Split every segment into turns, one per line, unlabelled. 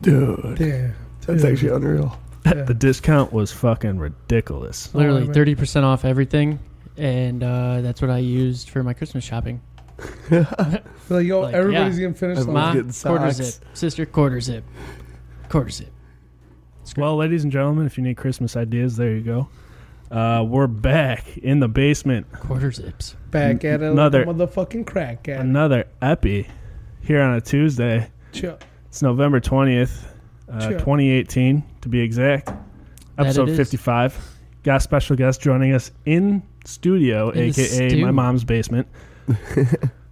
Dude,
Damn.
that's
dude.
actually unreal.
Yeah.
the discount was fucking ridiculous.
Literally
man.
30% off everything. And uh, that's what I used for my Christmas shopping.
Like, yo,
Like,
everybody's
yeah.
gonna finish
Everyone-
line.
My
getting
quarter
socks.
zip. Sister quarter zip. Quarter zip.
Well, ladies and gentlemen, if you need Christmas ideas, there you go. Uh, we're back in the basement.
Quarter zips.
back at it
Another-
like a motherfucking crack at
Another epi here on a Tuesday.
Chill.
It's November 20th, uh,
Sure.
2018, to be exact.
That
Episode
it is.
55. Got a special guest joining us in studio,
In the
aka
stew.
my mom's basement.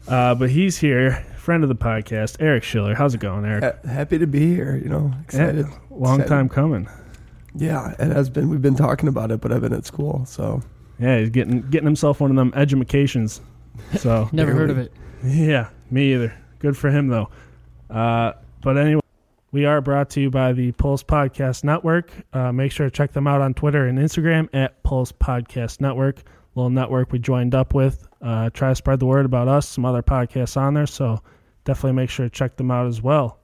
uh, but he's here, friend of the podcast, Eric Schiller. How's it going, Eric?
Ha- Happy to be here. You know, excited.
Long
excited.
time coming.
Yeah, it has been. We've been talking about it, but I've been at school, so
Yeah, he's getting getting himself one of them edumacations. So
Never
Barely.
heard of it.
Yeah, me either. Good for him though. Uh, but anyway, we are brought to you by the Pulse Podcast Network. Uh, make sure to check them out on Twitter and Instagram at Pulse Podcast Network. Little network we joined up with. Uh, try to spread the word about us. Some other podcasts on there, so definitely make sure to check them out as well.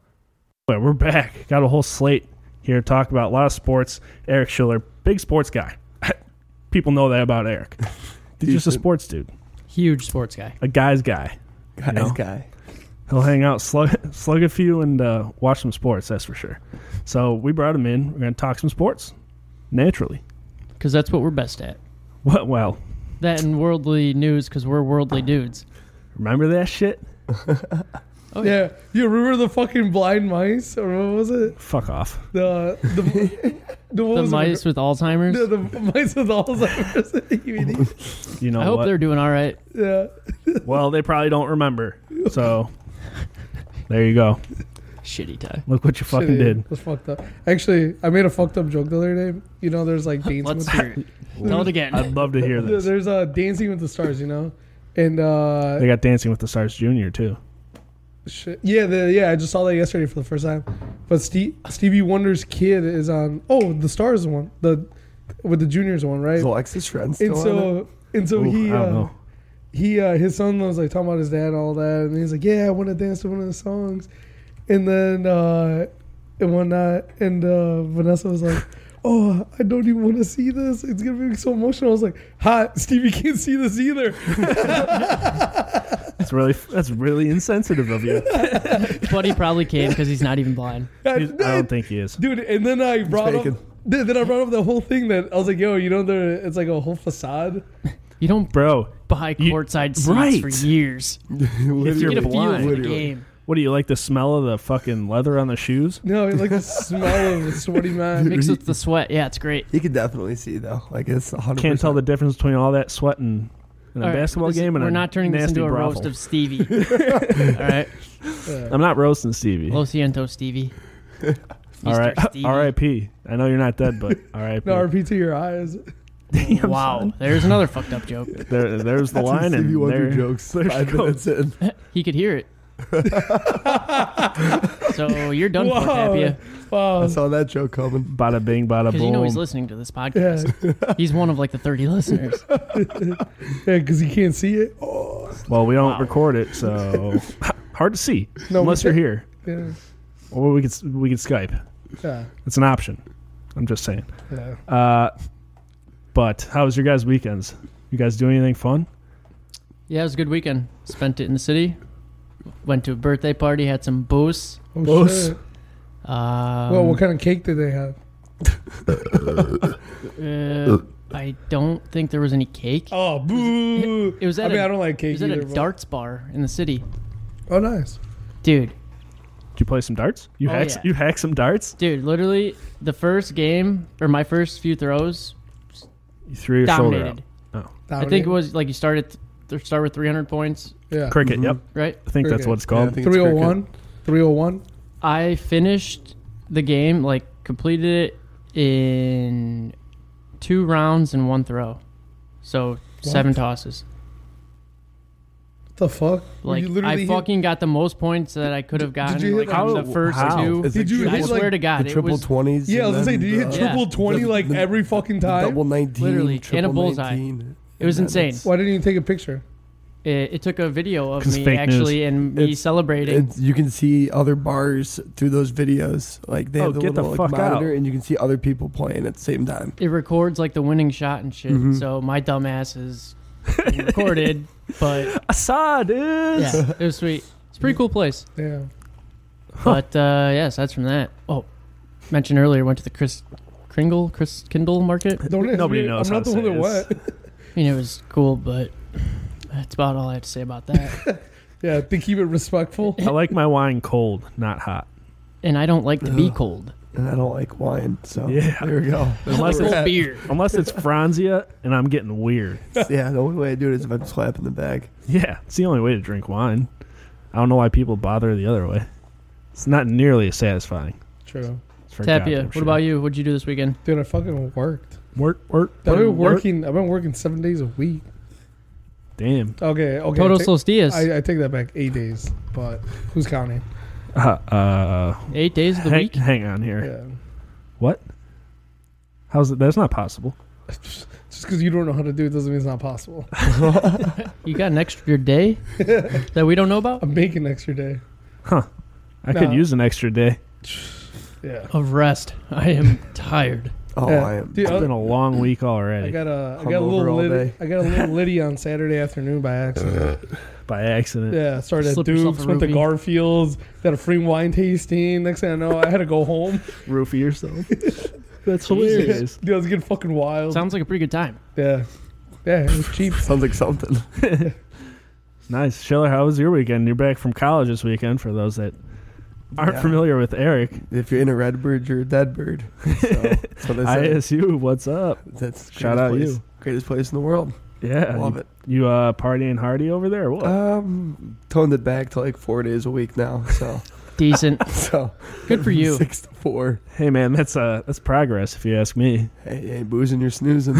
But we're back. Got a whole slate here to talk about a lot of sports. Eric Schiller, big sports guy. People know that about Eric. He's just a
Decent.
sports dude,
Huge sports guy.
a guy's guy.
guys,
know.
guy.
He'll hang out, slug, slug a few, and uh, watch some sports. That's for sure. So we brought him in. We're going to talk some sports, naturally.
Because that's what we're best at.
What? Well,
That and worldly news because we're worldly dudes.
remember that shit?
Oh,
Yeah, you remember the fucking blind mice or what was it?
Fuck off.
The the the, what
The
was it?
mice with Alzheimer's.
The, the mice with Alzheimer's. you idiot.
You know
I hope
what?
they're doing all right.
yeah.
well, they probably don't remember. So there you go.
Shitty tie.
Look what you fucking
Shit,
did.
It was fucked up. Actually, I made a fucked up joke the other day. You know, there's like dancing.
Let's
with
hear it. Tell it
I'd
again.
love to hear
the,
this.
there's uh, dancing with the stars. You know, and uh,
They got Dancing with the Stars Junior too.
Shit. Yeah, the, yeah, I just saw that yesterday for the first time. But Steve, Stevie Wonder's kid is on. Oh, the Stars one, the with the juniors one, right?
Is Alexis Shred still
And
on it?
so, and so
Ooh, I
he,
don't
uh,
know.
he, uh, his son was like talking about his dad and all that, and he's like, "Yeah, I want to dance to one of the songs," and then uh, and whatnot, and uh, Vanessa was like. Oh, I don't even want to see this. It's gonna be so emotional. I was like, "Hot, Stevie can't see this either."
That's really that's really insensitive of you.
But he probably can because he's not even blind.
He's- I don't think he is.
dude. And then I brought up,
faking.
then then I brought up the whole thing that I was like, yo, you know, there it's like a whole facade.
You don't
Bro,
buy
You-
courtside seats for
right.
years.
if
You
you're
get a feel
blind,
for the
literally.
game.
what do you like the smell of the fucking leather on the shoes?
No, it's like the smell of a sweaty man.
Mixed with the sweat. Yeah, it's great.
You could definitely see though. Like it's 100.
Can't tell the difference between all that sweat and, and a
All right,
basketball
listen,
game and
We're
a
not turning this
nasty
into a
brothel.
roast of Stevie. all right,
Uh,
I'm not roasting Stevie.
Lo siento, Stevie.
all right,
Mr. Stevie.
R.I.P. I know you're not dead, but R.I.P.
no, RP to your eyes.
wow, there's another fucked up joke.
there, there's the
That's some
line,
Stevie
and
Wonder
there,
jokes.
there she
Five minutes in.
He could hear it. so you're done for,
Wow.
Tapia,
Wow.
I saw that joke coming.
bada bing, bada
because
boom.
you know he's listening to this podcast.
Yeah,
He's one of like the 30 listeners.
yeah, because he can't see it. Oh,
well, we don't
Wow.
record it, so hard to see
No,
unless
we-
you're here,
yeah,
or we could we could Skype.
yeah,
It's an option. I'm just saying.
yeah.
Uh, but how was your guys' weekends? You guys do anything fun?
Yeah, it was a good weekend. Spent it in the city. Went to a birthday party. Had some booze.
Oh,
Close.
shit.
Um,
well, what kind of cake did they have?
uh, I don't think there was any cake.
Oh, boo!
it was
I
at
mean,
a-
I don't like
It
cake
was at
either.
a
but-
darts bar in the city,
Oh, nice.
dude.
Did you play some darts? You
Oh,
hack
yeah.
you hack some darts?
Dude, literally the first game or my first few throws
You threw your shoulder out.
dominated. I
Dominated.
think it was like you started th- start with 300 points,
yeah. oh
Cricket.
Mhm.
Yep.
right?
I think
Cricket.
that's what it's called.
Yeah, I think it's
301. 301.
I finished the game like completed it in two rounds and one throw. So, seven tosses.
What the fuck? Were
Like
you literally
I
hit-
fucking got the most points that I could have gotten
you hit,
like on
like-
the first
How?
two.
Is
Did
it
you
I
hit, like,
swear to God,
the
it
triple
was
twenties.
Yeah, I was gonna say, did you hit
Yeah.
triple twenty like
The-
every fucking time?
Double nineteen,
Literally, and a
triple
bullseye.
19,
It was
and then
insane.
it's-
Why didn't you take a picture?
It, it took a video of
'Cause
me
fake news.
actually and me
It's-
celebrating.
It's, you can see other bars through those videos. Like they
Oh,
have the
get the
little
fuck
like, monitor,
out.
and you can see other people playing at the same time.
it records like the winning shot and shit.
Mhm.
So my dumb ass is recorded, but
Assad is.
yeah, it was sweet. It's a pretty cool place.
Yeah.
But uh, yeah, aside from that, oh, mentioned earlier, went to the Chris Kringle, Chris Kindle market.
Don't ask
Nobody
me.
knows
I'm
how
not
to
the one
say
that
this.
went.
I mean, it was cool, but that's about all I have to say about that.
Yeah, they keep it respectful.
I like my wine cold, not hot.
and I don't like to be
Ugh.
cold.
And I don't like wine, so
Yeah.
there we go.
I like
Unless
cold
it's,
beer.
unless it's Franzia and I'm getting weird.
yeah, the only way I do it is if I'm slapping the bag.
Yeah, it's the only way to drink wine. I don't know why people bother the other way. It's not nearly as satisfying.
True.
It's for
Tapia,
goddamn
what
sure.
about you? What'd you do this weekend?
Dude, I fucking worked.
Work, work,
I've
work,
been
work.
working. I've been working seven days a week.
Damn.
Okay. Okay. I
Todos
take-
los días.
I, I take that back. Eight days, but who's counting?
Uh, uh,
Eight days of the
hang,
week?
hang on here.
Yeah.
What? How's it? That's not possible.
Just because you don't know how to do it doesn't mean it's not possible.
You got an extra day that we don't know about?
I'm making extra day.
I could
No.
use an extra day.
Yeah.
Of rest. I am tired.
Oh,
Yeah.
I am.
Dude,
It's
I-
been a long week
I
already
got a I got a
Hungover
little
all
litty,
day.
I got a little litty on Saturday afternoon by accident.
by accident.
Yeah, started at
Uh-huh. Slip yourself
Duke's,
a
went to
roofie.
Garfield's, got a free wine tasting. Next thing I know, I had to go home.
Roofie yourself. That's hilarious.
Jesus.
Dude, I was getting fucking wild.
Sounds like a pretty good time.
yeah, yeah, it was cheap.
Sounds like something.
nice, Schiller. How was your weekend? You're back from college this weekend. For those that aren't
Yeah.
familiar with Eric,
If you're in a red bird, you're a dead bird. So, so they say.
ISU, what's up?
That's the greatest
Shout out
place,
you.
greatest place in the world.
Yeah,
Love
you,
it.
you uh, partying hardy over there? or What?
Um, toned it back to like four days a week now. So
Decent.
so
Good for you.
Six to four.
hey man, that's uh that's progress if you ask me.
Hey, you ain't boozing, you're snoozing.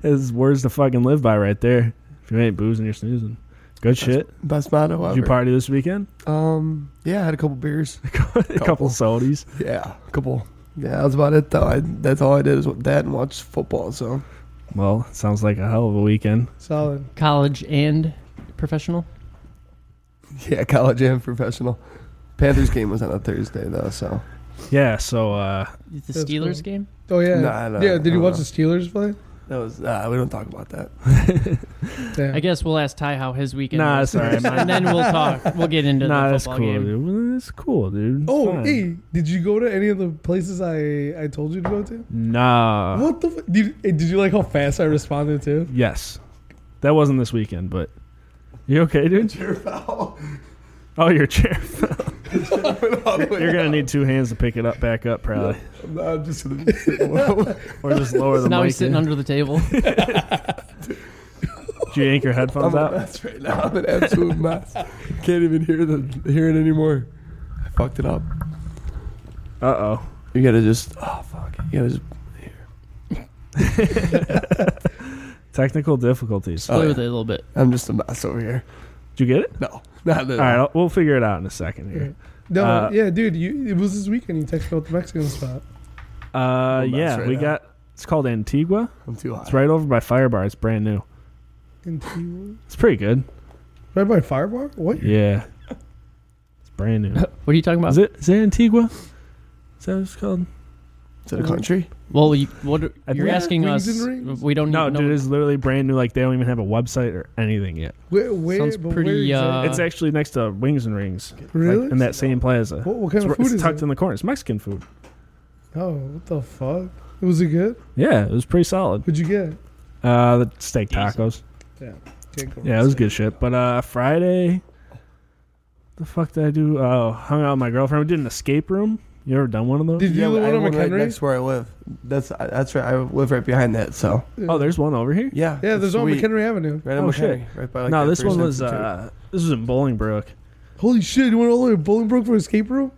There's words to fucking live by right there. If you ain't boozing, you're snoozing. Good shit.
Best motto ever.
Did you party this weekend?
um, yeah, I had a couple beers.
a couple,
Couple.
sodies.
Yeah, a couple. Yeah, that was about it though. I, that's all I did is that and watch football. So
Well, it sounds like a hell of a weekend.
Solid.
College and professional.
yeah, college and professional. Panthers game was on a Thursday though. So
Yeah. So uh,
The
That's
Steelers
cool.
game?
Oh yeah,
Nah, nah,
yeah. Did you
nah,
watch
nah.
the Steelers play?
that was uh, we don't talk about that.
Damn.
I guess we'll ask Ty how his weekend
Nah,
was.
it's all right,
first,
man.
and then we'll talk. We'll get into
nah,
the
that's
football
cool,
game.
dude. Well, That's cool, dude. It's
Oh
fine.
hey, did you go to any of the places I I told you to go to?
Nah.
what the? Fu- did, you, hey, did you like how fast I responded to?
Yes, that wasn't this weekend, but you okay, dude?
Chair foul.
Oh, your chair. You're
You're
gonna need two hands to pick it up, back up, probably,
I'm just gonna be sitting low.
or just lower
So
the
now
mic.
he's sitting
in.
under the table.
Did you yank your headphones
I'm a
out?
mess right now. I'm an absolute mess. Can't even hear the hear it anymore. I fucked it up.
Uh oh.
You gotta just oh fuck. You gotta just
Technical difficulties.
Oh,
Play
yeah.
with it a little bit.
I'm just a mess over here.
Did you get it?
No, not at
All right, I'll, we'll figure it out in a second here.
No,
Uh,
yeah, dude. You it was this weekend. You texted me about the Mexican spot.
Uh,
We'll
yeah,
bounce right
we
out.
got. It's called Antigua.
I'm too hot.
It's right over by Firebar. It's brand new.
In T-
It's pretty good.
right by Firebar. What?
Yeah, it's brand new.
What are you talking about?
Is it? Is it Antigua? Is that what it's called?
To the country.
Well, you, what are-
I
you're
think-
asking
Rings
us?
and rings?
We don't
No,
even
dude,
know.
it's literally brand new. Like they don't even have a website or anything yet.
Where, where,
Sounds
but
pretty,
exactly?
Uh,
it's actually next to Wings and Rings, like,
really.
in that same plaza.
what, what
It's,
kind of food
it's
is
tucked
it?
in the corner. It's Mexican food.
Oh, what the fuck? Was it good?
Yeah, it was pretty solid.
What'd you get?
Uh, the steak
Decent.
tacos.
Can't go
Yeah, it was good shit. But uh, Friday, the fuck did I do? Oh, hung out with my girlfriend. We did an escape room. You ever done one of those?
Did you
yeah,
do the
I
one on
live right
McHenry?
next to where I live. That's I- that's right. I live right behind that. So
Yeah.
Oh, there's one over here.
yeah,
yeah, there's
it's
one on
sweet.
McHenry Avenue.
Right on
Oh,
McHenry.
shit.
Right by like
no,
that
this
first
one was
institute.
uh, this was in Bolingbrook.
Holy shit! You went all the way to Bolingbrook for escape room?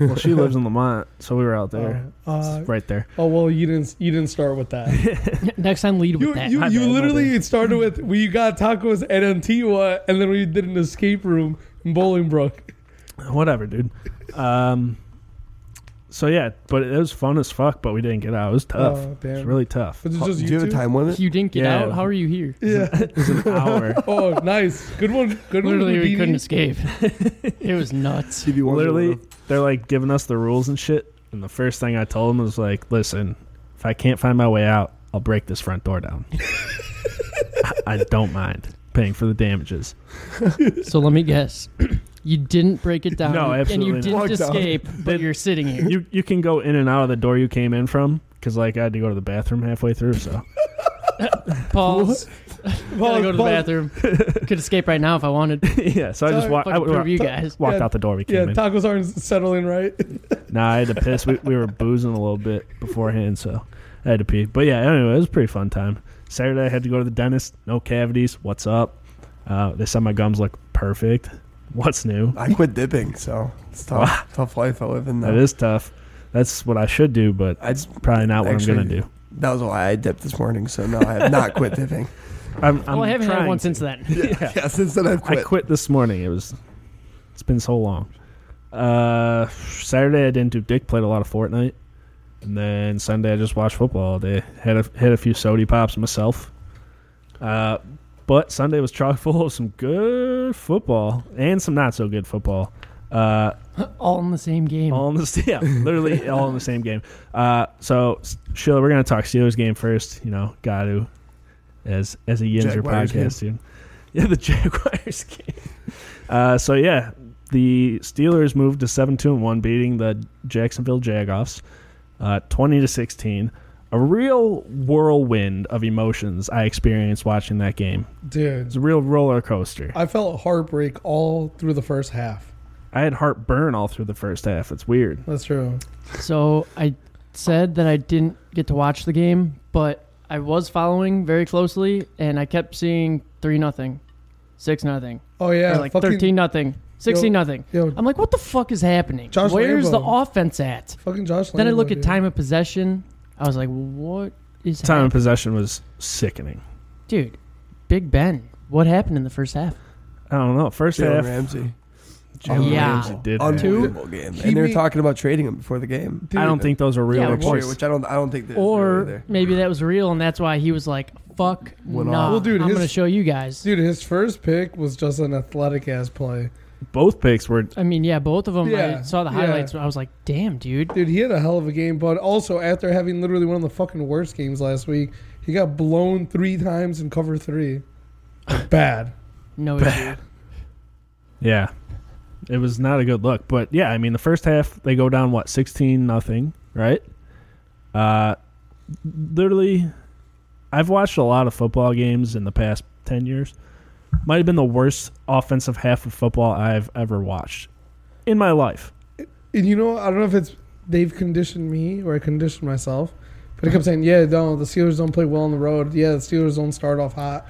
Well, she lives in Lamont, so we were out there.
Oh, uh,
It's right there.
oh well, you didn't you didn't start with that.
Next time, lead with
You,
that.
you,
my
you
bad, my
literally started with we got tacos at Antigua and then we did an Uh, escape room in Bolingbrook.
Whatever, dude. Um, so yeah, but it was fun as fuck. But we didn't get out. It was tough.
Oh,
It was
damn.
really tough.
But it's
Huh,
just
do you have a
YouTube?
time limit?
You didn't get
Yeah.
out. How are you here?
Yeah.
It was an hour.
oh, nice. Good one. Good one.
Literally, we
Houdini.
couldn't escape. it was nuts.
Give you one
Literally,
minute.
they're like giving us the rules and shit. And the first thing I told them was like, "Listen, if I can't find my way out, I'll break this front door down. I, I don't mind paying for the damages.
So let me guess. You didn't break it down.
No, absolutely
And you
not.
didn't
Walked out.
escape, but you're sitting here.
You you can go in and out of the door you came in from because like I had to go to the bathroom halfway through. So
Pause. Gotta
Pause,
go to the
pause.
bathroom. Could escape right now if I wanted.
yeah, so I just
Sorry,
walked. I,
Fucking prove
walked
you guys.
walked
Yeah,
out the door we came
Yeah,
in.
tacos aren't settling right.
Nah, I had to piss. We, we were boozing a little bit beforehand, so I had to pee. But yeah, anyway, it was a pretty fun time. Saturday, I had to go to the dentist. No cavities. What's up? Uh, they said my gums look perfect. What's new?
I quit dipping, so it's tough. tough life I live in. Now.
That is tough. That's what I should do, but
I just,
probably not what I'm
Actually-
gonna do.
that was why I dipped this morning, so no, I have not quit dipping.
I'm, I'm
well, I haven't had
trying
one
to.
since then.
Yeah.
Yeah, since then I've
I
quit.
quit this morning. It was. It's been so long. Uh, Saturday I didn't do dick. Played a lot of Fortnite, and then Sunday I just watched football all day. Had a had a few sody pops myself. Uh, but Sunday was chock full of some good football and some not so good football. Uh,
All in the same game.
all in the yeah, literally all in the same game. Uh, so Sheila, we're gonna talk Steelers game first. You know, got to as as a Yinzer
Jaguars
podcast dude. Yeah, the Jaguars game. Uh, so yeah, the Steelers moved to seven two and one, beating the Jacksonville Jagoffs, uh, twenty to sixteen. A real whirlwind of emotions I experienced watching that game. It's
Dude,
a real roller coaster.
I felt heartbreak all through the first half.
I had heartburn all through the first half. That's weird.
That's true.
So I said that I didn't get to watch the game, but I was following very closely, and I kept seeing three nothing, six nothing,
Oh yeah,
or like
fucking,
thirteen nothing, sixteen nothing.
Yo,
I'm like, what the fuck is happening?
Josh
Where's the
Lambo.
offense at?
fucking Josh.
Then I
Lambo,
look at
dude.
time of possession. I was like, what is
Time of
happening?
possession was sickening.
dude? Big Ben, what happened in the first half?
I don't know. First
Jalen
half,
Ramsey,
Jalen
Yeah.
Ramsey did. have-
unbelievable game,
He
and they're
made-
talking about trading him before the game.
Dude,
I don't think those are real
Yeah,
Next year,
reports.
which I don't, I don't think there's
Or maybe that was real, and that's why he was like, "Fuck,
Went
nah,
off.
Well, dude,
I'm
his-
gonna show you guys."
Dude, his first pick was just an athletic ass play.
Both picks were.
I mean, yeah, both of them.
Yeah,
I saw the
yeah.
highlights. but I was like, "Damn, dude."
Dude, he had a hell of a game, but also after having literally one of the fucking worst games last week, he got blown three times in cover three. Like, bad.
No
Bad.
issue.
Yeah, it was not a good look. But yeah, I mean, the first half they go down what sixteen nothing, right? Uh, literally, I've watched a lot of football games in the past ten years. Might have been the worst offensive half of football I've ever watched in my life.
And you know, I don't know if it's they've conditioned me or I conditioned myself, but I kept saying, "Yeah, no, the Steelers don't play well on the road. Yeah, the Steelers don't start off hot."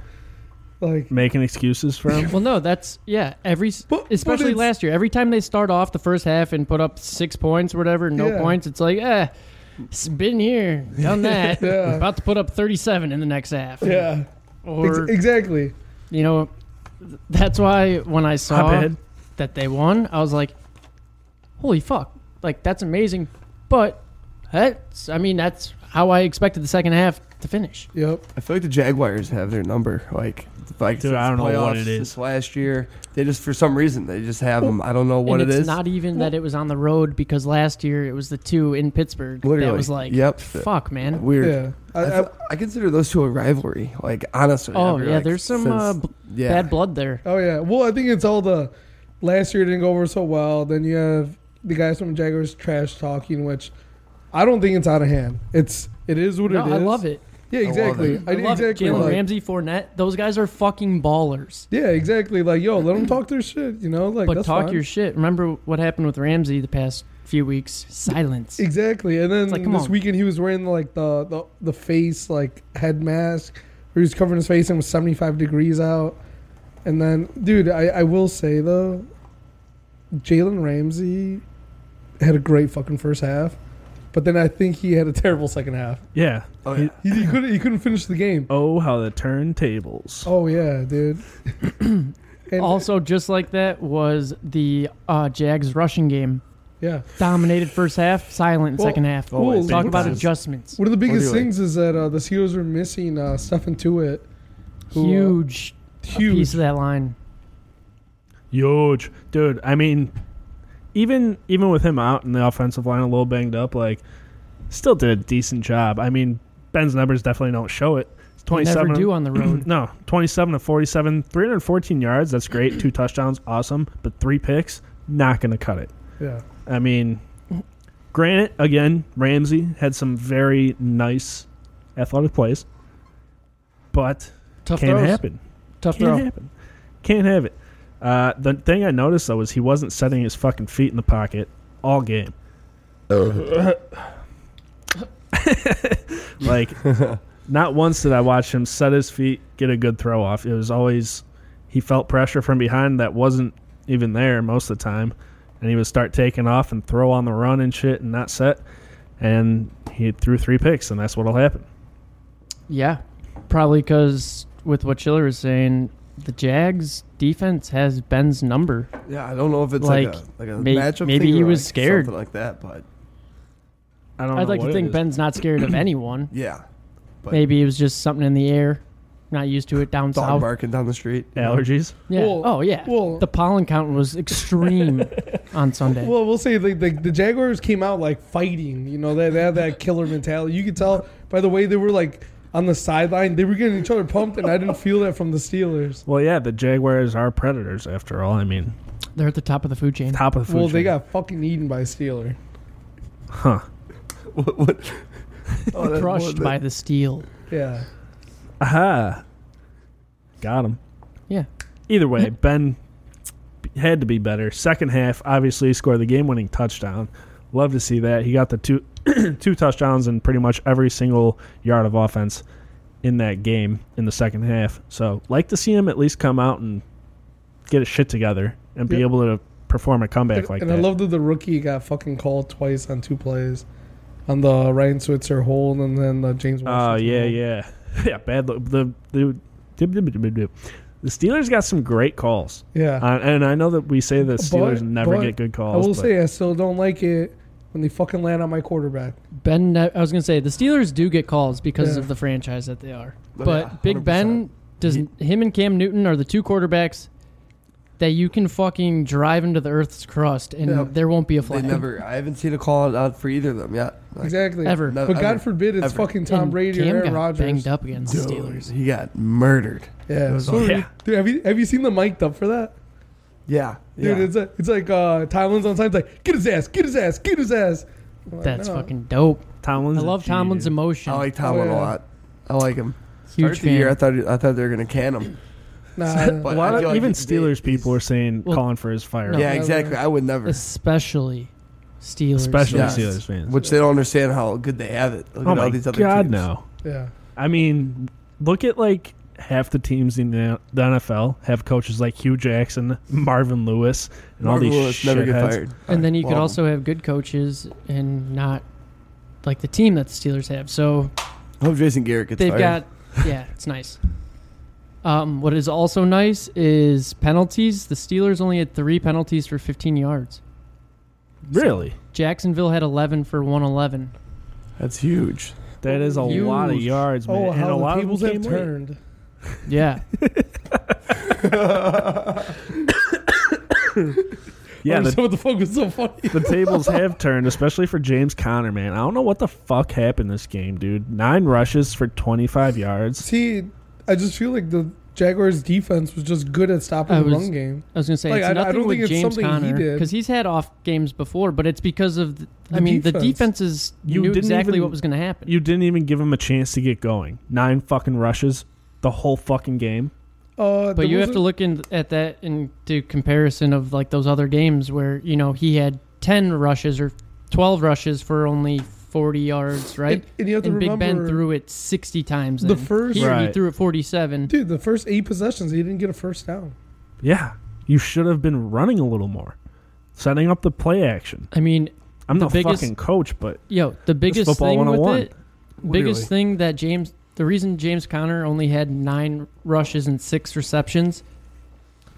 Like,
Making excuses for him.
Well, no, that's yeah. Every s-
But- but
especially
it's-
last year, every time they start off the first half and put up six points or whatever, no
Yeah.
points, it's like, eh, it's been here, done that.
Yeah.
About to put up 37 in the next half.
yeah, ex-
Or
exactly.
you know, that's why when I
My
saw
bad.
that they won, I was like, holy fuck, like that's amazing. But that's, I mean, that's how I expected the second half to finish.
Yep.
I feel like the Jaguars have their number. Like, like
Dude,
since
I don't know what
playoffs,
it is.
since Last year, they just for some reason they just have them. I don't know what
and
it
it's
is.
not even that it was on the road because last year it was the two in Pittsburgh
Literally.
that was like,
Yep.
fuck, man.
Weird.
Yeah.
I,
I, I,
I- I consider those two a rivalry. Like honestly.
Oh
after,
yeah,
like,
there's some
since-
uh, b-
yeah.
bad blood there.
oh yeah. Well, I think it's all the last year didn't go over so well. Then you have the guys from Jaguars trash talking, which I don't think it's out of hand. It's it is what
No,
it is.
I love it.
Yeah,
I love
exactly.
it.
I love
exactly.
it. Jalen
like-
Ramsey, Fournette, those guys are fucking ballers.
Yeah, exactly. Like, yo, let them talk their shit. You know, like,
but
that's
talk
fine.
your shit. Remember what happened with Ramsey the past few weeks? Silence.
Exactly, and then
like, come
this
on.
weekend he was wearing like the, the the face like head mask, where he was covering his face and it was seventy five degrees out. And then, dude, I, I will say though, Jalen Ramsey had a great fucking first half, but then I think he had a terrible second half.
Yeah.
Oh, yeah.
He, he couldn't he couldn't finish the game.
Oh, how the turntables.
Oh yeah, dude. and
also, just like that was the uh, Jags rushing game.
Yeah.
Dominated first half, silent
Well,
second half.
well,
Talk
big
about
time.
adjustments.
One of the
do
biggest
you like?
things is that uh, the Steelers were missing uh, Stefan Tuitt. Who, uh,
Huge,
Huge.
piece of that line.
Huge, dude. I mean, even even with him out and the offensive line a little banged up, like still did a decent job. I mean, Ben's numbers definitely don't show it. It's
They
twenty
never
seven.
do on the road.
No, twenty-seven to forty-seven, three hundred fourteen yards. That's great. Two touchdowns, awesome. But three picks, not going to cut it.
Yeah.
I mean, granted, again, Ramsey had some very nice athletic plays, but
Tough
can't
throws.
happen.
Tough
Can't
throw.
happen. Can't have it. Uh, the thing I noticed though is he wasn't setting his fucking feet in the pocket all game. like, not once did I watch him set his feet, get a good throw off. It was always he felt pressure from behind that wasn't even there most of the time, and he would start taking off and throw on the run and shit and not set. And he threw three picks, and that's what'll happen.
Yeah, probably because with what Chiller was saying, the Jags defense has Ben's number.
Yeah, I don't know if it's like,
Like,
a, like a
may-
matchup.
maybe
thing
he
or,
was
like,
scared.
something like that. But
I don't.
I'd
know
like
what
to
it
think
is.
Ben's not scared of anyone.
yeah, but
Maybe it was just something in the air. Not used to it down
dog
south.
barking down the street.
allergies.
Yeah.
Well-
oh yeah.
well-
the pollen count was extreme on Sunday.
Well, we'll say the, the, the Jaguars came out like fighting. You know, they, they had that killer mentality. You could tell by the way they were like on the sideline. They were getting each other pumped, and I didn't feel that from the Steelers.
Well, yeah, the Jaguars are predators after all. I mean,
They're at the top of the food chain.
top of the food
Well, they
chain.
got fucking eaten by a Steeler.
huh?
what? what? Oh, that-
Crushed
what-
by the steel.
Yeah.
Aha! Got him.
Yeah.
Either way, Ben had to be better. Second half, obviously, he scored the game-winning touchdown. Love to see that. He got the two two touchdowns and pretty much every single yard of offense in that game in the second half. So, like to see him at least come out and get his shit together and be
Yeah.
able to perform a comeback
And,
like
and
that.
I love that the rookie got fucking called twice on two plays on the Ryan Switzer hold and then the James Washington.
Oh yeah,
hold.
yeah, yeah. Bad look. The the dip, dip, dip, dip, dip. the Steelers got some great calls,
Yeah.
Uh, and I know that we say the Steelers
But-
never
but
get good calls.
I will
but
say I still don't like it when they fucking land on my quarterback.
Ben, ne- I was gonna say the Steelers do get calls because
Yeah.
of the franchise that they are.
Oh,
But
yeah,
Big Ben
100%.
does him and Cam Newton are the two quarterbacks that you can fucking drive into the earth's crust and
Yeah.
there won't be a
They
flag
never. I haven't seen a call out for either of them yet. Like,
exactly.
ever.
No,
But
ever.
God forbid it's
Ever.
fucking Tom
And
Brady
Cam
or
got
Aaron Rodgers.
banged up against
Dude,
the Steelers.
He got murdered.
Yeah.
was
so-
awful.
Dude, have you have you seen the mic'd up for that?
Yeah,
Dude,
yeah.
it's a, it's like uh Tomlin's on time. It's like get his ass, get his ass, get his ass. I'm like,
That's
no.
fucking dope. I
Tomlin's. a
love
G,
Tomlin's
dude.
emotion.
I like Tomlin
Oh, yeah.
a lot. I like him.
Huge
Start the year, I
fan.
thought I thought they were gonna can him.
Nah,
But
A lot
I
of-
feel like
even
he- they-
Steelers people are saying
Well,
calling for his fire,
No.
yeah,
Never.
exactly. I would never.
Especially Steelers.
especially
Yes.
Steelers fans.
Which they don't understand how good they have it. Look
oh
at all
my
these other
god,
teams.
no!
yeah.
I mean, look at like half the teams in the the NFL have coaches like Hugh Jackson, Marvin Lewis, and
Marvin
all these
Lewis never get
shitheads.
fired.
And then you could
Well,
also have good coaches and not like the team that the Steelers have. So
I hope Jason Garrett gets
they've
fired.
got yeah, it's nice. Um, what is also nice is penalties. The Steelers only had three penalties for 15 yards.
Really,
Jacksonville had 11 for 111.
That's huge.
that is a
Huge.
lot of yards, man.
Oh,
and a
how
lot
the
of them
tables have
came late.
turned.
Yeah,
Yeah, the,
so what the fuck was so funny?
the tables have turned, especially for James Conner, man. I don't know what the fuck happened this game, dude. Nine rushes for 25 yards.
See, I just feel like the Jaguars' defense was just good at stopping
I
the
was-
run game.
I was gonna say
Like,
it's
I- I
nothing
don't
with
think it's
James
something he
Conner
did.
because he's had off games before, but it's because of the, I
The
mean the
defense.
defenses
You
knew
didn't
exactly
even-
what was gonna happen.
You didn't even give him a chance to get going. Nine fucking rushes the whole fucking game.
Uh, there
But you have to
wasn't-
look in, at that into comparison of like those other games where you know he had ten rushes or twelve rushes for only forty yards, right?
And, and you have to
and Big
remember,
Ben threw it sixty times.
The
then.
first-
here he
Right.
threw it forty-seven.
dude, the first eight possessions, he didn't get a first down.
Yeah, you should have been running a little more, setting up the play action.
I mean,
I'm
The
not
biggest-
fucking coach, but
yo, the biggest
football
thing with
101.
it, biggest
Literally.
thing that James, the reason James Conner only had nine rushes and six receptions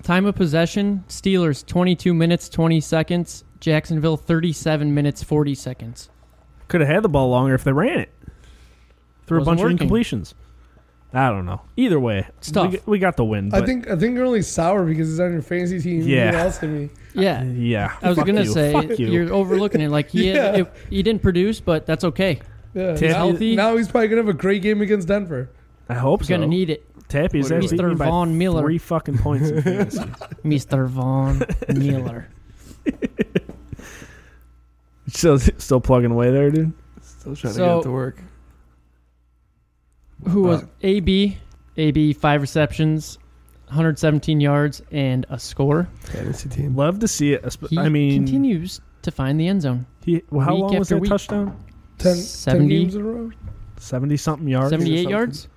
Time of possession: Steelers 22 minutes 20 seconds. Jacksonville 37 minutes 40 seconds.
Could have had the ball longer if they ran it. Through a
Wasn't
bunch
working.
of incompletions. I don't know. Either way,
It's tough.
We, we got the win.
I
but-
think I think you're only sour because it's on your fantasy team.
Yeah.
You lost to me.
Yeah,
Yeah.
I was
Fuck
gonna
you.
say
Fuck you.
are overlooking it. Like he
Yeah.
it- he didn't produce, but that's okay.
Yeah.
He's
now,
healthy.
now he's probably gonna have a great game against Denver.
I hope
He's
so.
gonna need it,
Tappy's
He's
beating
their
by
Von Miller.
three fucking points. in fantasy.
Mister Von Miller.
still, still plugging away there, dude.
Still trying to
So-
get it to work.
Who was
Uh.
Fuck.
AB? AB five receptions, 117 yards, and a score.
Fantasy team.
Love to see it. esp-
He
I mean,
continues to find the end zone.
he, well, how
week
long was
after
that
week.
touchdown?
Ten, 10
70,
games in a row.
70 something yards.
78
something.
yards,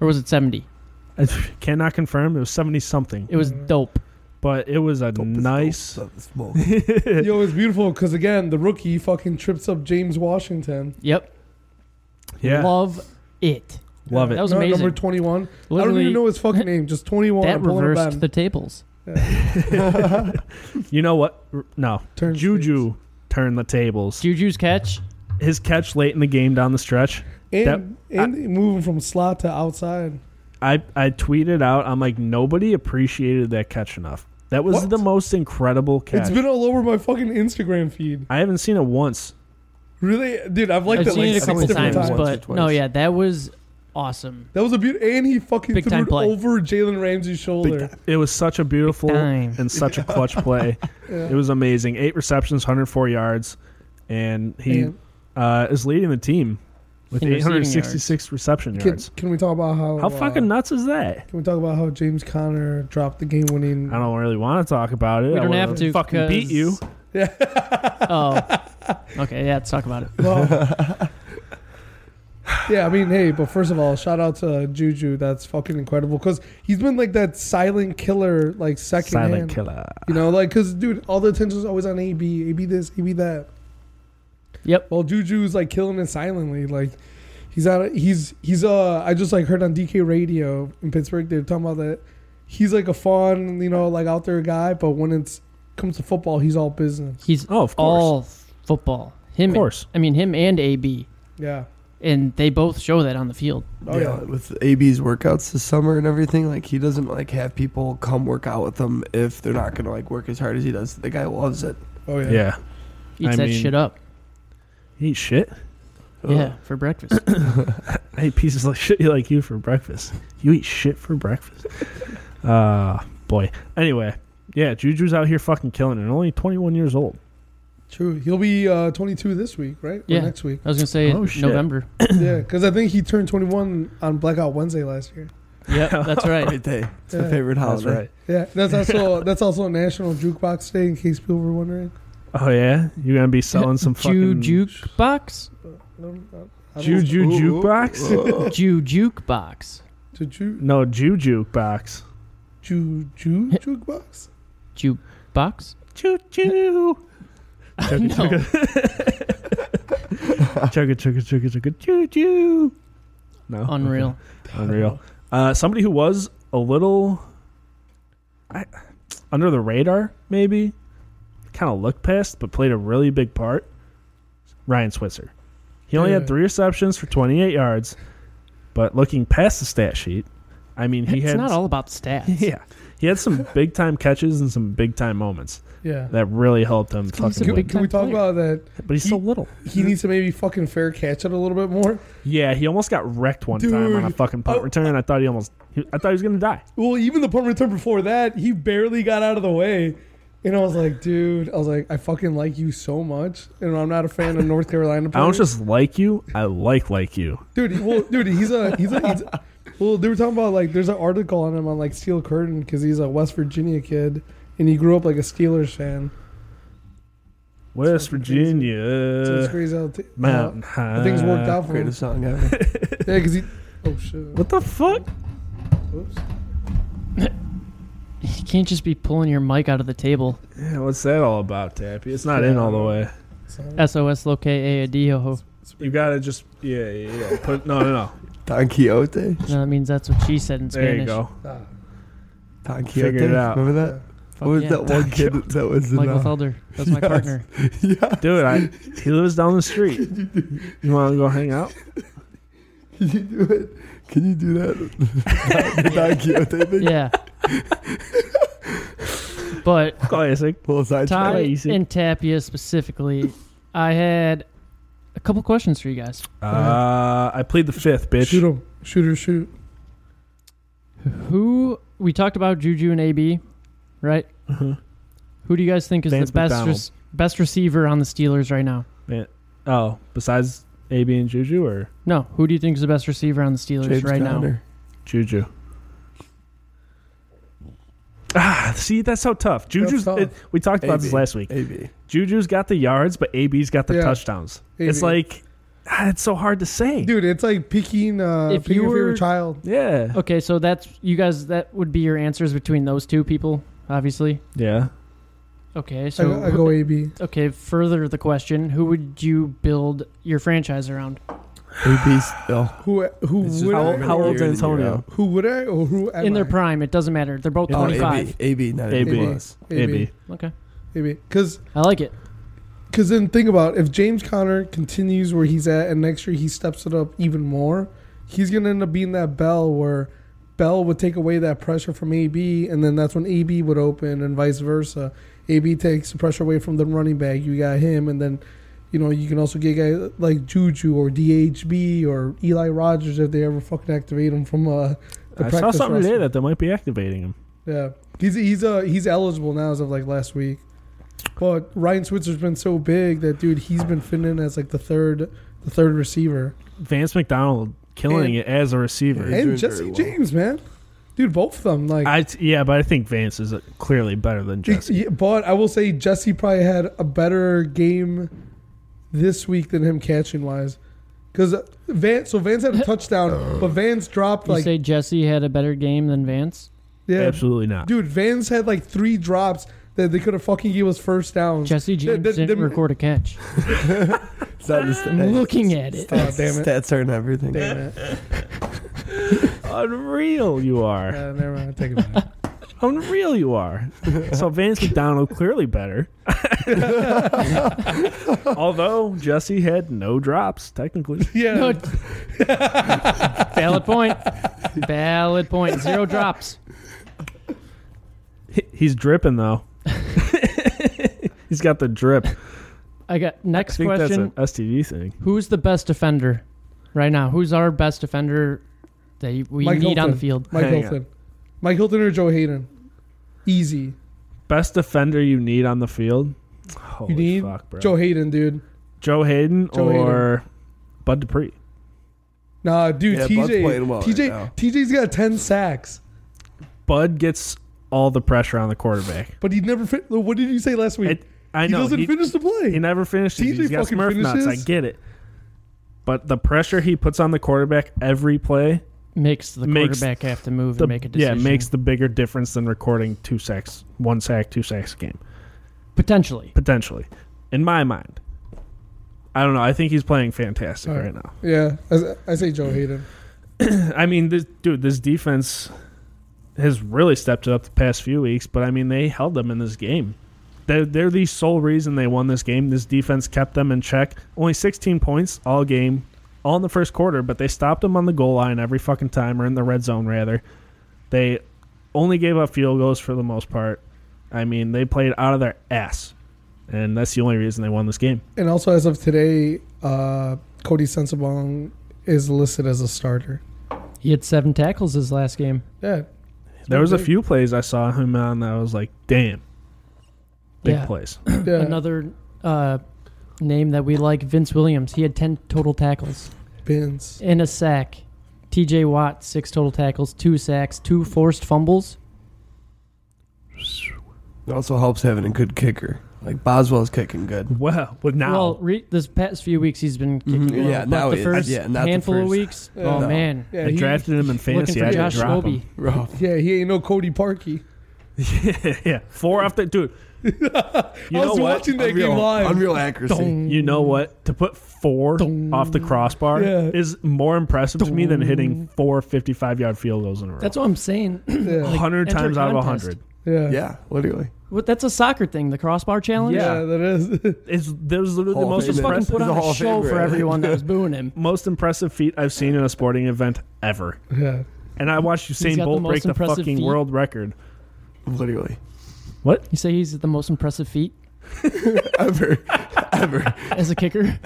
or was it 70?
I cannot confirm. It was 70 something,
It was dope.
but it was a nice.
Yo, it's beautiful because again, the rookie fucking trips up James Washington.
Yep.
Yeah.
Love it.
Love it.
That was
No,
amazing.
Number twenty-one. I don't
Literally,
even know his fucking name. Just twenty-one.
that
I'm pulling it back.
reversed the tables.
you know what? R- No.
Turn
Juju turned the tables.
Juju's catch.
His catch late in the game down the stretch.
and,
that-
and moving from slot to outside.
I, I tweeted out, I'm like, nobody appreciated that catch enough. That was
What?
the most incredible catch.
It's been all over my fucking Instagram feed.
I haven't seen it once.
Really, dude, I've liked
I've
it
seen
like
it a
six
couple
different
times,
times.
Once or
but no,
twice.
yeah, that was awesome.
that was a beautiful, and he fucking
Big
threw
time
it
play.
over Jalen Ramsey's shoulder.
It was such a beautiful
time.
and such a clutch play.
Yeah.
It was amazing. Eight receptions, 104 yards, and he
And
uh, is leading the team with
In receiving
866 reception
can,
yards.
can we talk about how
Oh,
How
uh,
fucking nuts is that?
Can we talk about how James Conner dropped the game-winning?
I don't really want to talk about it.
We
I
don't
wanna
have to
fucking beat
'cause-
you.
Oh, okay. Yeah, let's talk about it.
Well, yeah, I mean, hey, but first of all, shout out to Juju. That's fucking incredible because he's been like that silent killer, like second
Silent
hand.
killer.
You know, like because dude, all the attention's always on AB, AB this, AB that.
Yep.
Well, Juju's like killing it silently. Like he's out. He's he's uh. I just like heard on DK radio in Pittsburgh. They're talking about that. He's like a fun, you know, like out there guy. But when it's comes to football, he's all business.
He's
Oh, of course.
all football. Him,
of course.
I mean him and AB,
Yeah.
and they both show that on the field.
Oh yeah.
with AB's workouts this summer and everything, like he doesn't like have people come work out with him if they're not gonna like work as hard as he does. The guy loves it.
Oh yeah.
Yeah.
Eats
I
that
mean- uh,
shit up.
Eat shit.
Yeah, for breakfast.
I eat pieces like shit like you for breakfast. You eat shit for breakfast. Uh boy. Anyway, yeah, Juju's out here fucking killing it. and Only 21 years old.
True. He'll be uh, 22 this week, right?
Yeah.
Or next week.
I was gonna say
Oh, shit.
November.
yeah, because I think he turned 21 on Blackout Wednesday last year.
Yep, that's right.
Great day. It's my
Yeah.
favorite
Oh,
holiday.
That's right.
Yeah. That's also that's also National Jukebox Day, in case people were wondering.
Oh yeah, you're gonna be selling some
Jew
fucking
jukebox.
No, I don't-
Juju
Ooh, ooh.
jukebox?
Jew jukebox.
To Ju
No, Jew jukebox.
Ju Ju Jukebox.
Jukebox.
Choo choo. Chugga
No.
chugga. Chugga chugga chugga chugga choo choo. No. okay.
Unreal.
Unreal. Uh, somebody who was a little I, under the radar, maybe, kind of looked past, but played a really big part. Ryan Switzer. He only
Yeah.
had three receptions for 28 yards, but looking past the stat sheet, I mean, he
it's
had
not all about stats.
yeah, he had some big time catches and some big time moments
Yeah.
that really helped him.
He's a
Fucking
Can, we-
win.
can we talk about that?
but he's so little.
He needs to maybe fucking fair catch it a little bit more.
Yeah, he almost got wrecked one time on a
Dude.
fucking punt
Oh.
return. I thought he almost. He, I thought he was gonna die.
Well, even the punt return before that, he barely got out of the way. And I was like, dude, I was like, I fucking like you so much. And I'm not a fan of North Carolina.
I don't
players.
just like you. I like like you.
dude. Well, dude, he's a he's a. He's a well, they were talking about like there's an article on him on like Steel Curtain because he's a West Virginia kid and he grew up like a Steelers fan.
West
fucking crazy.
Virginia.
So it's crazy how, t-
Mountain
how
High.
things worked out for him.
Greatest song ever.
Yeah, because he. Oh shit!
What the fuck?
Oops.
You can't just be pulling your mic out of the table.
Yeah, what's that all about, Tappy? It's not in all the way.
Sorry.
SOS loke adio.
You gotta just yeah yeah yeah. Put no no no.
Don Quixote.
No, that means that's what she said in
There
Spanish.
you go.
Ah.
Don Quixote.
Figured it out.
Remember that?
Fuck
What was
yeah.
that one kid that was in
Michael
uh,
Felder. That's my
Yes.
partner.
Yeah.
Dude, I, he lives down the street. You want to go hang out?
Can you do it? Can you do that? the Don Quixote thing?
Yeah. but
Classic.
Little side
Ty
track.
easy.
and Tapia specifically, I had a couple questions for you guys.
Uh, I plead the fifth, bitch.
Shoot him. Shoot or shoot.
Who we talked about Juju and AB, right?
Uh-huh.
Who do you guys think is
Vance
the best
McDonald.
res- best receiver on the Steelers right now?
Oh, besides AB and Juju or
No, who do you think is the best receiver on the Steelers
James
right now?
Conner.
Juju? Ah, see, that's so tough. Juju's.
tough.
It, we talked about this
AB.
last week.
AB.
Juju's got the yards, but AB's got the
Yeah.
touchdowns. It's
AB.
like ah, it's so hard to say.
Dude, it's like picking, uh,
If
picking
you
your
were-
favorite child.
Yeah.
Okay, so that's you guys. That would be your answers between those two people, obviously.
Yeah.
Okay,
I
so
go- I go AB.
okay. Further the question, who would you build your franchise around?
AB still.
Who who
It's just
would
How,
I,
Whatever.
how old's
Year in, year
Antonio?
out.
who would I or who am
In their
I?
prime, it doesn't matter. They're both
Yeah.
Oh,
twenty
AB.
five.
AB, not AB.
AB.
plus.
AB.
Okay,
AB because
I like it.
because then think about it, if James Conner continues where he's at and next year he steps it up even more, he's gonna end up being that Bell where Bell would take away that pressure from AB and then that's when AB would open and vice versa. AB takes the pressure away from the running back. You got him and then. You know, you can also get guys like Juju or DHB or Eli Rogers if they ever fucking activate him from uh, the
I
practice.
saw something today
roster.
that they might be activating him.
Yeah, he's he's uh he's eligible now as of like last week, but Ryan Switzer's been so big that dude he's been fitting in as like the third the third receiver
Vance McDonald
And-
killing it as a receiver.
He's doing
and Jesse
very well.
James man, dude both of them like
I t- yeah, but I think Vance is uh, clearly better than Jesse.
Yeah, but I will say Jesse probably had a better game this week than him catching wise, because Vance so Vance had a touchdown but Vance dropped
You
like
say Jesse had a better game than Vance?
yeah
Absolutely not.
dude Vance had like three drops that they could have fucking gave us first downs.
Jesse James
the-
didn't
the-
record a catch.
It's not just,
I'm looking at it.
Oh damn it!
Stats aren't everything.
Damn it!
Unreal you are.
Yeah, never mind. I Take it back.
Unreal you are. so Vance McDonald clearly better. Although Jesse had no drops technically.
Yeah.
No. Valid point. Valid point. Zero drops.
He- He's dripping though. He's got the drip.
I got
I
next
think that's an
question.
STD thing.
Who's the best defender right now? Who's our best defender that you- we
Mike
need on the
Hilton.
field?
Mike
Hang on.
Hilton. Mike Hilton or Joe Hayden? Easy.
Best defender you need on the field. Holy
you need
fuck, bro.
Joe Hayden, dude.
Joe Hayden
Joe Hayden.
or Bud Dupree.
Nah, dude,
Yeah, Bud's
TJ.
playing well
TJ
right now.
TJ's got 10 sacks,
Bud gets all the pressure on the quarterback.
but he never fit. What did you say last week?
It, I
he
know
doesn't
he,
finish the play.
he never finished. it.
TJ
He's got
fucking
Smurf nuts. I
finishes.
get it, but the pressure he puts on the quarterback every play
Makes the
Makes
quarterback have to move
the,
and make a
yeah
decision.
makes the bigger difference than recording two sacks, one sack, two sacks a game
potentially.
potentially. In my mind, I don't know. I think he's playing fantastic
All
right,
right.
now.
yeah, I, I say Joe Hayden.
I mean, this dude, this defense has really stepped it up the past few weeks. But I mean, they held them in this game. They're, they're the sole reason they won this game. This defense kept them in check. Only 16 points all game, all in the first quarter. But they stopped them on the goal line every fucking time, or in the red zone rather. They only gave up field goals for the most part. I mean, they played out of their ass, and that's the only reason they won this game.
And also, as of today, uh, Cody Sensabong is listed as a starter.
He had seven tackles his last game.
Yeah.
There was a
big.
few plays I saw him on that I was like, damn, big
Yeah.
plays.
yeah.
Another uh, name that we like, Vince Williams. He had ten total tackles
Bins.
and a sack. T.J. Watt six total tackles, two sacks, two forced fumbles.
It also helps having a good kicker. Like Boswell's kicking good.
Wow, but now
Well, re- this past few weeks he's been kicking.
Mhm.
well,
Yeah,
but
now
the
he is.
first
Yeah, not the
handful of
first.
weeks.
Yeah.
Oh
No.
man,
Yeah,
I
he,
drafted him in
looking
fantasy.
for
I didn't
Josh
drop
Roby.
him.
Rough.
yeah, he ain't no Cody Parkey.
yeah, four off the dude. You
I
know
was
what?
watching that
unreal,
game live.
unreal accuracy.
Dong.
You know what? To put four
Dong.
off the crossbar
Yeah.
is more impressive to me than
Dong.
hitting four 55 yard field goals in a row.
That's what I'm saying.
Yeah.
Like,
100
enter
times out of
contest.
100.
Yeah.
Yeah, literally.
What, that's a soccer thing, the crossbar challenge.
Yeah.
Yeah, that is.
It's, that was literally the
Hall of Famer.
most
Just fucking
impressive,
put
He's a
on
Hall
a
of
show
Famer.
for everyone that was booing him.
most impressive feat I've seen in a sporting event ever.
yeah.
And I watched
He's
Usain
got the
Bolt
most
break the
impressive
fucking
feet.
world record.
Literally.
You say he's the most impressive feat
Ever. Ever.
as a kicker.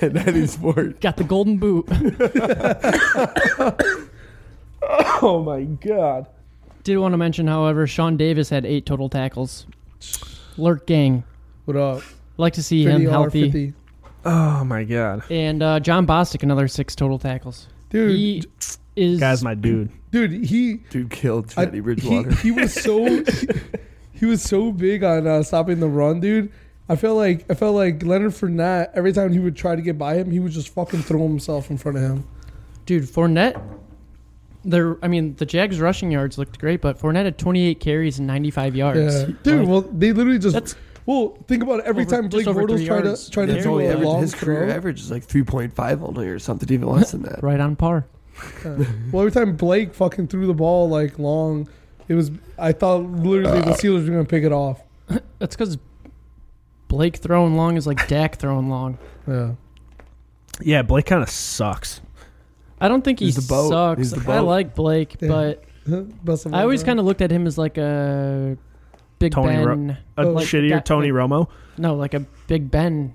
In any sport.
Got the golden boot.
Oh my god.
Did want to mention, however, Sean Davis had eight total tackles. Lurk gang.
What up?
Like to see him
50 or
healthy.
50.
Oh my god.
And uh, John Bostic, another six total tackles.
Dude,
he is
Guy's my dude.
dude, he
Dude killed
I-
Teddy Bridgewater.
He, he was so he, was so big on uh, stopping the run, dude. I felt like I felt like Leonard Fournette. Every time he would try to get by him, he would just fucking throw himself in front of him.
dude Fournette. There, I mean, the Jags' rushing yards looked great, but Fournette had 28 carries and 95 yards.
Yeah, dude.
Like,
well, they literally just.
that's
well, think about it. Every
over-
time
just
Blake
over
Bortles
three
tried
yards.
to tried to
That's
That's
throw
only
a
average,
long
his career
throw.
average is like 3.5 only or something, even less than that.
right on par.
Well, every time Blake fucking threw the ball like long, it was. I thought literally
Uh,
the Steelers were gonna pick it off.
That's because Blake throwing long is like Dak throwing long.
Yeah.
Yeah, Blake kind of sucks.
I don't think he
He's the boat.
sucks.
He's the
I
boat.
like Blake,
Yeah.
but
Best of
I
all
always
time.
kind of looked at him as like a Big
Tony
Ben.
Ro- A
Oh, like
shittier
that-
Tony Romo,
no, like a Big Ben,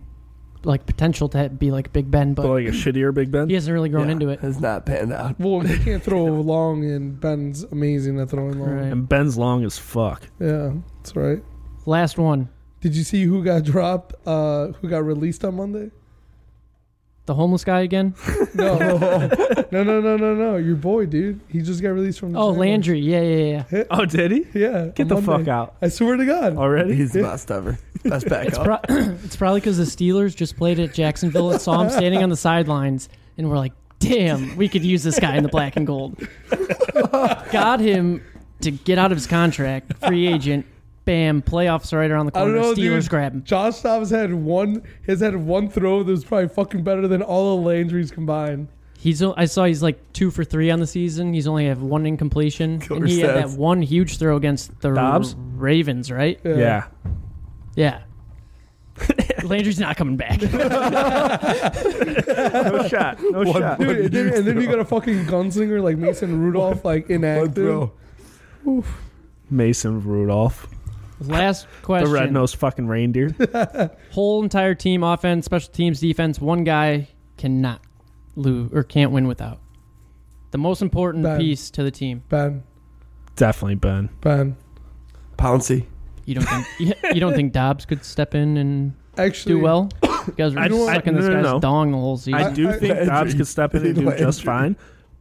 like potential to be like Big Ben,
but
but
like a shittier Big Ben.
he hasn't really grown
Yeah,
into it.
Has not panned out.
Well, he can't throw long, and Ben's amazing at throwing long.
Right.
And Ben's long as fuck.
Yeah, that's right.
Last one,
Did you see who got dropped? Uh, who got released on Monday?
the homeless guy again.
No, no, no, no, no, no. Your boy, dude. He just got released from. the
Oh,
Giants.
Landry. Yeah, yeah, yeah.
Oh, did he?
Yeah.
Get
on
the
Monday.
fuck out
I swear to God.
already.
He's the best ever. Best
It's,
backup.
pro- it's probably because the Steelers just played at Jacksonville and saw him standing on the sidelines, and we're like, damn, we could use this guy in the black and gold. Got him to get out of his contract, free agent. Bam, playoffs are right around the
I
corner.
don't know,
Steelers
dude.
grab him.
Josh Dobbs had one. Has had one throw that was probably fucking better than all of Landry's combined.
He's o- I saw he's like two for three on the season. He's only have one incompletion,
Killer
and he had
stats.
that one huge throw against the
Dobbs?
Ravens, right?
Yeah.
yeah.
Yeah. Landry's not coming back.
No shot. No
One-
shot.
Dude, and then, and then you got a fucking gunslinger like Mason Rudolph, like
One
inactive.
throw.
Mason Rudolph,
Last
the
question.
red nosed fucking reindeer.
whole entire team offense special teams defense one guy cannot lose or can't win without the most important
Ben.
piece to the team
Ben,
Definitely Ben.
Ben.
Pouncy.
you don't think you, you don't think Dobbs could step in and
Actually,
do well you guys were
I-
just
I-
sucking this
no, no,
guy's
no.
dong the whole season
I do
I-
think
Landry.
Dobbs could step in and do
Landry.
just fine,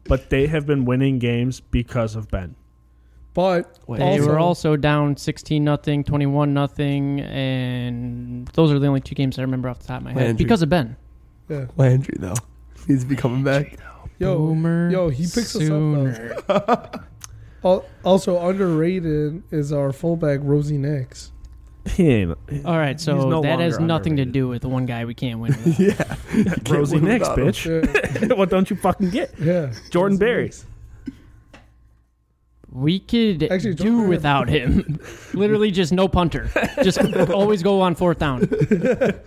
but they have been winning games because of Ben.
But
Wait.
they
Also-
were also down 16 nothing 21 nothing and those are the only two games i remember off the top of my head
Landry.
because of ben
yeah.
Landry, though. He's be coming back.
yo,
Boomer
yo, he picks us up.
sooner.
Though. Al- Also underrated is our fullback Rosie Nix.
He ain't.
all right so
He's no
that has
longer
nothing
underrated.
to do with the one guy we can't win without.
yeah. You can't
Rosie
win
Nix,
without him.
bitch.
Yeah,
what don't you fucking get?
yeah.
Jordan
Rosie
Berry.
Nix.
We could
Actually, don't
do
worry.
without him. Literally, just no punter. Just always go on fourth down. It's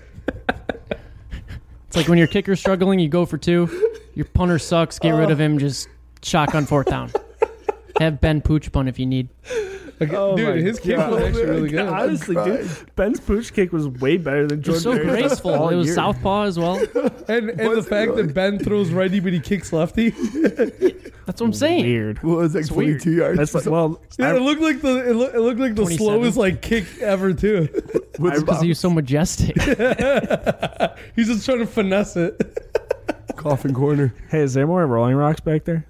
like when your kicker's struggling, you go for two. Your punter sucks. Get
Uh.
rid of him. Just shotgun fourth down. Have Ben Pooch punt if you need.
Like,
Oh my
dude, his kick
God.
was actually really
God,
good.
Honestly, dude, Ben's pooch kick was way better than
It
Jordan.
was so
Berry's
graceful.
all
It was
year.
southpaw as well.
And and the
Wasn't
fact
really.
that Ben throws righty but he kicks lefty.
That's what I'm saying.
Weird.
What was it, like
It's
22
weird.
yards?
That's like, well,
Yeah,
I-
it looked like the it, look, it looked like the
27.
slowest like kick ever too.
What's
Because he was so majestic.
He's just trying to finesse it.
coffin corner.
hey, is there more Rolling Rocks back there,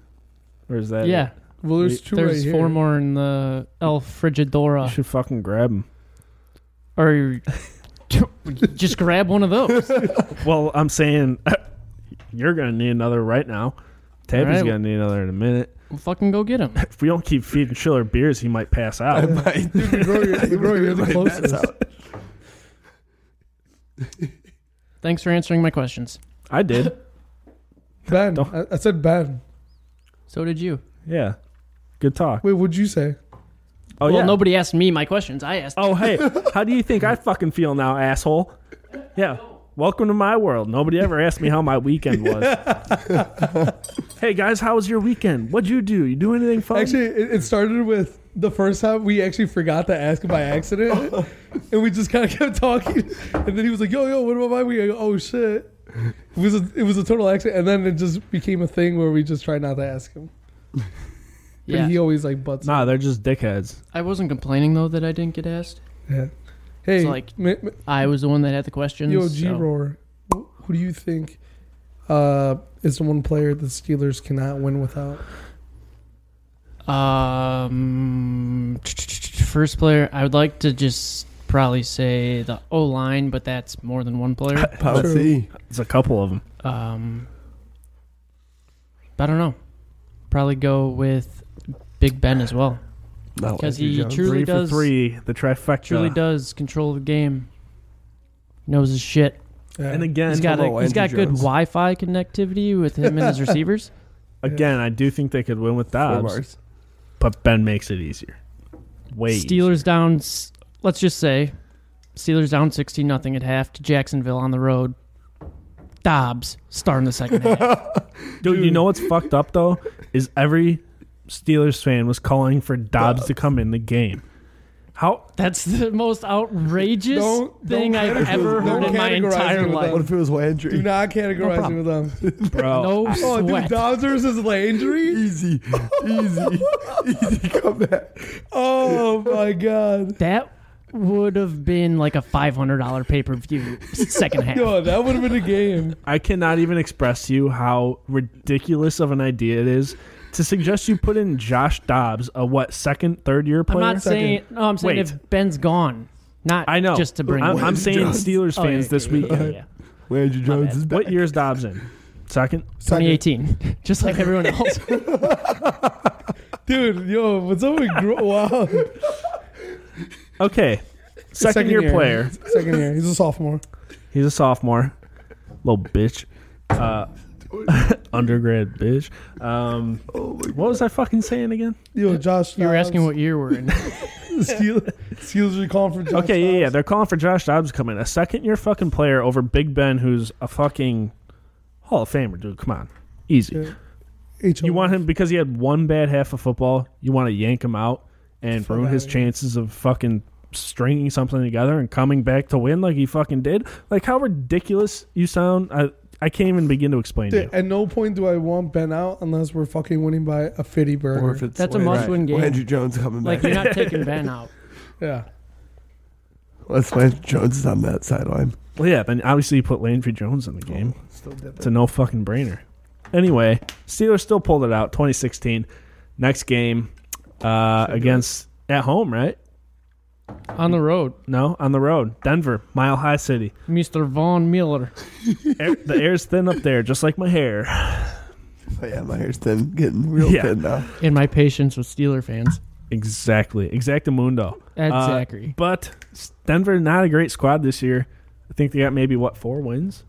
or is that?
Yeah,
it?
Well, there's two
there's
right
four
here.
more in the El
You
Frigidora,
should fucking grab him.
or just grab one of those.
Well, I'm saying you're gonna need another right now. Tappy's
All right.
gonna need another in a minute.
We'll fucking go get him.
If we don't keep feeding Schiller beers, he might pass out.
might.
Dude, McGrory, McGrory, you're the
Like, that's
closest.
out.
Thanks for answering my questions.
I did.
Ben.
Don't-
I, I said Ben.
So did you.
Yeah. Good talk.
Wait, what'd you say?
Oh
well,
yeah.
nobody asked me my questions. I asked.
Oh hey, how do you think I fucking feel now, asshole? Yeah. Welcome to my world. Nobody ever asked me how my weekend was. hey guys, how was your weekend? What'd you do? You do anything fun?
Actually, it, it started with the first time we actually forgot to ask him by accident, and we just kind of kept talking. And then he was like, "Yo, yo, what about my week?" I go, "Oh shit." It was, a, it was a total accident, and then it just became a thing where we just try not to ask him. But
Yeah.
he always like butts.
nah, they're just dickheads.
I wasn't complaining though that I didn't get asked.
Yeah. Hey,
It's
like,
like- I was the one that had the questions.
yo, G
so-
Roar, wh- who do you think uh, is the one player the Steelers cannot win without?
Um, first player, I would like to just probably say the O line, but that's more than one player.
Let's see.
It's a couple of them.
Um, I don't know. Probably go with Big Ben as well
Not
because
Landry
he
Oh, Jones. Uh,
truly
three
does
for three, the trifecta.
truly does control the game. Knows his shit.
Yeah.
And again,
He's got
hello,
a, he's got
Andrew
good
Jones.
Wi-Fi connectivity with him and his receivers.
again, I do think they could win with
Four
Dobbs,
bars.
but Ben makes it easier. Way easier.
Steelers down. s- Let's just say, Steelers down sixteen nothing at half to Jacksonville on the road. Dobbs starting the second half.
Dude, you know what's fucked up though is every Steelers fan was calling for Dobbs to come in the game. How
That's the most outrageous
Don't-
thing
don't
I've
categorize-
ever heard
don't
in my
categorize
entire
me with
life.
What if it was
Do
Landry?
not categorize me
problem.
with them.
bro?
No
Oh, dude,
sweat.
Dobbs versus Landry?
Easy, easy, easy comeback.
Oh my god.
that would have been like a five hundred dollar pay per view second half.
Yo, that would have been a game.
I cannot even express to you how ridiculous of an idea it is to suggest you put in Josh Dobbs, a what second, third year
I'm
player.
not saying. No, I'm saying
Wait.
if Ben's gone, not
I know.
just to bring.
I'm,
him.
I'm saying
Jones.
Steelers fans
Oh, yeah, yeah,
this
yeah,
weekend.
yeah, yeah.
Landry Jones
bad.
is back.
What year's Dobbs in? Second.
2018, just like everyone else.
Dude, yo, what's up with Gro- Wow.
Okay. Second, year, player.
Second year. He's a sophomore.
He's a sophomore. Little bitch. Uh, undergrad bitch. Um,
Oh my
what was I fucking saying again?
Yo, Josh.
You were
Dobbs.
asking what year we're in.
Steelers, Steelers are calling for Josh
Okay, yeah, yeah.
Dobbs.
They're calling for Josh Dobbs to come in. A second year fucking player over Big Ben, who's a fucking Hall of Famer, dude. Come on. Easy.
Yeah. H-O.
You want him because he had one bad half of football. You want to yank him out and
Fuck
ruin his
outta here.
chances of fucking stringing something together and coming back to win like he fucking did. Like how ridiculous you sound. I I can't even begin to explain
Dude,
to you.
at no point do I want Ben out unless we're fucking winning by a fitty burger.
Or if it's
That's a
Landry-
must-win game.
Landry Jones coming
Like
back.
you're not taking Ben out.
yeah.
Unless Landry Jones is on that sideline.
Well, yeah, then obviously you put Landry Jones in the
Oh.
game.
Still did
It's a no fucking brainer. Anyway, Steelers still pulled it out. 2016. Next game uh, against at home, right?
On the road,
No, on the road, Denver, Mile High City.
Mr. Von Miller.
Air, the air's thin up there, just like my hair.
Oh yeah, my hair's thin, getting real
Yeah.
thin now.
In my patience with Steeler fans.
Exactly. Exactamundo.
Ed
Uh,
Zachary.
But Denver, not a great squad this year. I think they got maybe, what, four wins?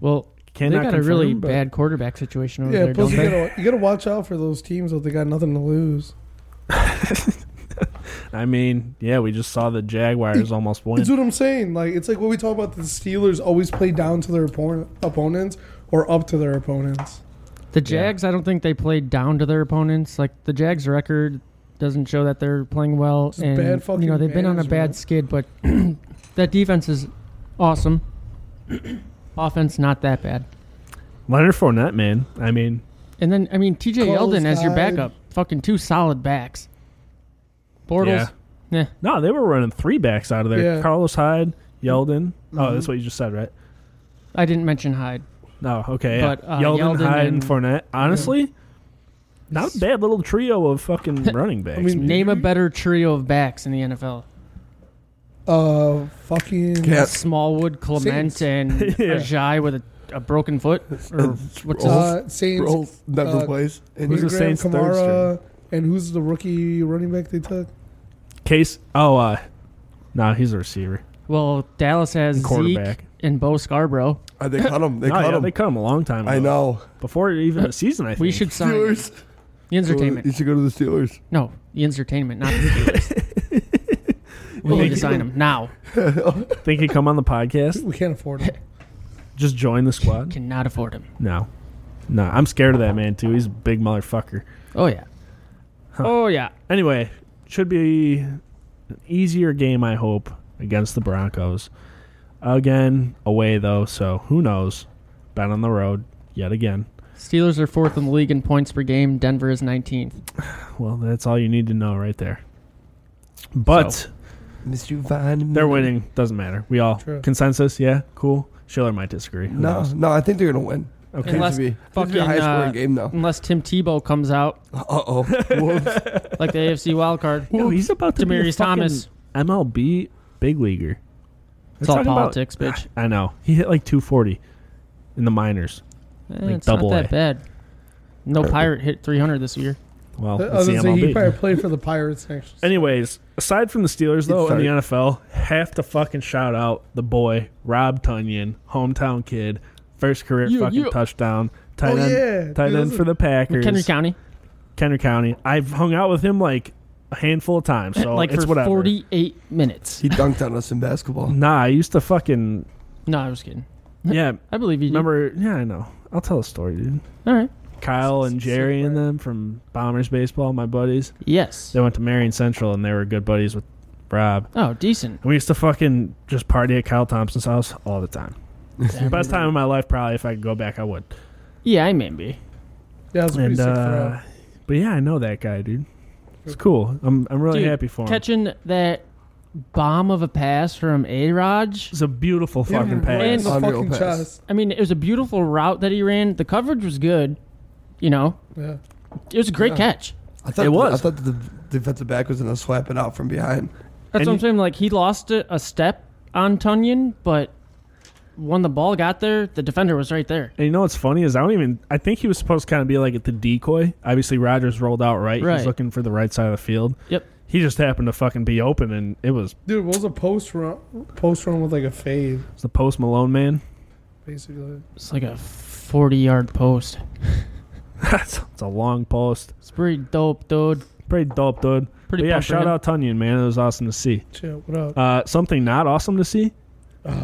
Well, they
Cannot
got a really
confirm, but-
bad quarterback situation over
Yeah,
there, don't
plus you
they?
gotta, you gotta watch out for those teams if they got nothing to lose.
I mean, yeah, we just saw the Jaguars almost win.
That's what I'm saying. Like it's like what we talk about. The Steelers always play down to their opponent, opponents or up to their opponents.
The Jags, I don't think they played down to their opponents. Like the Jags' record doesn't show that they're playing well,
Just
and
bad fucking
you know they've been on a
management.
bad skid. But that defense is awesome. Offense not that bad.
Leonard Fournette, man. I mean,
And then I mean T.J. Yeldon as your
Closed-eyed.
backup. Fucking two solid backs. Bortles. Yeah.
no, they were running three backs out of there.
Yeah.
Carlos Hyde, Yeldon.
Mm-hmm.
Oh, that's what you just said, right?
I didn't mention Hyde.
No, okay. Yeah.
But, uh,
Yeldon,
Yeldon
Hyde, and
and-
Fournette. Honestly, not a bad little trio of fucking running backs.
mean,
Name a better trio of backs in the NFL.
Uh, fucking
Can't
Smallwood, Clement,
Saints.
and
Yeah.
Ajay with a a broken foot or what's his,
Rolls.
Uh, Saints.
Roll never
uh,
plays. And
who's
you
the
Ingram,
Saints' third
Kamara, and who's the rookie running back they took?
Case. Oh, uh, nah, he's a receiver,
well Dallas has Zeke
quarterback.
and Bo Scarborough.
uh, they cut him. They
They
cut
yeah,
him.
they cut him a long time.
I
ago.
know.
before even the season. I think
We should sign
Steelers.
the
You
entertainment.
should go to the Steelers.
No, the entertainment, not the Steelers. we
Well,
need
they-
to sign him now.
think he'd come on the podcast.
We can't afford him.
Just join the squad.
Cannot afford him.
No, no, I'm scared of that man too. He's a big motherfucker.
Oh yeah. Oh yeah.
Anyway, should be an easier game, I hope, against the Broncos. Again, away though, so who knows? Been on the road yet again.
Steelers are fourth in the league in points per game. Denver is 19th.
Well, that's all you need to know right there. But
So.
Mr. Vine.
they're winning. Doesn't matter. We all
True.
consensus. Yeah, cool. Schiller might disagree. Who
No,
knows?
no, I think they're gonna win.
Okay.
Seems
Unless
to be, seems to be
fucking,
a high scoring
uh,
game though.
Unless Tim Tebow comes out
Uh oh. Whoops.
like the AFC wild card.
Yo, he's about to be a
Demaryius
fucking
Thomas.
MLB big leaguer.
It's
We're
all
talking about-
politics, bitch.
I know. He hit like 240 in the minors.
Eh,
Like Uh,
it's not
double
that
A.
bad. No pirate hit 300 this year.
Well,
Other
it's the
than say he
MLB.
probably played for the Pirates next.
Anyways, aside from the Steelers, though, in the NFL, have to fucking shout out the boy, Rob Tunyon, hometown kid, first career
You-
fucking
you-
touchdown, tight
Oh,
end,
yeah.
tight
Dude,
end for the Packers,
McHenry County,
Kenner County. I've hung out with him like a handful of times, so
like
it's
for
whatever.
48 minutes.
he dunked on us in basketball.
Nah, I used to fucking
No, I was kidding.
yeah.
I believe you. did.
remember? Yeah, I know. I'll tell a story, dude.
All right.
Kyle and Jerry and them from Bombers baseball, my buddies.
Yes.
They went to Marion Central and they were good buddies with Rob.
Oh, decent.
And we used to fucking just party at Kyle Thompson's house all the time. Best time of my life, probably. If I could go back, I would.
Yeah, I maybe.
Yeah, that's pretty
And
sick
uh,
throw.
but yeah, I know that guy, dude. It's cool. I'm I'm really
Dude,
happy for him.
Catching that bomb of a pass from A Raj.
it's a beautiful
Hit him
fucking
right in
pass.
the
Unreal
fucking
pass.
chest.
I mean, it was a beautiful route that he ran. The coverage was good. You know,
Yeah.
it was a great
Yeah.
catch.
I thought
It was.
I thought the defensive back was gonna slap it out from behind.
And
That's what I'm
he-
saying. Like he lost a, a step on Tunyon, but when the ball got there, the defender was right there.
And you know what's funny is I don't even. I think he was supposed to kind of be like at the decoy. Obviously, Rogers rolled out right. He was
Right.
looking for the right side of the field.
Yep.
He just happened to fucking be open, and it was, it
Dude, what was a post run? Post run with like a fade,
was the post Malone man.
basically.
It's like a 40 yard post.
That's it's a long post.
It's pretty dope, dude.
Pretty dope, dude.
Pretty
But yeah,
pumped for
shout
him.
out Tunyon, man. It was awesome to see.
Shit, what up?
Uh, something not awesome to see.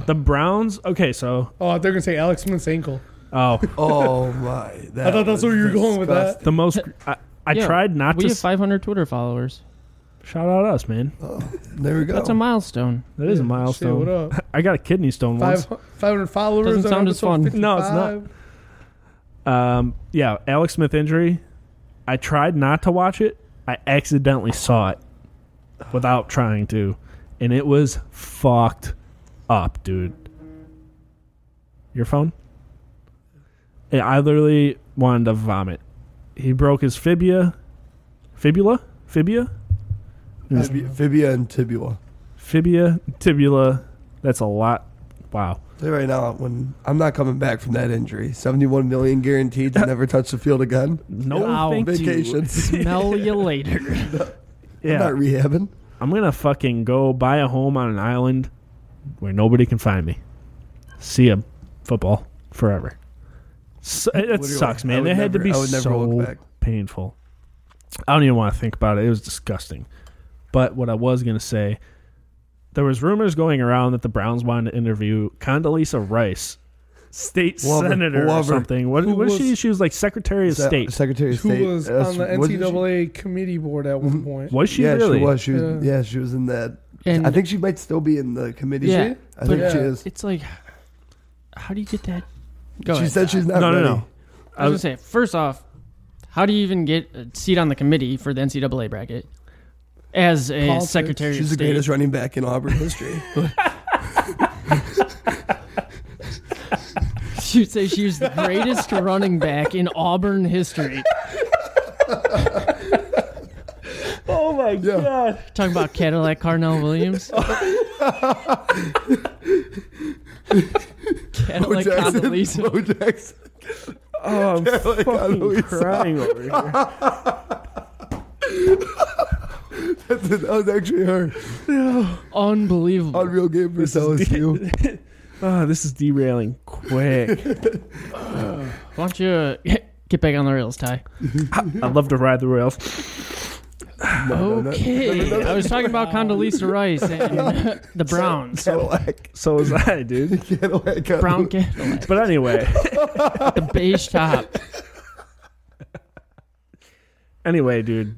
The Browns. Okay, so
Oh, they're gonna say Alex Smith's ankle.
oh,
Oh my! That
I thought that's
was
where you were going with that.
disgusting.
the most. I, I
Yeah,
tried not
We
to
have
s-
500 Twitter followers.
shout out us, man.
Oh, There we go.
That's a milestone.
That is a
Shit,
milestone.
what up?
I got a kidney stone
Five
once.
five hundred followers.
Doesn't
on
sound as
episode
fun.
55.
No, it's not. Um, yeah, Alex Smith injury. I tried not to watch it. I accidentally saw it without trying to, and it was fucked up, dude. Your phone? Yeah, I literally wanted to vomit. He broke his fibia, fibula, fibia,
Fibia, fibia and tibia.
fibia, tibula. That's a lot. Wow.
Say right now, when I'm not coming back from that injury, 71 million guaranteed to never touch the field again.
No,
Wow.
thank you.
Vacation.
Smell you later.
I'm
Yeah,
not rehabbing.
I'm gonna fucking go buy a home on an island where nobody can find me. See ya, football forever. So, it it
Literally,
sucks,
I
man.
would
It had to
never-
be
I would never
so
look back.
painful. I don't even want to think about it. It was disgusting. But what I was gonna say, there was rumors going around that the Browns wanted to interview Condoleezza Rice, state
Love her.
senator or
Love her.
something. What,
Who
what is she?
was-
She was like Secretary of
Se-
State.
Secretary of
Who
State.
was
That's-
on the
wasn't she-
NCAA committee board at
Mm-hmm.
one point?
Was she
yeah,
really?
she was. She was.
Yeah.
Yeah. she was in that.
And
I think she might still be in the committee.
Yeah,
I think
but-
she
Yeah.
is.
it's like, how do you get that? Go
she
ahead.
said she's not
No, no,
ready.
no.
I was gonna say, first off, how do you even get a seat on the committee for the NCAA bracket as a
Politics.
secretary
She's
of
the
state?
greatest running back in Auburn history.
She'd say she was the greatest running back in Auburn history.
Oh my god!
Talking about Cadillac Carnell Williams.
Bo
Cadillac
Jackson.
Condoleezza.
Bo Jackson.
Oh, I'm
Cadillac
fucking
Condoleezza.
crying over here.
That's it. That was actually her.
Unbelievable.
Unreal game for LSU.
Oh, this is derailing quick.
Why don't you uh, get back on the rails, Ty?
I love to ride the rails.
Okay. I was talking about Condoleezza Rice and the Browns.
Cadillac.
So was I, dude.
Cadillac.
Brown
Condoleezza.
Cadillac.
But anyway,
The beige top.
anyway, dude.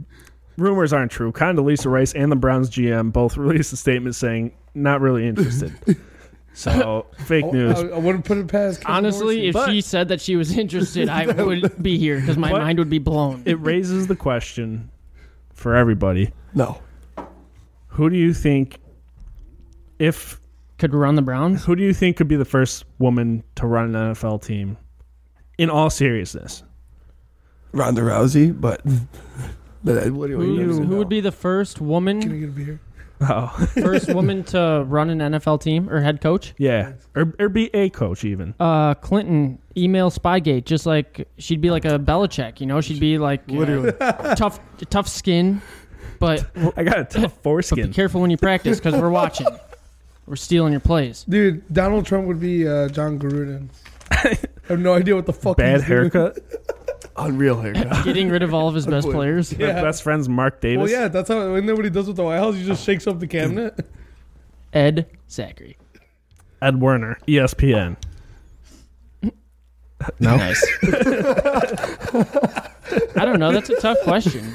Rumors aren't true. Condoleezza Rice and the Browns GM both released a statement saying not really interested. So fake news.
Oh, I, I wouldn't put it past. Kevin
Honestly,
Dorsey.
if
But-
she said that she was interested, I would be here because my
But-
mind would be blown.
It raises the question for everybody:
No.
Who do you think, if
Could run the Browns?
who do you think could be the first woman to run an NFL team? In all seriousness,
Ronda Rousey, but. but uh, what do you- what do you
Who,
know?
who would be the first
can I
woman,
get a beer?
oh
first woman to run an NFL team or head coach?
yeah, or, or be a coach even.
Uh, Clinton email Spygate, just like she'd be like a Belichick, you know, she'd be like uh,
Literally.
tough, tough skin, but
I got a tough
But be
foreskin.
careful when you practice because we're watching. We're stealing your plays.
Dude, Donald Trump would be uh, John Gruden. I have no idea what the fuck.
Bad
he's doing.
haircut.
Unreal haircut.
Getting rid of all of his best players.
My
Yeah.
best friend's Mark Davis.
Well, yeah, that's how. Isn't that what he does with the White House? He just shakes up the cabinet.
Ed Zachary.
Ed Werner, E ESPN. No.
Nice. I don't know. That's a tough question.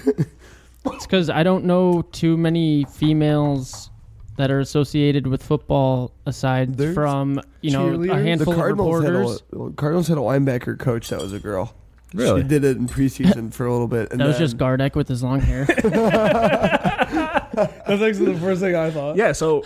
It's because I don't know too many females that are associated with football aside
There's
from, you know, a
cheerleaders.
The
handful of
Cardinals had,
reporters.
a, Cardinals had a linebacker coach that was a girl.
Really?
She did it in preseason for a little bit. And
That was
then,
just Gardeck with his long hair.
That's actually the first thing I thought.
Yeah. So,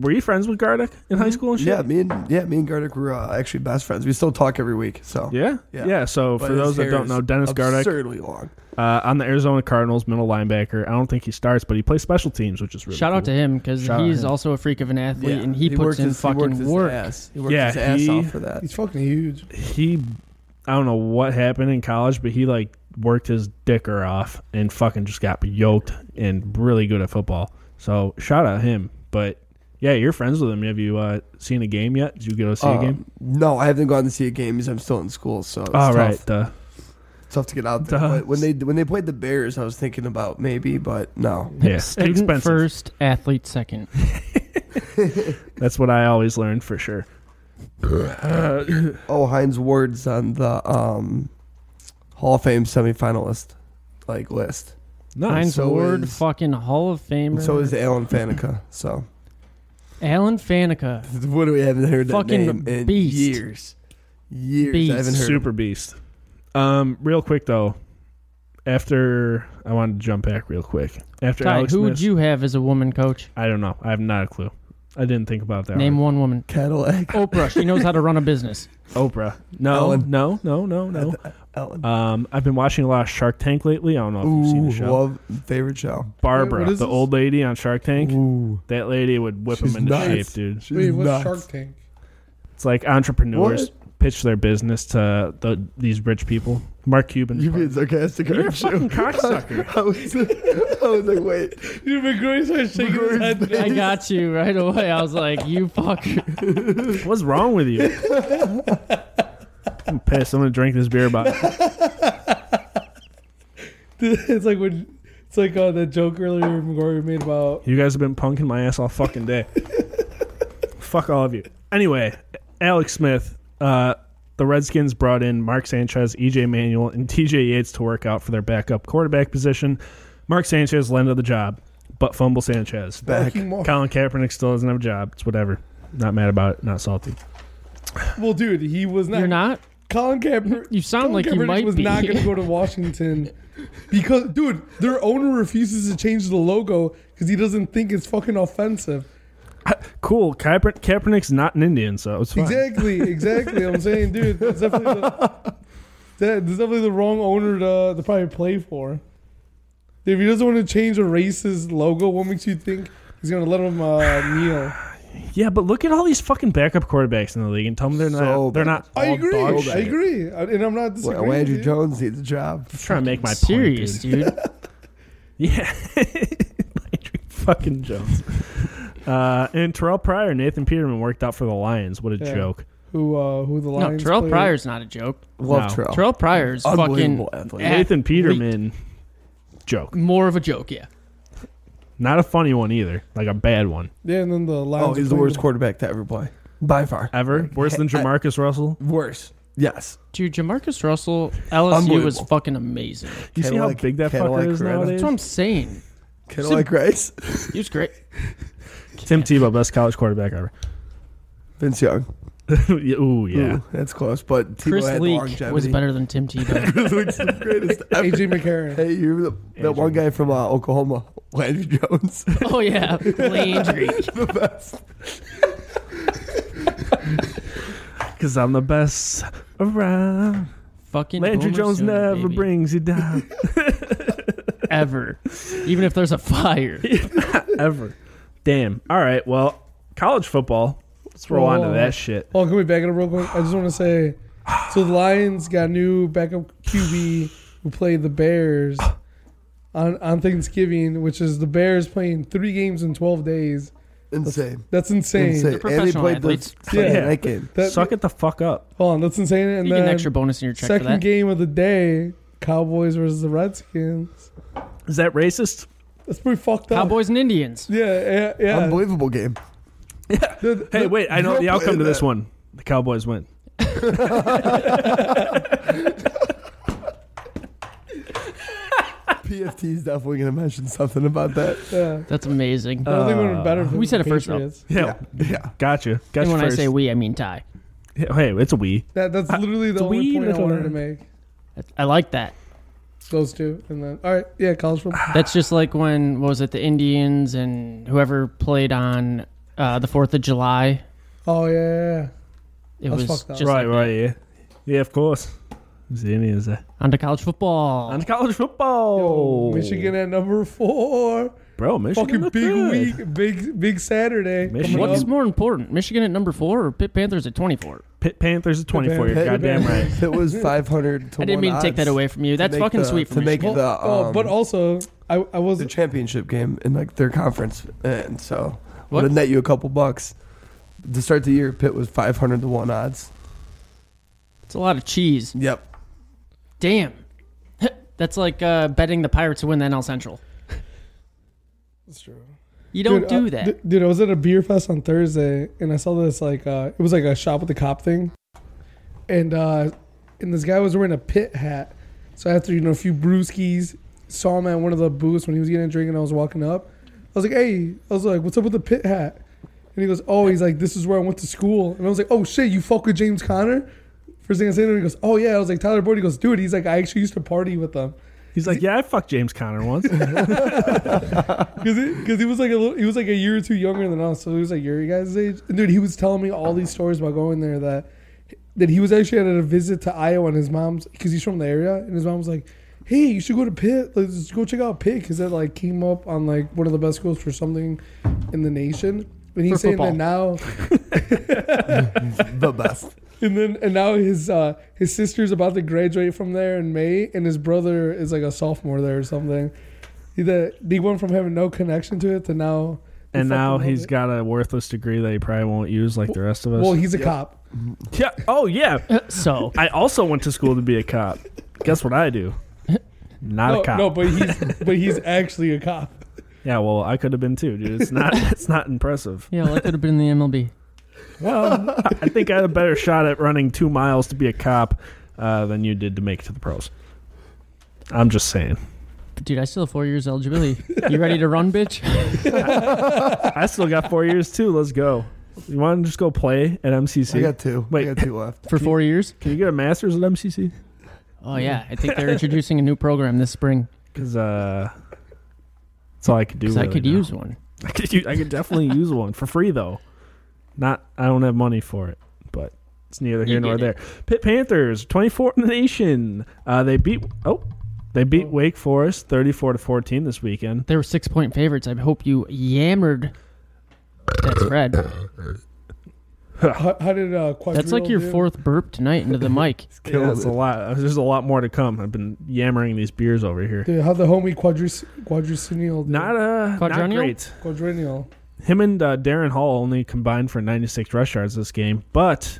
were you friends with Gardick in high
Oh,
school and shit?
Mm-hmm. Yeah, me and yeah, me and Gardick were uh, actually best friends. We still talk every week. So
Yeah. Yeah.
Yeah.
so,
But
for
his
those that
hair
don't
is
know, Dennis Gardick
absurdly long.
uh, on the Arizona Cardinals, middle linebacker. I don't think he starts, but he plays special teams, which is really
Shout out to
cool.
him because
Shout out
he's
him.
also a freak of an athlete
Yeah.
and he, puts
worked
in
his- he
fucking
worked his
work.
Ass. He worked
Yeah,
his ass
he-
off for that.
He's fucking huge.
He, I don't know what happened in college, but he like worked his dicker off and fucking just got yoked and really good at football. So shout out him. But yeah, you're friends with him. Have you uh, seen a game yet? Did you go to see
Uh,
a
Um,
game?
No, I haven't gone to see a game because I'm still in school, so it's
All
tough.
right. duh.
It's tough to get out there.
Duh.
But when they when they played the Bears, I was thinking about maybe, but no.
Yeah,
Student
expensive.
first, athlete second.
That's what I always learned for sure.
Oh, Heinz Ward's on the um, Hall of Fame semifinalist like list.
Heinz
so
Ward,
is-
fucking Hall of Famer.
And so is Alan Faneca. So
Alan Faneca.
what do we haven't heard that
Fucking
name in
beast.
years? Years
Beast.
I haven't heard.
Super beast. Um, real quick though, after I wanted to jump back real quick. After
Ty,
Alex
who
Smith,
would you have as a woman coach?
I don't know. I have not a clue. I didn't think about that.
Name one woman.
Cadillac.
Oh.
Oprah. She knows how to run a business.
one. Oprah. No,
Ellen.
no, no, no, no.
Alan.
Um, I've been watching a lot of Shark Tank lately. I don't know if you've seen
Ooh,
the show.
love favorite show.
Wait,
Barbara, the
what is this?
old lady on Shark Tank.
Ooh,
That lady would whip
She's
them into
nuts.
shape, dude.
she's
Wait, what's
nuts.
Shark Tank?
It's like entrepreneurs pitch their business to the, these rich people. Mark Cuban.
You being sarcastic?
You're a
aren't you?
fucking cocksucker.
I was, I was like, wait.
Dude, McGrory started shaking his head.
I got you right away. I was like, you fucker.
What's wrong with you? I'm pissed. I'm gonna drink this beer bottle.
it's like when it's like uh, that joke earlier McGrory made about
You guys have been punking my ass all fucking day. Fuck all of you. Anyway, Alex Smith, uh, the Redskins brought in Mark Sanchez, EJ Manuel, and TJ Yates to work out for their backup quarterback position. Mark Sanchez landed the job, but fumble Sanchez.
Back.
fucking Mark.
Colin Kaepernick still doesn't have a job. It's whatever. Not mad about it. Not salty.
Well, dude, he was not.
You're not?
Colin Kaepernick.
You sound
Colin
like you
Kaepernick
might
was
be.
not going to go to Washington because, dude, their owner refuses to change the logo because he doesn't think it's fucking offensive.
Cool. Kaeper- Kaepernick's not an Indian, so it's fine.
Exactly, exactly. I'm saying, dude, that's definitely the, that, that's definitely the wrong owner to, to probably play for. If he doesn't want to change a racist logo, what makes you think he's going to let him uh, kneel?
Yeah, but look at all these fucking backup quarterbacks in the league and tell them they're not.
So
they're not.
I
All
agree.
dog
I
shit.
agree, I- and I'm not disagreeing.
Well, Andrew
with you.
Jones needs a job.
I'm trying to make my point,
serious,
dude.
dude.
Yeah. Landry fucking Jones. Uh, and Terrell Pryor, Nathan Peterman worked out for the Lions. What a
Yeah.
joke.
Who uh, who the
no,
Lions?
Terrell
played.
Pryor's not a joke.
Love
No.
Terrell.
Terrell Pryor's fucking
Unbelievable athlete.
eh,
Nathan Peterman, joke.
more of a joke. Yeah,
Not a funny one either. Like a bad one.
Yeah, and then the Lions.
Oh, he's the
played
worst
the-
quarterback to ever play by far.
Ever. Worse than
I-
Jamarcus Russell.
Worse. Yes.
dude. Jamarcus Russell, LSU was
Unbelievable.
fucking amazing.
You see how
Cadillac-
big that
Cadillac
fucker is
Coretta.
nowadays?
That's what I'm saying.
Kind of like Rice.
He was great.
Tim Tebow, best college quarterback ever.
Vince Young.
Yeah, Ooh, yeah.
Ooh, that's close. But Tebow
Chris
had
Leak
longevity.
was better than Tim Tebow.
Chris Leak's the greatest ever.
AJ McCarron.
Hey, you remember the, that one guy from uh, Oklahoma, Landry Jones,
oh yeah, Landry.
the best.
Because I'm the best around.
Fucking
Landry
Boomer
Jones
Sooner,
never
baby.
brings you down.
ever, even if there's a fire.
ever. Damn. All right. Well, college football. Let's roll on to
Roll.
that shit.
Oh, can we back it up real quick? I just want to say, so the Lions got a new backup QB who played the Bears on on Thanksgiving, which is the Bears playing three games in twelve days.
Insane.
That's insane.
Insane.
They're
And he
professional
played
athletes.
the Sunday
Yeah.
night game.
That,
Suck it the fuck up.
Hold on, that's insane. And
You get
then
an extra bonus in your check for
second
that.
game of the day, Cowboys versus the Redskins.
Is that racist?
That's pretty fucked up.
Cowboys and Indians.
Yeah, yeah, yeah.
Unbelievable game.
The- the-
Hey, wait. I know the
Don't
outcome
play
to this
Uh,
that.
one. The Cowboys win.
PFT is definitely going to mention something about that.
yeah.
That's amazing.
I don't think would have been better. if
we
was
Uh, said
the
it first, though.
Patriots.
Yeah.
Yeah.
Gotcha. Gotcha.
and when
first.
I say we, I mean tie.
Yeah, hey, it's a we.
That, that's literally the
Uh,
only
we
point I
little-
wanted to make.
I like that.
Those two, and then all right, yeah, college football.
That's just like when what was it the Indians and whoever played on uh, the Fourth of July.
Oh yeah, yeah, yeah.
It
That's
was
fucked
just
up.
right.
like that.
right. Yeah. Yeah. Of course. It's the Indians there.
onto college football.
And college football.
Oh. Yo, Michigan at number four.
Bro, Oh. Michigan.
Fucking
looked
big
good.
week, big big Saturday.
Michigan.
coming
What's
up.
more important, Michigan at number four or Pitt Panthers at twenty four?
Pitt Panthers at 24. You're
Pitt-
goddamn
Pitt-
right.
It was 500 to
I didn't
one
mean to take
odds
that away from you. That's
make
fucking
the-
sweet
to
for
make
Michigan.
Well,
the,
oh, but
um,
also, I I was
The championship game in like their conference. And so,
What?
would have net you a couple bucks. To start the year, Pitt was 500 to 1 odds.
It's a lot of cheese.
Yep.
Damn. That's like uh, betting the Pirates to win the NL Central.
That's true.
You don't
Dude,
do
uh,
that.
d- dude. I was at a beer fest on Thursday, and I saw this like uh, it was like a shop with the cop thing, and uh, and this guy was wearing a pit hat. So after you know a few brewskis, saw him at one of the booths when he was getting a drink, and I was walking up. I was like, "Hey," I was like, "What's up with the pit hat?" And he goes, "Oh, he's like, this is where I went to school." And I was like, "Oh shit, you fuck with James Conner?" First thing I said to him, he goes, "Oh yeah." I was like, "Tyler Boyd." He goes, "Dude," he's like, "I actually used to party with them."
He's like, yeah, I fucked James Conner once.
Cause he, cause he was like a little, he was like a year or two younger than us, so he was like your guys' age. And dude, he was telling me all these stories about going there that that he was actually at a visit to Iowa and his mom's because he's from the area and his mom was like, "Hey, you should go to Pitt. Let's go check out Pitt because it like came up on like one of the best schools for something in the nation." And he's
For
saying
football.
that now,
The best.
and then and now his uh, his sister's about to graduate from there in May, and his brother is like a sophomore there or something. He, the, he went from having no connection to it to now. he
and now
fucking loves
he's
it.
got a worthless degree that he probably won't use like the rest of us.
Well, he's a cop.
yeah. Oh, yeah.
so
I also went to school to be a cop. Guess what I do? Not
no,
a cop.
no, but he's but he's actually a cop.
yeah, well, I could have been too, dude. It's not. It's not impressive.
yeah, well, that could have been in the MLB.
Well, I think I had a better shot at running two miles to be a cop uh, than you did to make it to the pros. I'm just saying.
But dude, I still have four years eligibility. You ready to run, bitch?
I still got four years too. Let's go. You want to just go play at
I
MCC?
got two.
Wait.
I got two left.
For four years?
Can you get a master's at MCC?
Oh yeah, I think they're introducing a new program this spring
Because uh, that's all I could do.
because I
really
could
now.
use one.
I could u- I could definitely use one for free though. Not I don't have money for it, but it's neither here
You
nor
get
there. Pitt Panthers, 24th in the nation. Uh, they beat oh, they beat
Oh.
Wake Forest 34 to 14 this weekend.
They were six point favorites. I hope you yammered That's red.
How, how did uh,
That's like your
Quadrille do?
fourth burp tonight into the mic.
Yeah,
Killing
that's a
it.
lot. There's a lot more to come. I've been yammering these beers over here.
Dude, how the homie quadrus quadricennial do?
Not uh, not
Quadrennial?
great.
quadrennial.
Him and uh, Darren Hall only combined for 96 rush yards this game, but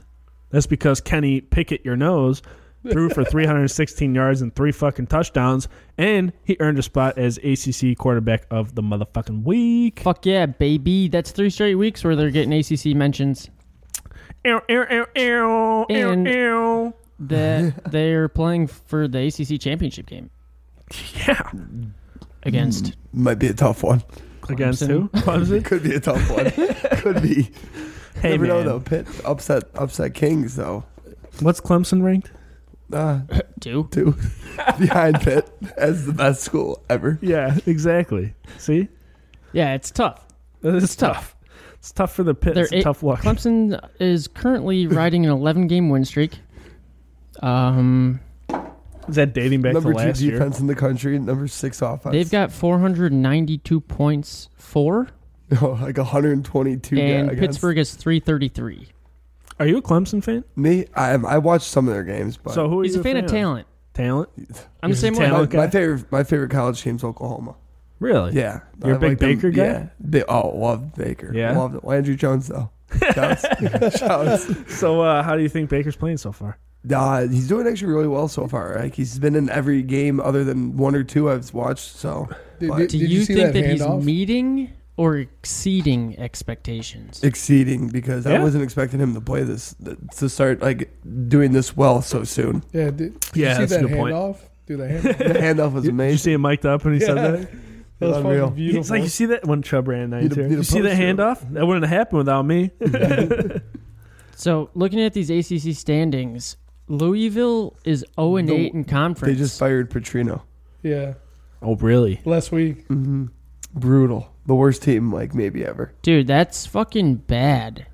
that's because Kenny Pickett, your nose, threw for 316 yards and three fucking touchdowns, and he earned a spot as ACC quarterback of the motherfucking week.
Fuck yeah, baby. That's three straight weeks where they're getting ACC mentions.
Ew, ew, ew, ew, ew,
And-
ew.
That they're playing for the ACC championship game
Yeah.
against.
Hmm. Might be a tough one.
Mm. Against who? Clemson?
Could be a tough one. Could be.
hey,
Never know
man.
though. Pitt upset upset Kings though.
What's Clemson ranked?
Uh,
Two.
two behind Pitt as the best school ever.
Yeah, exactly. See?
Yeah, it's tough.
It's tough. It's tough for the pit.
They're
it's a
eight-
tough luck.
Clemson is currently riding an 11 game win streak. Um,
Is that dating back
number
to
two
last year?
defense in the country. Number six offense.
they've got 492 points for,
like 122.
and
against.
Pittsburgh is 333.
Are you a Clemson fan?
Me, I am. I watched some of their games, but
so who are
He's
you
a fan of talent.
Talent?
I'm the
He's a
same way.
my,
talent guy?
my favorite my favorite college team's Oklahoma.
Really?
Yeah,
You're a
I
big
them.
Baker guy?
Yeah, Ba- oh, love Baker.
Yeah?
love it. Landry Jones though. Shouts. Shouts.
So uh, how do you think Baker's playing so far?
Nah, he's doing actually really well so far. Like he's been in every game other than one or two I've watched. So
Did,
But-
did,
Do
did
you,
see
think that, he's
handoff?
meeting or exceeding expectations?
exceeding because I
Yeah?
wasn't expecting him to play this to start like doing this well so soon.
Yeah, did, did
Yeah,
you
that's
see
a
that
good point.
handoff? Dude, that handoff.
The handoff was
Did you
amazing.
see him mic'd up when he
yeah.
said that?
That was
Unreal.
fucking beautiful.
He's like, you see that when Chubb ran
Need a-
92?
need a
You see that
poster.
handoff? That wouldn't have happened without me.
So, looking at these ACC standings, Louisville is 0 and
The-
8 in
They
conference.
just fired Petrino.
yeah,
oh, really?
last week.
hmm Brutal. The worst team like maybe ever.
Dude, that's fucking bad.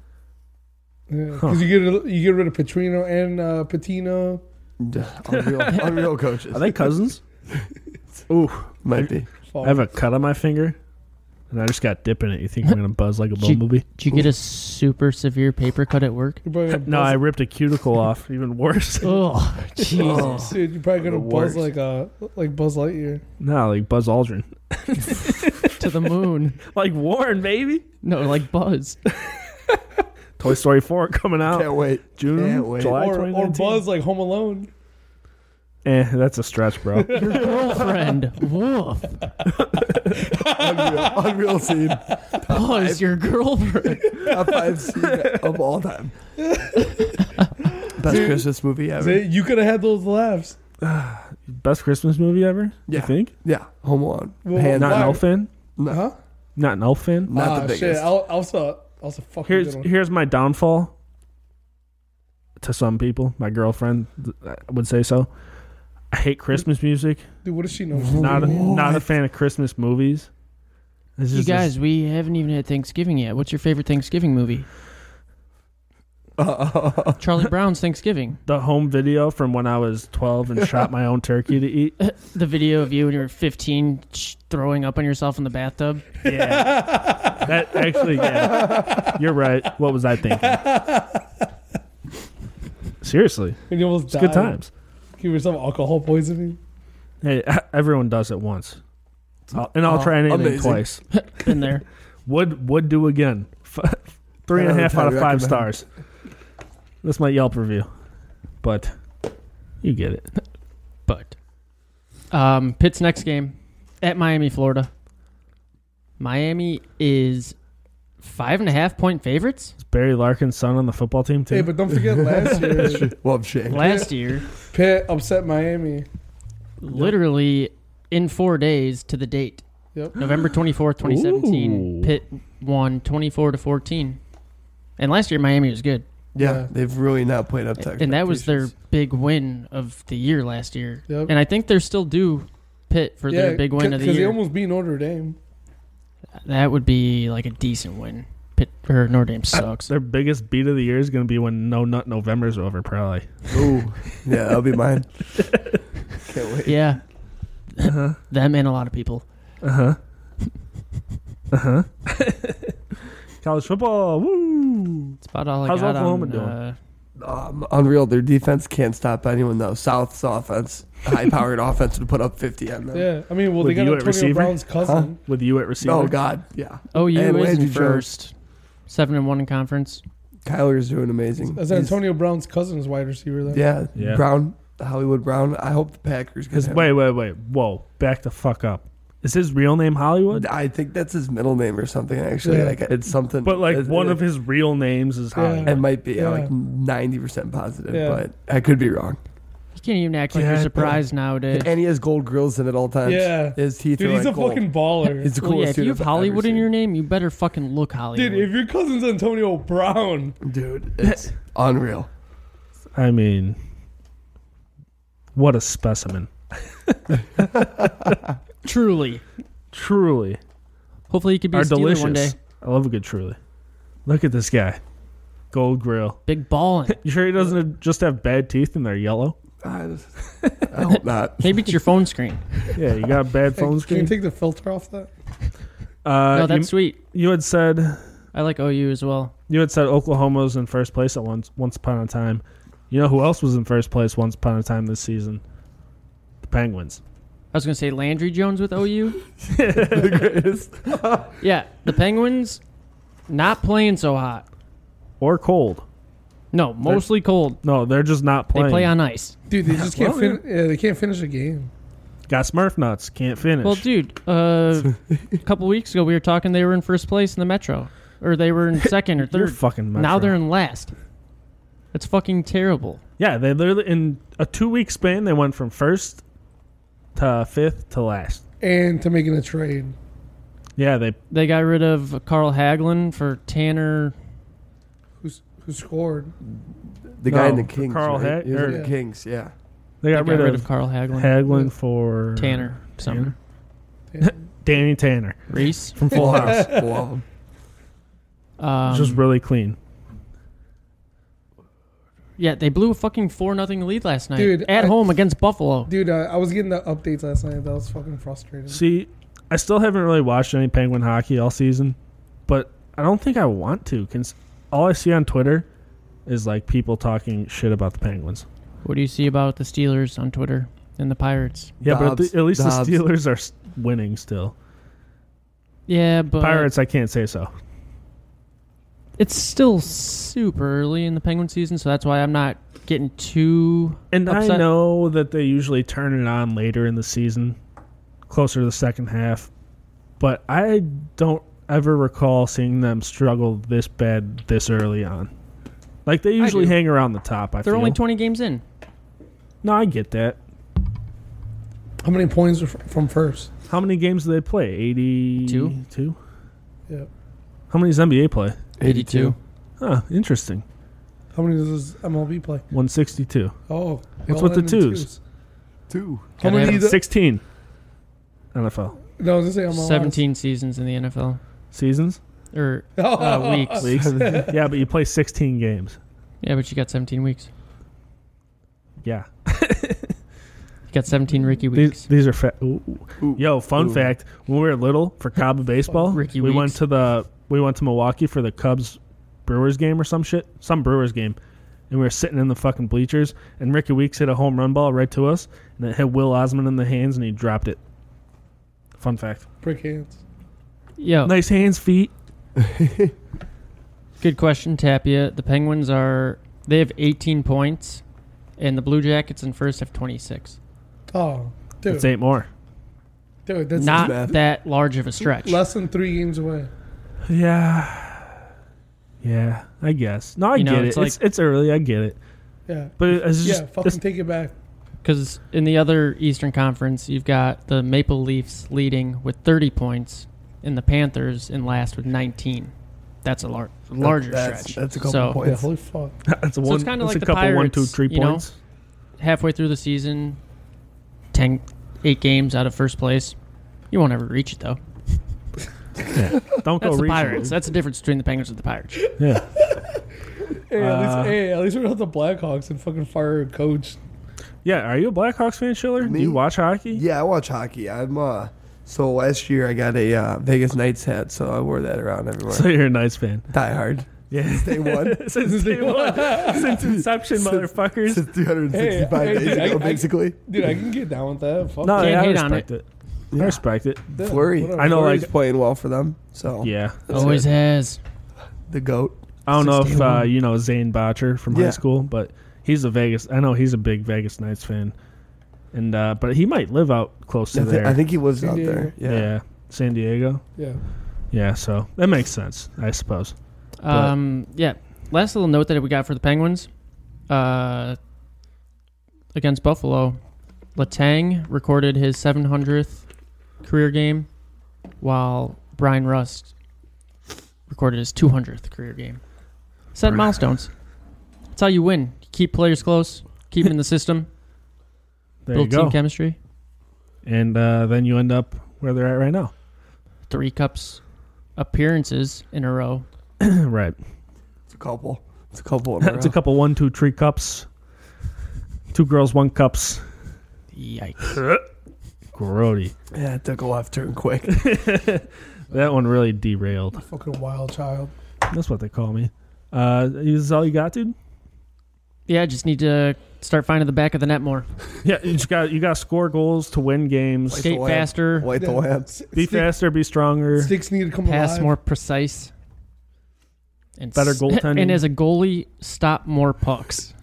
Because
Huh.
you get you get rid of Petrino and uh, Patino.
Unreal. unreal coaches.
Are they cousins? Ooh,
Might be.
Fuck.
I have a cut on my finger, and I just got dip in it. You think I'm gonna buzz like a
Gee.
bumblebee?
Did you get a super severe paper cut at work?
You're probably gonna
No, I
buzz-
ripped a cuticle off. Even worse.
Oh, Jesus.
dude, you're probably gonna
The
buzz
worst.
like a like Buzz Lightyear.
No, like Buzz Aldrin.
to the moon.
Like Warren, baby.
No, like Buzz.
Toy Story 4 coming
Oh.
out
Can't wait.
June,
Can't wait.
July
Or, or
2019.
Buzz like Home Alone.
Eh, that's a stretch, bro.
Your girlfriend. Woof.
Unreal. Unreal scene.
Buzz, your girlfriend.
Top five scene of all time. Best Christmas movie ever.
See, You could have had those laughs.
Best Christmas movie ever?
Yeah.
You think?
Yeah. Home Alone.
Well,
Hands
Not an
why-
down.
elf fan?
No.
Huh?
Not an elf fan?
Not
Ah,
the biggest.
Shit. I'll, also, also fucking
Here's
good one.
here's my downfall to some people. My girlfriend th- uh, would say so. I hate Christmas music.
Dude, what does she know?
Not a,
What?
not a fan of Christmas movies. This
You
is
guys, we haven't even had Thanksgiving yet. What's your favorite Thanksgiving movie? Charlie Brown's Thanksgiving.
the home video from when I was 12 and shot my own turkey to eat.
The video of you when you were 15 sh- throwing up on yourself in the bathtub.
Yeah. That actually, yeah. You're right. What was I thinking? Seriously,
And you almost
it's
died.
good times.
Give yourself alcohol poisoning.
Hey, e-, everyone does it once, I'll, and I'll
Oh,
try anything
amazing.
twice.
Been there.
Would would do again. F- Three and a
Another
half out of
time
five
recommend.
stars. That's my Yelp review, but you get it.
But um, Pitt's next game at Miami, Florida. Miami is five and a half point favorites.
Is Barry Larkin's son on the football team too?
Hey, but don't forget last year,
Love Shane.
Last year,
Pitt upset Miami.
literally in four days to the date,
Yep.
November twenty fourth, twenty seventeen,
Ooh.
Pitt won twenty four to fourteen. And last year Miami was good,
Yeah,
Yeah.
they've really not played up to
and that was their
expectations.
big win of the year last year.
Yep.
And I think they're still due Pitt for their big win of the
Because they
year.
almost beat Notre Dame.
that would be like a decent win. Pitt or Notre Dame sucks.
Their biggest beat of the year is going to be when No Nut November's over, probably.
Ooh, yeah, that'll be mine. Can't wait.
Yeah.
Uh-huh.
Them and a lot of people.
Uh huh. Uh huh. college football. Woo!
It's about all I
How's
got
Oklahoma
on,
doing?
uh,
Um, unreal. Their defense can't stop anyone though. South's offense, high-powered offense, would put up 50 on them.
Yeah, I mean, well, they
With
got
you at
Antonio
receiver?
Brown's cousin.
With you at receiver.
Oh God, yeah.
OU
And
is
Landry
in
Jones.
first, seven and one in conference.
Kyler's doing amazing.
That's
He's-
Antonio Brown's cousin's wide receiver. There.
Yeah,
Yeah.
Brown, Hollywood Brown. I hope the Packers get
His-
him.
wait, wait, wait. Whoa. Back the fuck up. Is his real name Hollywood?
I think that's his middle name or something. Actually,
Yeah.
like it's something.
But like
it-
one
it-
of his real names is
Yeah.
Hollywood.
It might be I'm,
Yeah.
like ninety percent positive,
Yeah.
but I could be wrong.
You can't even act like
Yeah,
you're
I-
surprised nowadays.
And he has gold grills in at all times.
Yeah.
his teeth
Dude,
are
he's
like
a
gold.
fucking baller.
He's the
Well,
coolest
yeah, if
dude
you have
I've ever
Hollywood in
seen.
your name, you better fucking look Hollywood.
Dude, if your cousin's Antonio Brown,
dude, it's unreal.
I mean, what a specimen.
Truly.
Truly.
Hopefully, you could be a
Are
Steeler one day.
delicious. I love a good truly. Look at this guy. Gold grill.
Big ballin'.
You sure he doesn't just have bad teeth and they're yellow?
I, just, I hope not.
Maybe it's your phone screen.
Yeah, you got bad
Hey,
phone
can you
screen.
take the filter off that?
Uh,
no, that's
you,
sweet.
you had said
I like OU as well.
You had said Oklahoma was in first place at once once upon a time. You know who else was in first place once upon a time this season? The Penguins.
I was gonna say Landry Jones with OU.
the greatest.
Yeah, the Penguins not playing so hot.
Or cold.
No, mostly cold.
No, they're just not
They
playing.
play on ice.
Dude, they just can't.
Well, yeah.
Fin- yeah, they can't finish a game.
Got Smurf nuts. Can't finish.
Well, dude, uh, a couple weeks ago we were talking. They were in first place in the Metro, or they were in second or
You're
third.
fucking Metro.
Now they're in last. That's fucking terrible.
Yeah, they literally in a two week span they went from first to fifth to last.
And to making a trade,
Yeah, they
They got rid of Carl Hagelin for Tanner.
who's who scored?
The guy in
No,
the Kings.
Carl
right?
Hag-
He was in
or-
the Kings. Yeah.
they
They
got, rid, of,
Carl Hagelin.
Haglin for
Tanner. Something.
Damn.
Danny Tanner
Reese.
from Full House.
Love him.
Um,
just really clean.
Yeah, they blew a fucking four nothing lead last night
Dude,
at
I-
home against Buffalo.
Dude, uh, I, I was getting the updates last night. That was fucking frustrating.
See, I still haven't really watched any Penguin hockey all season, but I don't think I want to. Cons- all I see on Twitter is like people talking shit about the Penguins.
What do you see about the Steelers on Twitter and the Pirates?
Yeah, but at,
Dobbs,
the, at least
Dobbs.
the Steelers are s- winning still.
Yeah, but
Pirates, I can't say so.
It's still super early in the Penguin season, so that's why I'm not getting too.
And I
Upset.
know that they usually turn it on later in the season, closer to the second half, but I don't ever recall seeing them struggle this bad this early on. Like they usually
do.
hang around the top. I
They're
feel.
only 20 games in.
no, I get that.
How many points were f- from first?
How many games do they play? 82?
Yeah.
How many does NBA play?
82.
Huh, interesting.
How many does this MLB play?
162.
Oh, they
What's
all
with the
end in
twos?
Two.
How
Gotta
many?
have
The,
16. NFL.
no, I was gonna say I'm
17 seasons in the NFL
Seasons?
or
Oh,
uh, weeks.
Weeks? yeah, but you play 16 games.
Yeah, but you got 17 weeks.
Yeah.
You got 17 Ricky
These,
weeks.
these are fa- ooh.
Ooh.
Yo, fun
Ooh.
fact. When we were little for Cabo baseball,
Ricky
we went
Weeks.
to the we went to Milwaukee for the Cubs Brewers game or some shit, some Brewers game, and we were sitting in the fucking bleachers. And Ricky Weeks hit a home run ball right to us, and it hit Will Osmond in the hands, and he dropped it. Fun fact.
Brick hands.
Yo,
Nice hands, feet.
good question, Tapia. The Penguins are they have 18 points, and the Blue Jackets in first have 26.
Oh, dude,
That's eight more.
dude, that's
Not
bad.
that large of a stretch.
less than three games away.
Yeah. Yeah, I guess. No, I
You know,
get it.
it's
It's, it's early. I get it.
Yeah,
But it's just
yeah. Fucking
it's-
take it back.
Because in the other Eastern Conference, you've got the Maple Leafs leading with 30 points, and the Panthers in last with 19. That's a lar- larger
that's,
stretch.
That's a couple
so
Yeah,
points.
holy fuck.
it's a one.
kinda
it's
like
a
the
couple one, two,
Pirates,
three
you know?
points.
halfway through the season, 10, eight games out of first place. You won't ever reach it though.
Don't go
That's the
reaching.
Pirates. That's the difference between the Penguins and the Pirates.
Yeah.
Hey, at
Uh,
least, hey, at least we're not the Blackhawks and fucking fire a coach.
Yeah. Are you a Blackhawks fan, Schiller? Do
Me?
you watch hockey?
Yeah, I watch hockey. I'm uh So last year I got a uh, Vegas Knights hat, so I wore that around everywhere.
So you're a Knights fan.
Die hard.
Yeah.
Day one.
Since day one. Since inception,
Since-
motherfuckers.
Since 365
Hey, hey,
days
I-
ago,
I-
basically.
Dude, I can get down with that. Fuck
no,
it.
yeah, I
hate on
respect it. I respect it.
Yeah,
Flurry.
whatever.
I know,
Flurry's
like-
playing well for them. So
Yeah.
that's
Always
it.
has.
the goat.
I don't know if
16.
uh, you know Zane Botcher from high
Yeah.
school, but he's a Vegas. I know he's a big Vegas Knights fan, and uh, but he might live out close
I,
to
thi-
there.
I think he was
San
out there.
Diego.
Yeah.
San Diego.
Yeah.
Yeah, so that makes sense, I suppose.
Um, yeah. Last little note that we got for the Penguins uh, against Buffalo, Latang recorded his 700th career game, while Brian Rust recorded his 200th career game. Set milestones. That's how you win. You keep players close, keep them in the system,
There
build
you
team
go,
chemistry.
and uh, then you end up where they're at right now.
Three cups appearances in a row.
right,
It's a couple. It's a couple. In a
it's a
row.
couple one, two, three cups, two girls, one cups.
Yikes.
Grody,
Yeah, it took a left turn quick.
that one really derailed.
Fucking wild child.
That's what they call me. Uh, is this all you got, dude?
Yeah, I just need to start finding the back of the net more.
Yeah, you just got you got to score goals to win games.
Like-
Skate
lamp.
faster.
Light the
Yeah,
lamps.
s-
Be
stick-
faster, be stronger.
Sticks need to come
pass
alive.
more precise and
Better
s-
goaltending.
and as a goalie stop more pucks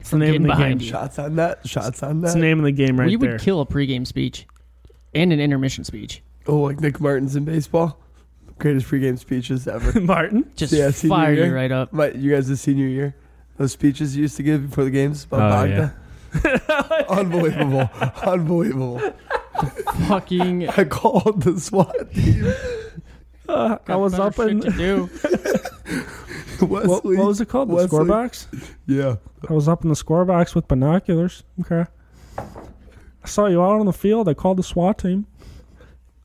It's the name of
getting
the game.
behind you.
Shots on net. Shots on
It's the
net.
name of the game right
we
there.
would kill a pregame speech and an intermission speech
Oh, like Nick Martin's in baseball. Greatest pregame speeches ever.
Martin.
just
Yeah, senior
fire you
year.
right up
My, you guys, the senior year, those speeches you used to give before the games about
Oh,
Bogdan. Unbelievable. Unbelievable.
fucking
I called the SWAT team.
Uh, I
got
was
better
up
shit
in
to do
Wesley.
what, what was it called? The
Wesley.
score box.
Yeah.
I was up in the score box with binoculars. Okay. I saw you out on the field. I called the SWAT team.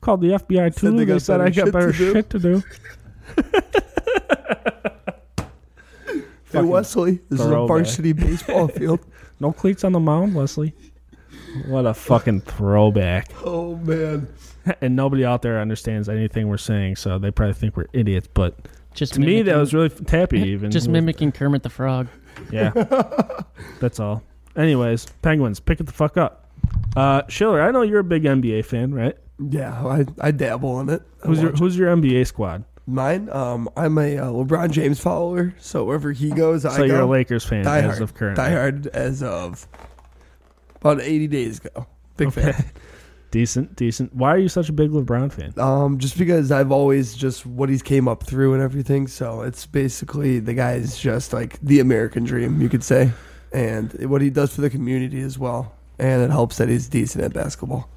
Called the FBI
Said
too.
they
They,
got
said
better
I got
shit
better
to do.
shit to do.
Hey, Wesley, this is a
throwback.
varsity baseball field.
No cleats on the mound, Leslie. What a fucking throwback.
Oh, man.
and nobody out there understands anything we're saying, so they probably think we're idiots. But
just
to me, that
mimicking-
was really f- tappy. Even
just
It was-
mimicking kermit the frog
Yeah, that's all. Anyways, Penguins, pick it the fuck up. Uh, Schiller, I know you're a big NBA fan, right?
Yeah, I, I dabble in it. I
Who's your
watch
Who's your NBA squad?
Mine, um, I'm a uh, LeBron James follower, so wherever he goes, I
So
go.
you're a Lakers fan
Die
as
hard.
of current.
Die hard as of about 80 days ago. Big fan.
Decent, decent. Why are you such a big LeBron fan?
Um, just because I've always just what he's came up through and everything. So it's basically the guy's just like the American dream, you could say, and what he does for the community as well. And it helps that he's decent at basketball.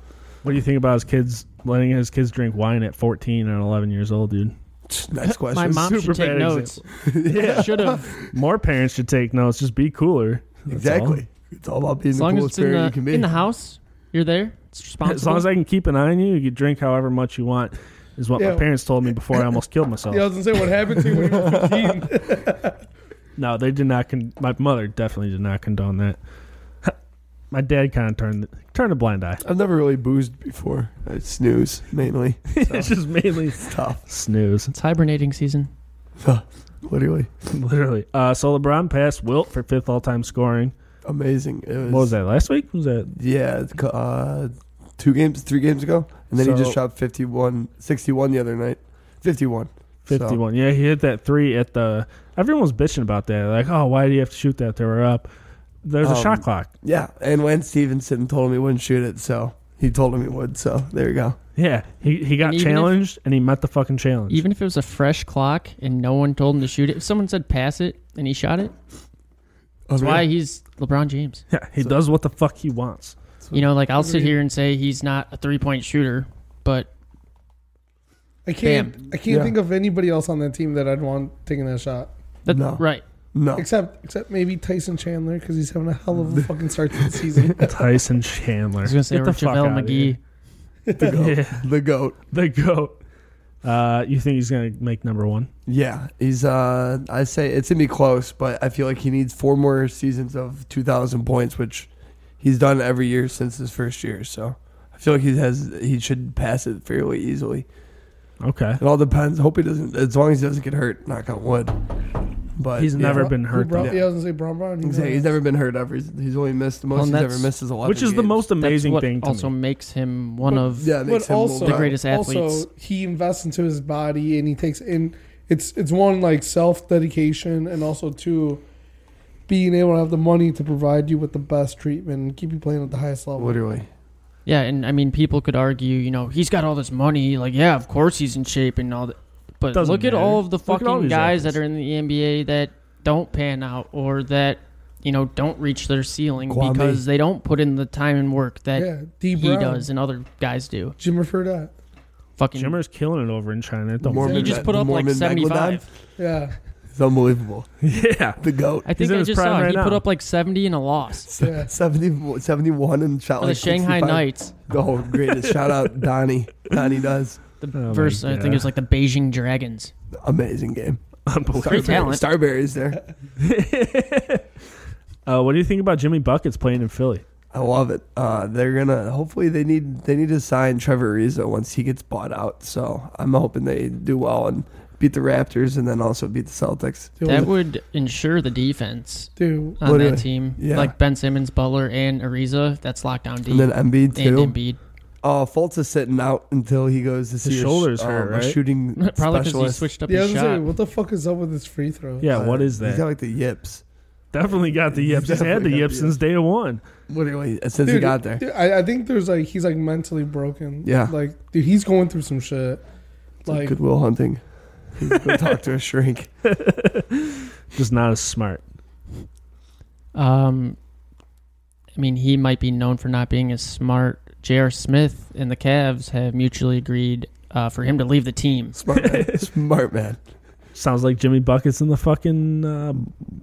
What do you think about his kids letting his kids drink wine at 14 and 11 years old, dude?
Next question.
my mom
super
should take
bad
notes
Yeah,
should have
more parents should take notes. Just be cooler. That's
exactly. It's all about being
as
the
long as
coolest
it's in
parent you
the,
can be.
in the house you're there it's
all.
responsible
As long as I can keep an eye on you, you can drink however much you want. Is what my
Yeah.
parents told me before I almost killed myself.
Yeah, I was gonna say what happened to you when you were 15.
No, they did not. Con- my mother definitely did not condone that. my dad kind of turned turned a blind eye.
I've never really boozed before. I snooze mainly.
it's just mainly
It's tough,
snooze,
it's hibernating season
literally
literally. Uh, so LeBron passed Wilt for fifth all time scoring.
amazing. It was,
What was that last week? Was that
Yeah, it's co- uh, two games, three games ago, and then he
So-
just shot 51, 61 the other night. 51. So-
fifty one? Yeah, he hit that three at the. Everyone was bitching about that. Like, oh, why do you have to shoot that? They were up. There's a
Um,
shot clock.
Yeah, and Lance Stevenson told him he wouldn't shoot it, so he told him he would. So there you go.
Yeah, he he got
and even if-
challenged and he met the fucking challenge.
Even if it was a fresh clock and no one told him to shoot it, if someone said pass it and he shot it,
Oh,
that's
Oh,
why he's LeBron James.
yeah, he does what the fuck he wants.
You know, like I'll sit here and say he's not a three point shooter, but
I can't. I can't
Yeah.
think of anybody else on that team that I'd want taking that shot.
that,
No.
right.
No,
Except, except maybe Tyson Chandler because he's having a hell of a fucking start to the season.
Tyson Chandler.
I was gonna say
Get the
or
fuck
JaVale
outta
McGee.
the
here.
goat.
Yeah.
the goat.
the goat. Uh, you think he's gonna make number one?
Yeah, he's. uh I say it's gonna be close, but I feel like he needs four more seasons of two thousand points, which he's done every year since his first year. So I feel like he has he should pass it fairly easily.
Okay.
It all depends. Hope he doesn't. As long as he doesn't get hurt. Knock on wood. But
He's
yeah.
never
Bro-
been
who
hurt,
Brown,
though.
yeah, I was gonna say Brown Brown. he
Exactly. He's
knows.
never been hurt ever. He's, he's only missed the most
Well, and
he's ever
that's-
missed is eleven.
Which is the
games.
most amazing
That's what
thing to
also
me.
makes him one
But-
of
Yeah, it makes
but
him
also
more-
The greatest athletes.
Also, he invests into his body and he takes in. It's it's one like self dedication and also two, being able to have the money to provide you with the best treatment and keep you playing at the highest level.
Literally.
Yeah, and I mean, people could argue, you know, he's got all this money. Like, yeah, of course he's in shape and all that. But
Doesn't
look at
matter.
all of the
Look at all
fucking
these
guys
athletes.
that are in the NBA that don't pan out or that, you know, don't reach their ceiling
Kwame.
because they don't put in the time and work that
yeah, D
he
Brown,
does and other guys do.
Jim Fredette.
Fucking,
Jimmer's killing it over in China. It don't
Mormon
he
matter.
Meglodon.
just put up like
Mormon Meglodon?
75.
Yeah,
It's unbelievable.
yeah.
The goat.
I think
in
I
his
just
prime
saw
right
he put
now.
up like 70 and a loss.
yeah.
70, 71 and shot
For the
like
Shanghai
65.
Knights
Oh, greatest shout out Donnie. Donnie does
the
Oh my
verse, I think it was
God.
like the Beijing Dragons.
amazing game.
Unbelievable.
Great talent.
Starberry's there.
uh, what do you think about Jimmy Buckets playing in Philly?
I love it. Uh, they're gonna hopefully they need they need to sign Trevor Ariza once he gets bought out. So I'm hoping they do well and beat the Raptors and then also beat the Celtics.
Dude,
That would ensure the defense
dude,
on
Literally.
that team.
Yeah.
Like Ben Simmons, Butler, and Ariza. That's lockdown D.
And then Embiid
and
too.
Embiid.
Uh, Fultz is sitting out until he goes to see a sh-
shoulder's hurt,
um, a
right?
shooting
Probably because he
specialist.
switched up
yeah. I was
his
gonna
shot.
say, what the fuck is up with his free throw?
Yeah,
Uh,
what is
He's
that?
got like the yips.
definitely got the yips. He's had the
Definitely got
yips
the
since day one.
Literally since he got there.
dude, I, I think there's like he's like mentally broken.
Yeah.
like dude, he's going through some shit. Like,
Goodwill hunting. He's gonna talk to a shrink.
Just not as smart.
Um, I mean, he might be known for not being as smart. J.R. Smith and the Cavs have mutually agreed uh, for him to leave the team.
Smart man. Smart man.
Sounds like Jimmy Buckets in the fucking uh,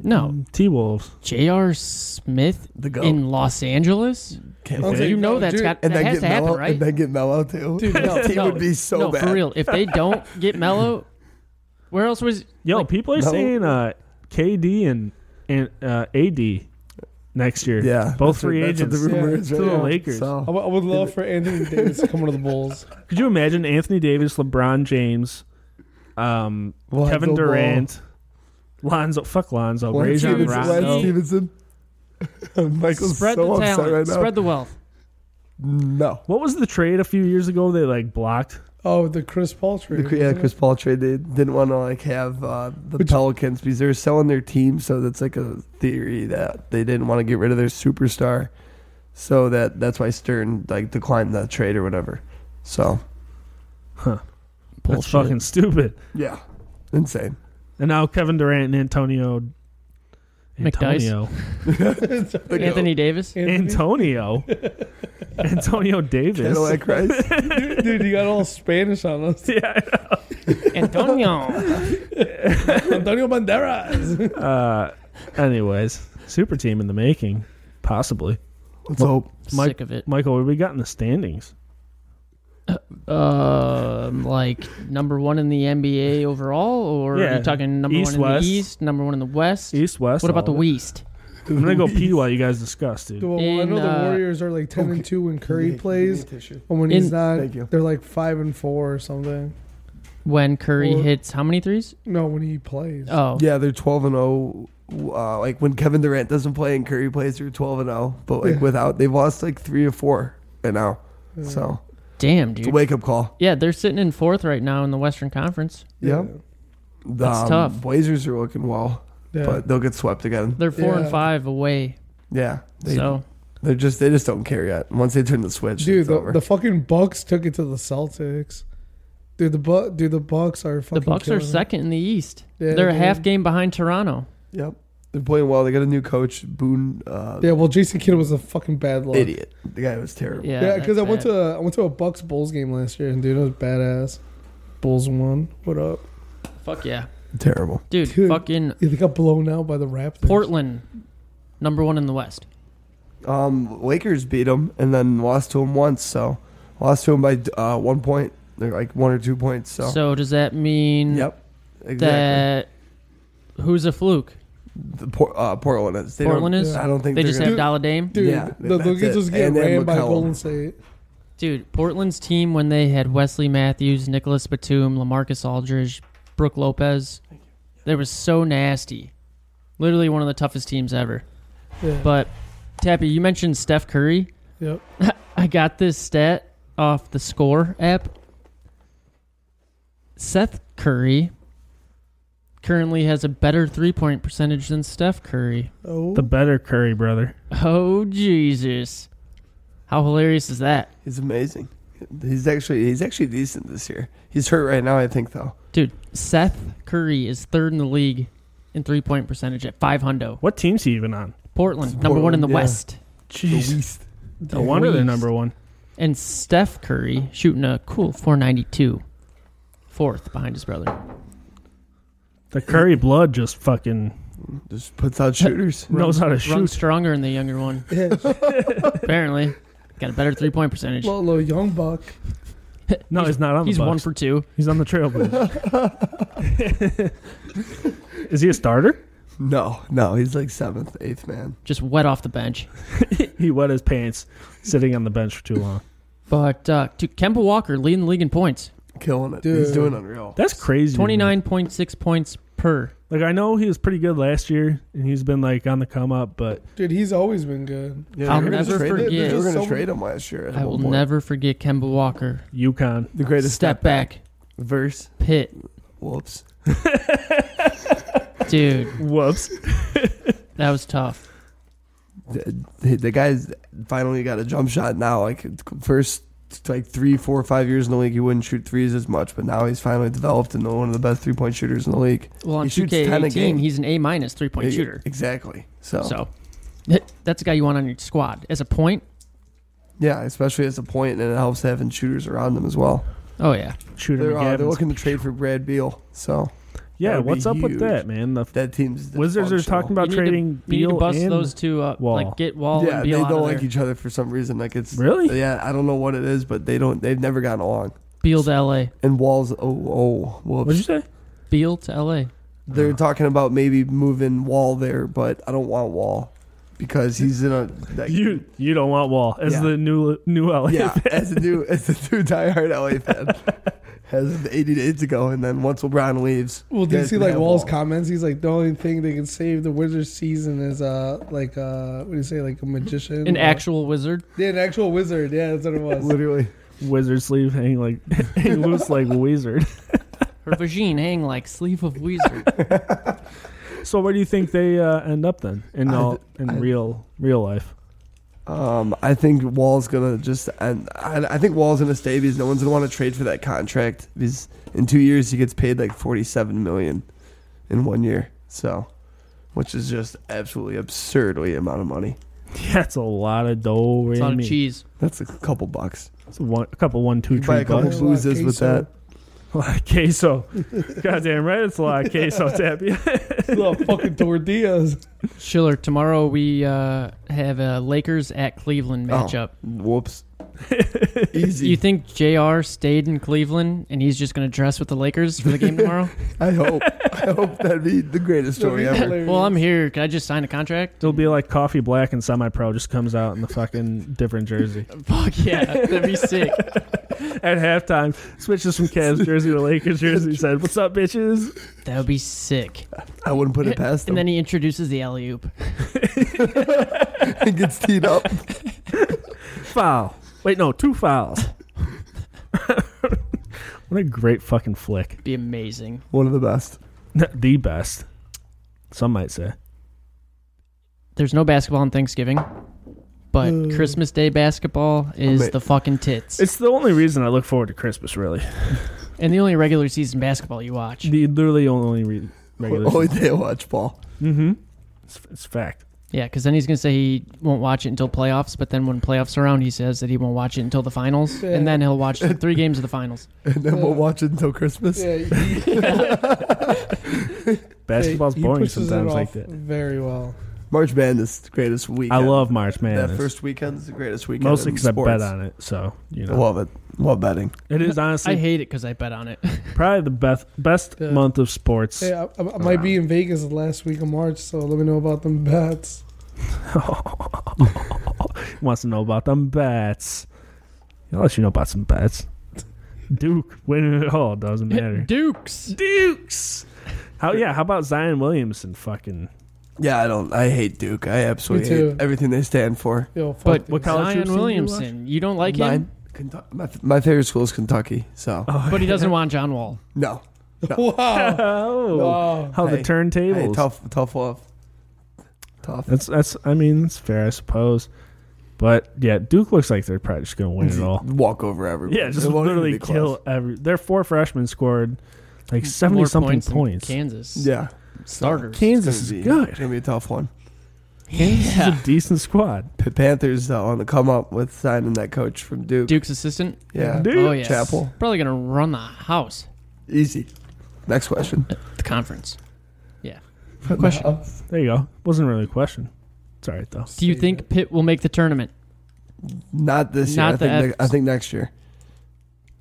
No,
T Wolves.
J.R. Smith
The goat.
in Los Angeles.
I
Can't
was
wait.
like,
you know
no,
that's
dude.
got
and
that
then
has
get
to happen,
Mello,
right?
and then get Mello too.
Dude, no,
His team
no,
would be so
no,
bad.
for real. If they don't get Mello, where else was?
Yo,
Like,
people are
no.
saying uh, KD and and uh, AD next year.
Yeah, that's
both
what-
free
that's what
agents.
the rumor is
to
right
the
now.
Lakers.
I
So,
w- I would love for Anthony Davis to come to the Bulls.
Could you imagine Anthony Davis, LeBron James, um,
Lonzo
Kevin
Ball.
Durant, Lonzo? Fuck Lonzo.
Lance
Rajon
Stevenson-
Rondo.
Lance
Rondo.
Stevenson. Michael's
Spread
so
the
upset
talent,
right now.
spread the wealth.
no.
What was the trade a few years ago? They like blocked.
Oh, the Chris Paul
The,
trade.
yeah,
wasn't it?
Chris Paul trade. They didn't want to like have uh, the
Which-
Pelicans because they were selling their team. So that's like a theory that they didn't want to get rid of their superstar. So that that's why Stern like declined that trade or whatever. So
That's
Bullshit.
fucking stupid.
yeah, insane.
And now Kevin Durant and Antonio.
McDice.
Antonio.
Like,
Anthony Davis.
Antonio. Antonio Davis.
Cadillac Rice.
dude, dude, you got all Spanish on us.
yeah.
Antonio.
Antonio Banderas.
Uh, anyways, super team in the making, possibly.
Let's hope.
Mike-
Sick of it.
Michael, what we got in the standings?
Um, like number one in the NBA overall, or are
Yeah.
you talking number
East,
one in
West.
the East, number one in the West?
East, West.
What about the
all of it.
West?
I'm gonna go pee while you guys discuss, dude.
Well, I
In,
know the
uh,
Warriors are like ten and two when Curry
Give me-
plays,
give me a tissue.
and when he's
In-
not,
Thank you.
they're like five and four or something.
When Curry
Or-
hits how many threes?
No, when he plays.
Oh,
Yeah, they're twelve and zero. Uh, like when Kevin Durant doesn't play and Curry plays, they're twelve and zero. But like
Yeah.
without, they've lost like three or four right now.
Yeah.
So
damn,
it's a
dude.
wake up call.
Yeah, they're sitting in fourth right now in the Western Conference.
Yeah, the um,
That's tough.
Blazers are looking well,
Yeah.
but they'll get swept again.
They're four and
Yeah.
five away.
Yeah, they,
so
they're just they just don't care yet. Once they turn the switch,
dude,
it's
the,
over.
the fucking Bucks took it to the Celtics. Dude, the bu- dude, the Bucks are
the
fucking.
Bucks are
killing it.
second in the East.
Yeah,
they're a half
dude.
game behind Toronto.
yep, they're playing well. They got a new coach, Boone. Uh,
Yeah, well, Jason Kidd was a fucking bad luck.
idiot. The guy was terrible.
Yeah,
Yeah, because
that's
I went
bad.
to a, I went to a Bucks Bulls game last year, and dude, it was badass. Bulls won. What up?
fuck yeah,
Terrible.
dude.
Dude.
Fucking
Yeah, they got blown out by the Raptors.
Portland, number one in the West.
Um, Lakers beat them and then lost to him once. So lost to him by uh, one point. They're like one or two points. So,
So does that mean
yep, exactly.
Mm. that who's a fluke?
the Por- uh, Portland is. They
Portland
don't,
is?
I don't think
they
they're
just
gonna-
have Dollar Dame.
Dude,
Yeah,
the
that's
Lakers
it.
was getting
And then
ran by
McCollum.
Golden State.
Dude, Portland's team when they had Wesley Matthews, Nicholas Batum, Lamarcus Aldridge, Brooke Lopez, they were so nasty. Literally one of the toughest teams ever.
Yeah.
But Tappy, you mentioned Steph Curry.
Yep.
I got this stat off the Score app. Seth Curry currently has a better three-point percentage than Steph Curry.
Oh.
The better Curry brother.
Oh Jesus! How hilarious is that,
He's amazing. He's actually he's actually decent this year. He's hurt right now, I think though.
dude? Seth Curry is third in the league in three point percentage at five hundo.
What team's he even on?
Portland number one in the
Portland, yeah.
West,
The
Jeez.
least.
No wonder they're
Wheeze.
number one.
and Steph Curry shooting a cool four ninety two, fourth behind his brother.
The Curry blood just fucking
Just puts out shooters.
knows how to
Run
shoot.
stronger than the younger one.
Yeah.
Apparently, got a better three point percentage.
Lolo Young Buck.
No, he's not on
He's
the
one
Bucks.
for two.
He's on the Trailblazers. Is he a starter?
No, no, he's like seventh, eighth man.
Just wet off the bench.
He wet his pants sitting on the bench for too long.
But uh, dude, Kemba Walker leading the league in points,
Killing it. He's
Dude.
doing unreal.
That's crazy. to me.
twenty nine point six points per.
Like I know he was pretty good last year, and he's been like on the come up, but
Dude, he's always been good.
Yeah,
I'll
they were gonna
never
trade him.
forget-
They were going to
So-
trade him last year. At
I
one
will
point.
never forget Kemba Walker.
UConn.
The greatest
Step back.
verse.
Pitt,
Whoops.
dude,
Whoops.
that was tough.
The, the- the guy's finally got a jump shot now. Like first, like three, four, five years in the league, he wouldn't shoot threes as much, but now he's finally developed into one of the best three point shooters in the league.
Well, on
He shoots 10 a
2K18,
game.
he's an A minus three point
Yeah,
shooter.
Exactly. So,
So that's a guy you want on your squad as a point.
yeah, especially as a point, and it helps having shooters around them as well.
Oh yeah,
Shooter
They're, uh,
McGavins.
they're looking to trade for Brad Beal. So
yeah,
That would
what's
be
up with
huge.
that, man? The
that team's
Wizards are
dysfunctional.
talking about
You need to-
trading
you need to
Beal
bust
and
those two up.
Wall.
Like get Wall
yeah,
and Beal
they
out
don't
of
like
there.
each other for some reason. Like it's
Really?
yeah, I don't know what it is, but they don't. They've never gotten along.
Beal to LA.
And Walls, oh, oh,
What'd
whoops.
you say?
Beal to LA.
Uh.
They're talking about maybe moving Wall there, but I don't want Wall because he's in a like,
You you don't want Wall as
Yeah.
the new new LA.
yeah as a new as a new diehard LA fan as of 80 days ago, and then once LeBron leaves,
Well, do you
guys
see
can
like
have
Wall's
Wall.
comments? He's like the only thing they can save the Wizards season is uh like uh what do you say like a magician?
An
Uh,
actual wizard.
yeah, an actual wizard. Yeah, that's what it was.
literally.
Wizard sleeve hang like hang loose like wizard.
Her vagine hang like sleeve of wizard.
So where do you think they uh, end up then in
I-
all, in
I-
real real life?
Um, I think Wall's gonna just, and I, I think Wall's gonna stay because no one's gonna want to trade for that contract. Because in two years he gets paid like forty-seven million in one year, so which is just absolutely absurdly amount of money.
That's a lot of dough.
It's a lot of
Raimi.
cheese.
That's a couple bucks.
It's one, a couple one two
You buy
three
a couple
bucks.
bucks.
loses with that.
A lot of queso. Goddamn right, it's a lot of queso, Tappy.
Little fucking tortillas.
Schiller. Tomorrow we uh, have a Lakers at Cleveland
Oh.
matchup.
Whoops. Easy.
You think Jr. stayed in Cleveland and he's just going to dress with the Lakers for the game tomorrow?
I hope. I hope that'd be the greatest story
That'd be
ever.
hilarious.
well, I'm here. Can I just sign a contract?
It'll be like coffee black and semi pro just comes out in the fucking different jersey.
Fuck yeah, that'd be sick.
At halftime, switches from Cavs jersey to Lakers jersey. Said, "What's up, bitches?"
That would be sick.
I wouldn't put it past him.
And then he introduces the alley oop.
he gets teed up.
Foul. Wait, no, two fouls. what a great fucking flick.
Be amazing.
One of the best.
The best. Some might say.
There's no basketball on Thanksgiving, but
Uh.
Christmas Day basketball is
Ama-
the fucking tits.
It's the only reason I look forward to Christmas. Really,
and the only regular season basketball you watch.
the literally only re- regular.
Only day I watch Paul.
Mm-hmm. It's, it's fact.
Yeah, because then he's gonna say he won't watch it until playoffs. But then when playoffs are around, he says that he won't watch it until the finals,
Yeah.
and then he'll watch the three games of the finals.
And then we'll
Yeah.
watch it until Christmas.
Yeah, he-
Basketball's
he
boring
pushes it
sometimes like
off
that.
Very well.
March Madness, the greatest weekend.
I love March
that
Madness.
first weekend's the greatest weekend.
Mostly
in
because I bet
sports.
on it, so you know
Love it. Love betting.
it is
I
honestly
hate it because I bet on it.
probably the best best
Yeah.
month of sports.
Hey, I, I, I might be in Vegas the last week of March, so let me know about them bets.
Wants to know about them bats. I'll let you know about some bets. Duke winning it all doesn't matter.
Dukes.
Dukes. How yeah? How about Zion Williamson? Fucking
Yeah, I don't. I hate Duke. I absolutely
Me too.
hate everything they stand for.
Yo, fuck
But
dude.
what college hoops team
Zion
do you
Williamson, you don't like
Mine-
him,
Kentucky, my, my favorite school is Kentucky. So
but he doesn't want John Wall.
no,
Wow.
oh,
wow.
how the
Hey,
turntables.
Hey, tough, tough off. Tough.
That's that's. I mean, it's fair, I suppose. But yeah, Duke looks like they're probably just gonna win it all.
Walk over everyone.
Yeah, just
It won't even
literally
be close.
kill every. Their four freshmen scored like seventy
More
something
than
points.
Kansas.
Yeah,
Starters.
Kansas
It's gonna be-
is good.
It's gonna be a tough one.
Kansas
Yeah.
is a decent squad.
P- Panthers though on the come up with signing that coach from Duke.
Duke's assistant.
Yeah,
Duke.
Oh yeah.
Chapel.
Probably gonna run the house.
easy. Next question.
at The conference.
question.
Uh-huh.
There you go. Wasn't really a question. It's all right though.
Do you think Pitt will make the tournament?
Not this
Not
year. I
the
think,
Fs.
ne- I think next year.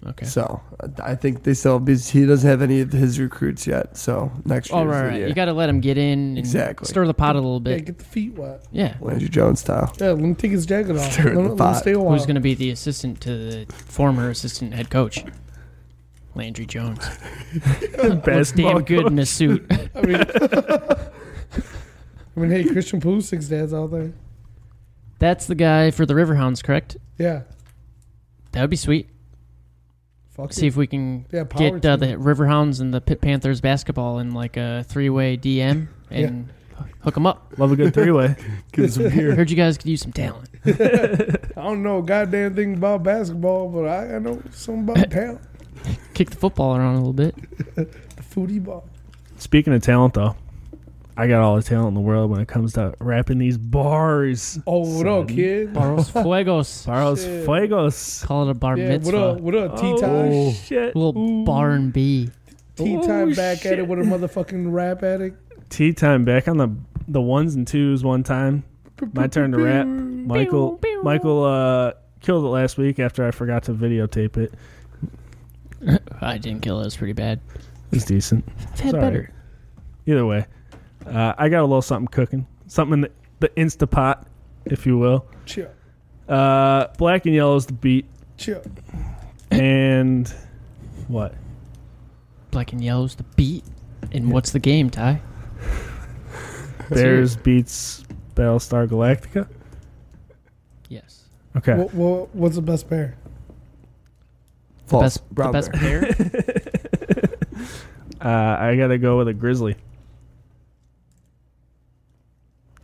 Okay.
So I- I think they still because he doesn't have any of his recruits yet. So next year.
Oh
is
right,
the
right.
year.
You got to let him get in. and
Exactly.
Stir the pot a little
Yeah,
bit.
get the feet wet.
Yeah.
Landry Jones style.
Yeah, let him take his jacket off.
Stir
Let
in the
him, let him
pot.
stay a while.
Who's going to be the assistant to the former assistant head coach? Landry Jones. Looks
Basketball
damn good in a suit.
I mean, I mean, hey, Christian Pulisic's dad's out there.
That's the guy for the Riverhounds, correct?
Yeah.
That would be sweet.
Fuck
See
it.
if we can
Yeah, power
get uh,
team.
the Riverhounds and the Pitt Panthers basketball in like a three-way DM and hook them up.
Love a good three way.
Get some beer.
Heard you guys could use some talent.
I don't know a goddamn thing about basketball, but I, I know something about talent.
Kick the football around a little bit.
The foodie ball.
Speaking of talent though, I got all the talent in the world when it comes to rapping these bars.
Oh, what up,
Son.
kid?
Barros Fuegos.
Barros
Shit.
Fuegos.
Call it a bar
Yeah, what
mitzvah.
up? What up, T time?
Oh shit.
A little bar and B.
Tea time
Oh,
back at
shit.
it with a motherfucking rap addict.
Tea time back on the the ones and twos one time. My turn to rap. Michael
Pew, pew.
Michael uh, killed it last week after I forgot to videotape it. It
I didn't kill it. It was pretty bad.
was decent.
I've had
It's all
better.
right. Either way, uh, I got a little something cooking, something in the, the Instapot, if you will.
Chill,
Uh, black and yellow is the beat,
chill.
and what?
Black and yellow's the beat. And what's the game, Ty?
Bears beats Battlestar Galactica.
Yes.
Okay,
What, what, what's the best pair?
False.
Best, the
Brown
best
bear.
pair.
uh, I gotta go with a grizzly.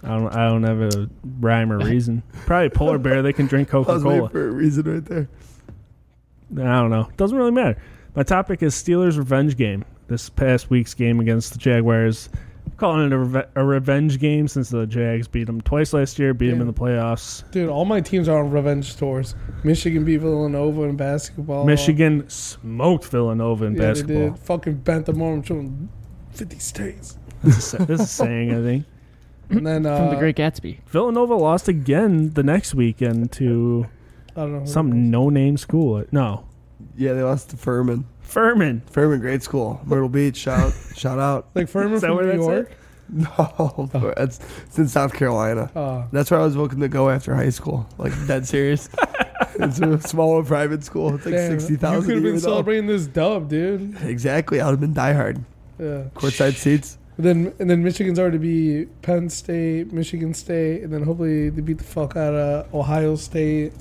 I don't. I don't have a rhyme or reason. Probably polar bear. They can drink
I
Coca
was waiting
Cola.
for a reason right there.
I don't know. Doesn't really matter. My topic is Steelers revenge game. This past week's game against the Jaguars, calling it a, reve- a revenge game since the Jags beat them twice last year, beat them in
Yeah.
the playoffs.
Dude, all my teams are on revenge tours. Michigan beat Villanova in basketball.
Michigan smoked Villanova in
Oh. Yeah, they
basketball.
did. Fucking bent them over from 50 states.
This is, this is saying I think
And then, uh,
From the Great Gatsby.
Villanova lost again the next weekend to
I don't know. who it
some
was.
no-name school. No,
Yeah, they lost to Furman.
Furman.
Furman, great school. Myrtle Beach. Shout, shout out.
Like Furman
Is that
from
where
New
that's
York?
No,
Oh.
that's it's in South Carolina.
Uh,
That's where I was looking to go after high school. Like dead serious. it's a small private school. It's like
damn,
sixty thousand.
You could have been celebrating this dub, dude.
Exactly, I would have been diehard.
Yeah.
Courtside seats.
And then and then Michigan's already be Penn State, Michigan State, and then hopefully they beat the fuck out of Ohio State.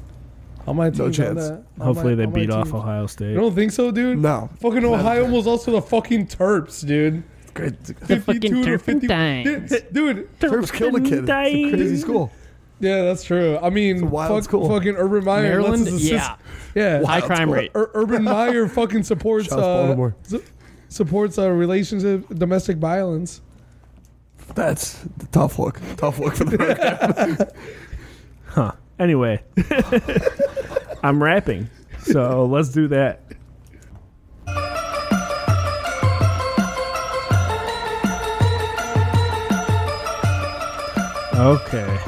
All my teams
No
on
chance.
that. All
Hopefully
my-
they
all my
beat off
teams.
Ohio State.
You don't think so, dude?
No,
Fucking Ohio was also the fucking Terps, dude.
great.
The fucking
52 to
turf
50
dimes.
Dude, dude,
Terps killed a kid. It's a crazy school.
yeah, that's true. I mean,
a wild
fuck,
school.
fucking Urban Meyer.
Maryland?
lets his
Yeah.
assist- yeah.
Wow.
High
Wild
crime
score.
rate.
Ur- Urban Meyer fucking supports
Shouts
uh,
Baltimore.
su- supports uh, relationship domestic violence.
That's the tough look. Tough look for the program.
Huh. Anyway, I'm rapping, so let's do that. Okay.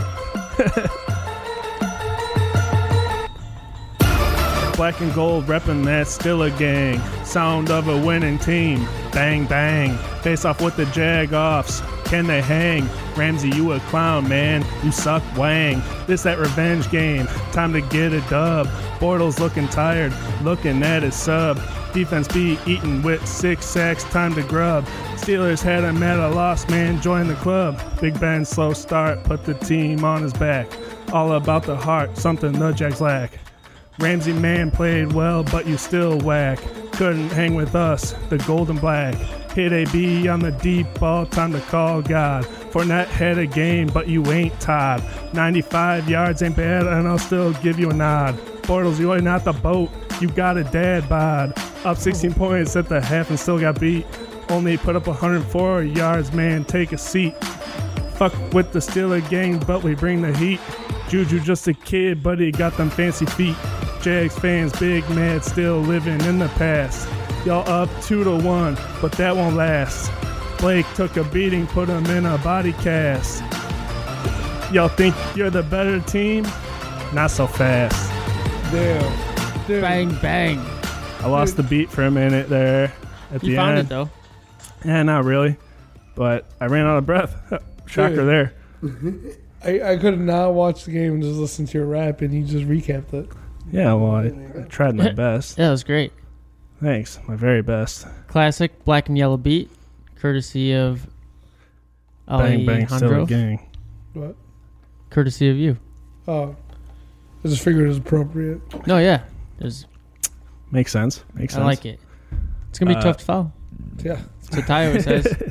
Black and gold reppin' that Stilla gang. Sound of a winning team. Bang bang. Face off with the Jag offs. Can they hang? Ramsey, you a clown, man. You suck wang. This that revenge game. Time to get a dub. Bortles looking tired, looking at his sub. Defense be eaten with six sacks. Time to grub. Steelers had him at a loss, man. Join the club. Big Ben, slow start. Put the team on his back. All about the heart, something the Jags lack. Ramsey man played well, but you still whack. Couldn't hang with us, the golden black. Hit a B on the deep ball, time to call God. Fournette had a game, but you ain't Todd. 95 yards ain't bad, and I'll still give you a nod. Bortles, you ain't not the boat, you got a dad bod. Up 16 points at the half and still got beat. Only put up 104 yards, man, take a seat. Fuck with the Steeler gang, but we bring the heat. Juju just a kid, but he got them fancy feet. Jags fans, big mad, still living in the past. Y'all up two to one, but that won't last. Blake took a beating, put him in a body cast. Y'all think you're the better team? Not so fast.
Damn. Dude.
Bang, bang.
I lost the beat for a minute there at
You
the
found
end.
it, though.
Yeah, not really, but I ran out of breath. Shocker
Dude.
there.
I, I could not watch the game and just listen to your rap, and you just recapped it.
Yeah, well, I, I tried my best.
Yeah, that was great.
Thanks, my very best.
Classic black and yellow beat, courtesy of Oh,
Bang, bang, still a
Alejandro.
gang.
But
Courtesy of you.
uh, I just figured it was appropriate.
No, yeah. It was-
Makes sense. Makes
I
sense.
like it. It's going to be
Uh,
tough to follow.
Yeah,
That's what Ty always says. It's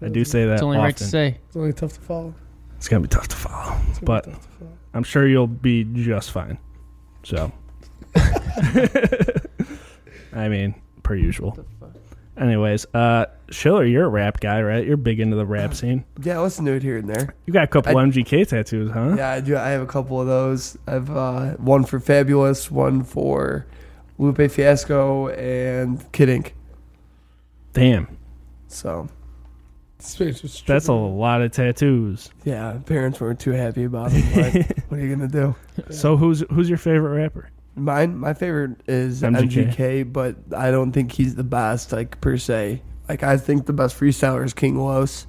I do say that.
only right to
often.
say.
it's only tough to follow.
It's gonna be tough to follow.
It's only
But-
tough to follow.
I'm sure you'll be just fine. So, I mean, per usual. Anyways, uh, Schiller, you're a rap guy, right? You're big into the rap scene.
Yeah, I listen to it here and there.
You got a couple
I-
MGK tattoos, huh?
Yeah, I do. I have a couple of those. I've uh, one for Fabulous, one for Lupe Fiasco, and Kid Ink.
Damn,
So
It's- it's just
that's a
trippy.
lot of tattoos.
yeah, parents weren't too happy about it. But what are you gonna do?
So who's who's your favorite rapper?
Mine, my favorite is
MGK.
MGK. but I don't think he's the best, like per se. Like I think the best freestyler is King Los.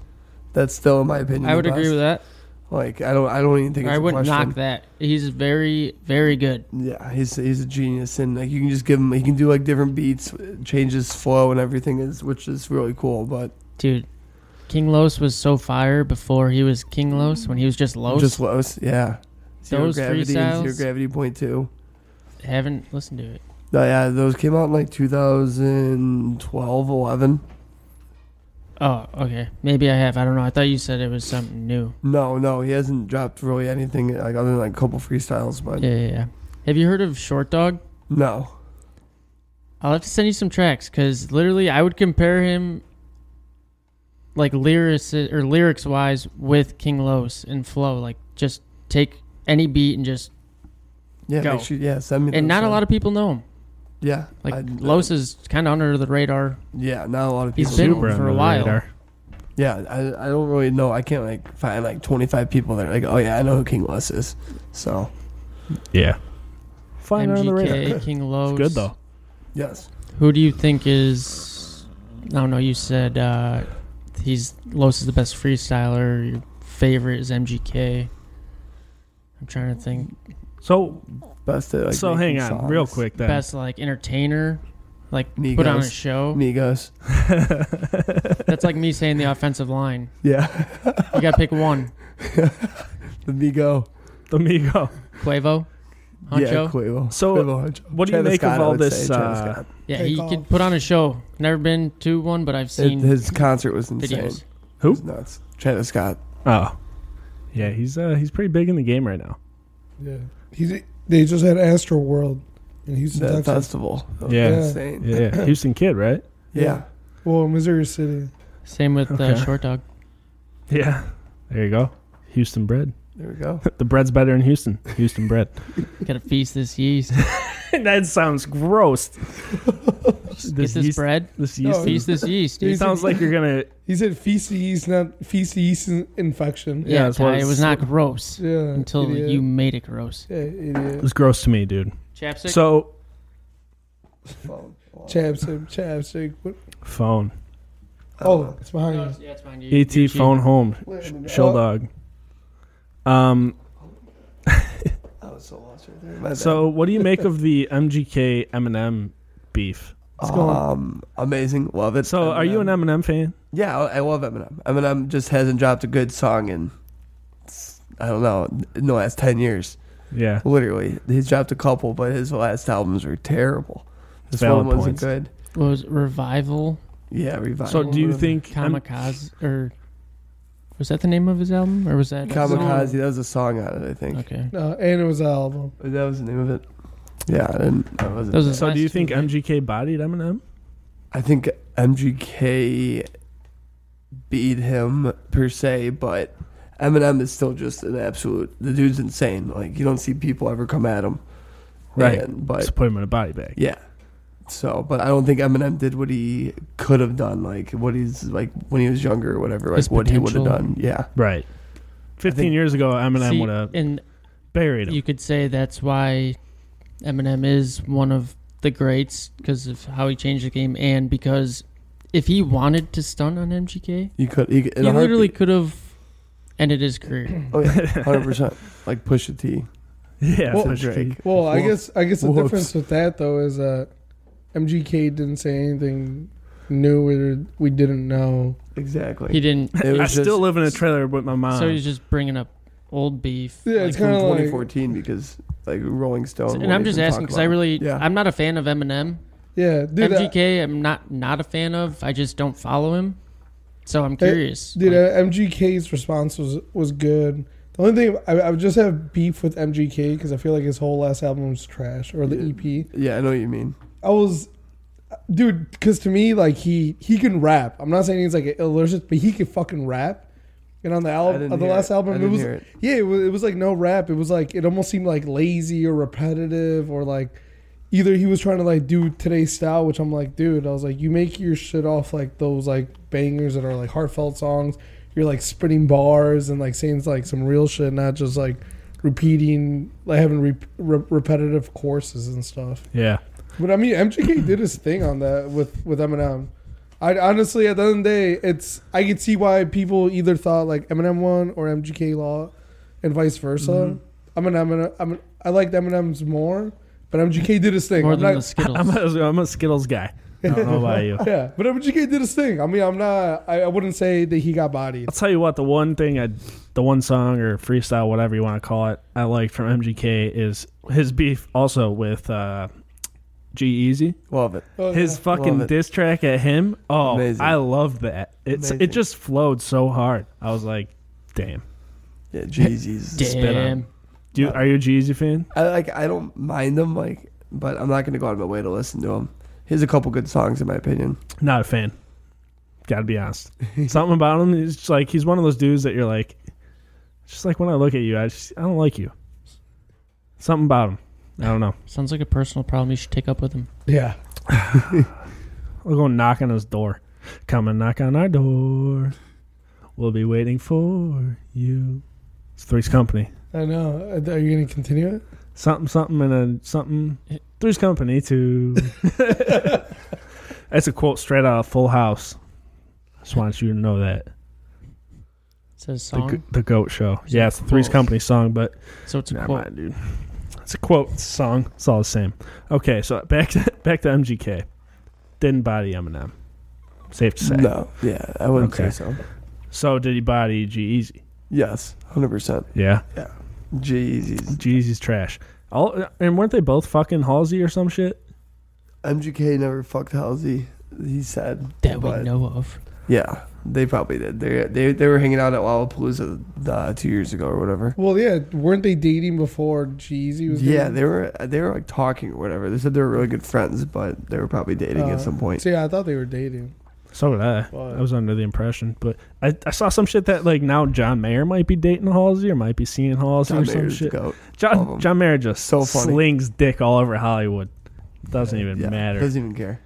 That's still, in my opinion,
I would agree with that.
that. Like I don't, I don't even think it's
I
a
would
question.
knock that. He's very, very good.
Yeah, he's he's a genius, and like you can just give him, he can do like different beats, change his flow and everything, is which is really cool. But
Dude, King Los was so fire before he was King Los when he was just Los.
just Los, yeah, zero
Those
gravity,
freestyles?
and zero gravity point two.
Haven't listened to it.
No, yeah, those came out in like 2012, 11.
Oh, okay. Maybe I have. I don't know. I thought you said it was something new.
No, no, he hasn't dropped really anything like other than like a couple freestyles, but
Yeah, yeah, yeah. Have you heard of Short Dog?
no.
I'll have to send you some tracks because literally, I would compare him, like lyrics or lyrics wise, with King Los and Flow. Like, just take any beat and just,
Yeah,
Go.
make sure, yeah, send me.
and
those,
not a
uh,
lot of people know him.
yeah,
Like
I-
Los is kind of under the radar.
Yeah, not a lot of
He's
people.
been
do.
for a
under the
while.
radar.
Yeah, I, I don't really know. I can't like find like 25 people that are like, oh yeah, I know who King Les is. So
Yeah, flying under the radar.
MGK, King
It's
Los.
good though.
yes,
Who do you think is? I don't know. You said uh, he's Los is the best freestyler. Your favorite is MGK. I'm trying to think.
So
best. At, like,
so hang
making
on,
songs.
real quick then.
Best like entertainer, like put on a
Migos.
show.
Migos.
That's like me saying the offensive line.
Yeah,
You got to pick one.
the Migo.
The Migo.
Quavo,
Yeah,
Huncho.
Quavo.
So,
Quavo, Huncho.
what do you
Travis
make of
Scott, I
all
would
this,
say, Travis
uh,
Scott.
Yeah,
Take
he
off.
could put on a show. Never been to one, but I've
It-
seen
his concert was insane.
videos.
It
Who?
was nuts. Travis Scott.
Oh, yeah, he's uh, he's pretty big in the game right now.
Yeah, he, they just had Astro World in Houston,
That
Texas.
festival. That was
Yeah.
insane. Yeah.
Yeah, Houston kid, right?
Well, Missouri City.
Same with uh,
Okay.
Short Dog.
Yeah. There you go. Houston bread.
There we go.
The bread's better in Houston. Houston bread.
Got to feast this yeast.
that sounds gross.
Get
this
this
yeast- Oh.
bread.
This
No,
yeast.
he-
Feast this yeast.
it
dude.
sounds like you're gonna.
He said feces, not feces in- infection.
Yeah,
Yeah,
that's what
Ty, it
it's-
was not gross
Yeah,
until
idiot.
you made it gross.
Yeah,
It
idiot.
was gross to me, dude.
Chapstick.
So
Chapstick, chapstick. What?
phone.
Oh, it's behind you.
yeah, it's fine.
ET E phone home. Sh- Shill dog. Um,
I was so lost right there. My bad.
so what do you make of the MGK Eminem beef?
um, amazing, love it.
So are you an
Eminem?
Eminem fan?
Yeah, I I love Eminem. Eminem just hasn't dropped a good song in I don't know in the last ten years.
Yeah.
Literally, he's dropped a couple, but his last albums were terrible. This
Valid
one wasn't
points.
good.
What was it, revival
Yeah, revival.
So do you think Em-
kamikaze or was that the name of his album or was that
Kamikaze, that was a song out of it, I think.
Okay,
No, and it was an album.
That was the name of it. Yeah, I didn't. That wasn't.
That was his
So
last
do you
two,
think
right?
MGK bodied Eminem?
I think MGK beat him per se, but Eminem is still just an absolute. The dude's insane. Like you don't see people ever come at him.
Right.
And- but
Just put him in a body bag.
Yeah. So, but I don't think Eminem did what he could have done, like what he's like when he was younger or whatever, like
His
what he would have
potential.
done. Yeah.
Right. Fifteen
think-
years ago, Eminem
See,
would have
and
buried him.
you could say that's why Eminem is one of the greats because of how he changed the game and because if he wanted to stun on MGK,
You could. You could in
he
a
literally could have ended his career.
Oh yeah, hundred percent. Like Pusha T.
yeah.
Well,
for
Pusha
sure.
T.
Well, I
Whoops.
guess I guess the
Whoops.
difference with that though is that MGK didn't say anything new or we didn't know.
Exactly.
He didn't.
It was
I
just
still live in a trailer with my mom.
So he's just bringing up old beef.
Yeah,
like,
it's
from
kind of like
2014 because like Rolling Stone.
and
won't
I'm just
even
asking
talk
because I
about it.
really,
Yeah.
I'm not a fan of Eminem.
yeah, dude. I-
MGK, I'm not not a fan of. I just don't follow him, so I'm curious.
Dude,
Like,
uh, MGK's response was was good. The only thing I, I would just have beef with MGK because I feel like his whole last album was trash or the EP.
Yeah, I know what you mean.
I was, dude, because to me like he he can rap. I'm not saying he's like illicit, but he can fucking rap. And on the
I
album,
didn't
on the
hear
last
it. I
album, it
didn't
was
hear it.
yeah, it was, it was like no rap. It was like it almost seemed like lazy or repetitive or like either he was trying to like do today's style, which I'm like, dude, I was like, you make your shit off like those like bangers that are like heartfelt songs. You're like spinning bars and like saying like some real shit, not just like repeating like having re- re- repetitive courses and stuff.
yeah.
But I mean, MGK did his thing on that with with Eminem. I honestly, at the end of the day, it's I could see why people either thought like Eminem won or MGK law, and vice versa.
Mm-hmm.
I'm an Eminem. I'm an, I liked Eminem's more, but MGK did his thing.
more
I'm
than the
not,
Skittles.
I'm a, I'm a Skittles guy. I don't know about you.
yeah, but MGK did his thing. I mean, I'm not. I, I wouldn't say that he got bodied.
I'll tell you what, the one thing I, the one song or freestyle, whatever you want to call it, I like from MGK is his beef also with uh, G Easy.
Love it.
Oh,
His
yeah.
fucking
Love it.
diss track at him. Oh,
Amazing.
I love that. It's
Amazing.
it just flowed so hard. I was like, damn.
Yeah, Jeezy's.
spit
Damn.
Do you, are you a G Easy fan?
I like. I don't mind him. Like, but I'm not gonna go out of my way to listen to him. He has a couple good songs in my opinion.
Not a fan. Got to be honest. Something about him is just like he's one of those dudes that you're like, just like when I look at you, I just I don't like you. Something about him. I don't know.
Sounds like a personal problem you should take up with him.
yeah.
I'll go knock on his door. Come and knock on our door. We'll be waiting for you. It's Three's Company.
I know. Are you gonna continue it?
Something, something, and a something. Three's Company too. That's a quote straight out of Full House. Just want you to know that
It says
the,
song,
Go- the Goat Show.
Is it
Yeah, it's a Three's
quote?
Company song, but
so it's a
Never
quote.
mind, dude. It's a quote it's a song. It's all the same. Okay, so back to, back to MGK. Didn't body Eminem. Safe to say.
No. Yeah, I wouldn't
Okay.
say so.
So did he body G Easy?
Yes, hundred percent.
Yeah.
Jeezy's.
G Easy's trash. All and weren't they both fucking Halsey or some shit?
MGK never fucked Halsey. He said
That we
but-
know of.
Yeah, they probably did. They they they were hanging out at Lollapalooza uh, two years ago or whatever.
Well, yeah. Weren't they dating before Jeezy was?
Yeah,
dating?
they were they were like talking or whatever. They said they were really good friends, but they were probably dating
Uh,
at some point.
So yeah, I thought they were dating.
So did I.
Why?
I was under the impression, but I, I saw some shit that like now John Mayer might be dating Halsey or might be seeing Halsey or
John
some
Mayer's the
shit.
goat. Love
John
him.
John Mayer just
So funny.
slings dick all over Hollywood. Doesn't even
Yeah,
matter.
Doesn't even care.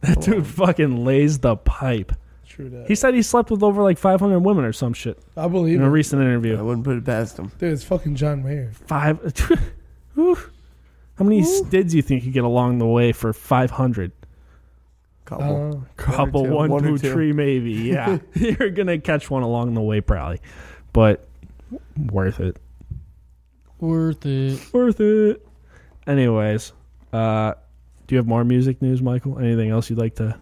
That dude fucking lays the pipe.
True that.
He said he slept with over like 500 women or some shit
I believe
in
it.
a recent
I
interview.
wouldn't put it past him.
Dude, it's fucking John Mayer.
Five. Whew. How many stids do you think you get along the way for 500?
Couple.
Uh,
couple
two.
one,
One or
two,
two.
three maybe yeah you're gonna catch one along the way probably but worth it
Worth it.
worth it anyways uh do you have more music news michael anything else you'd like to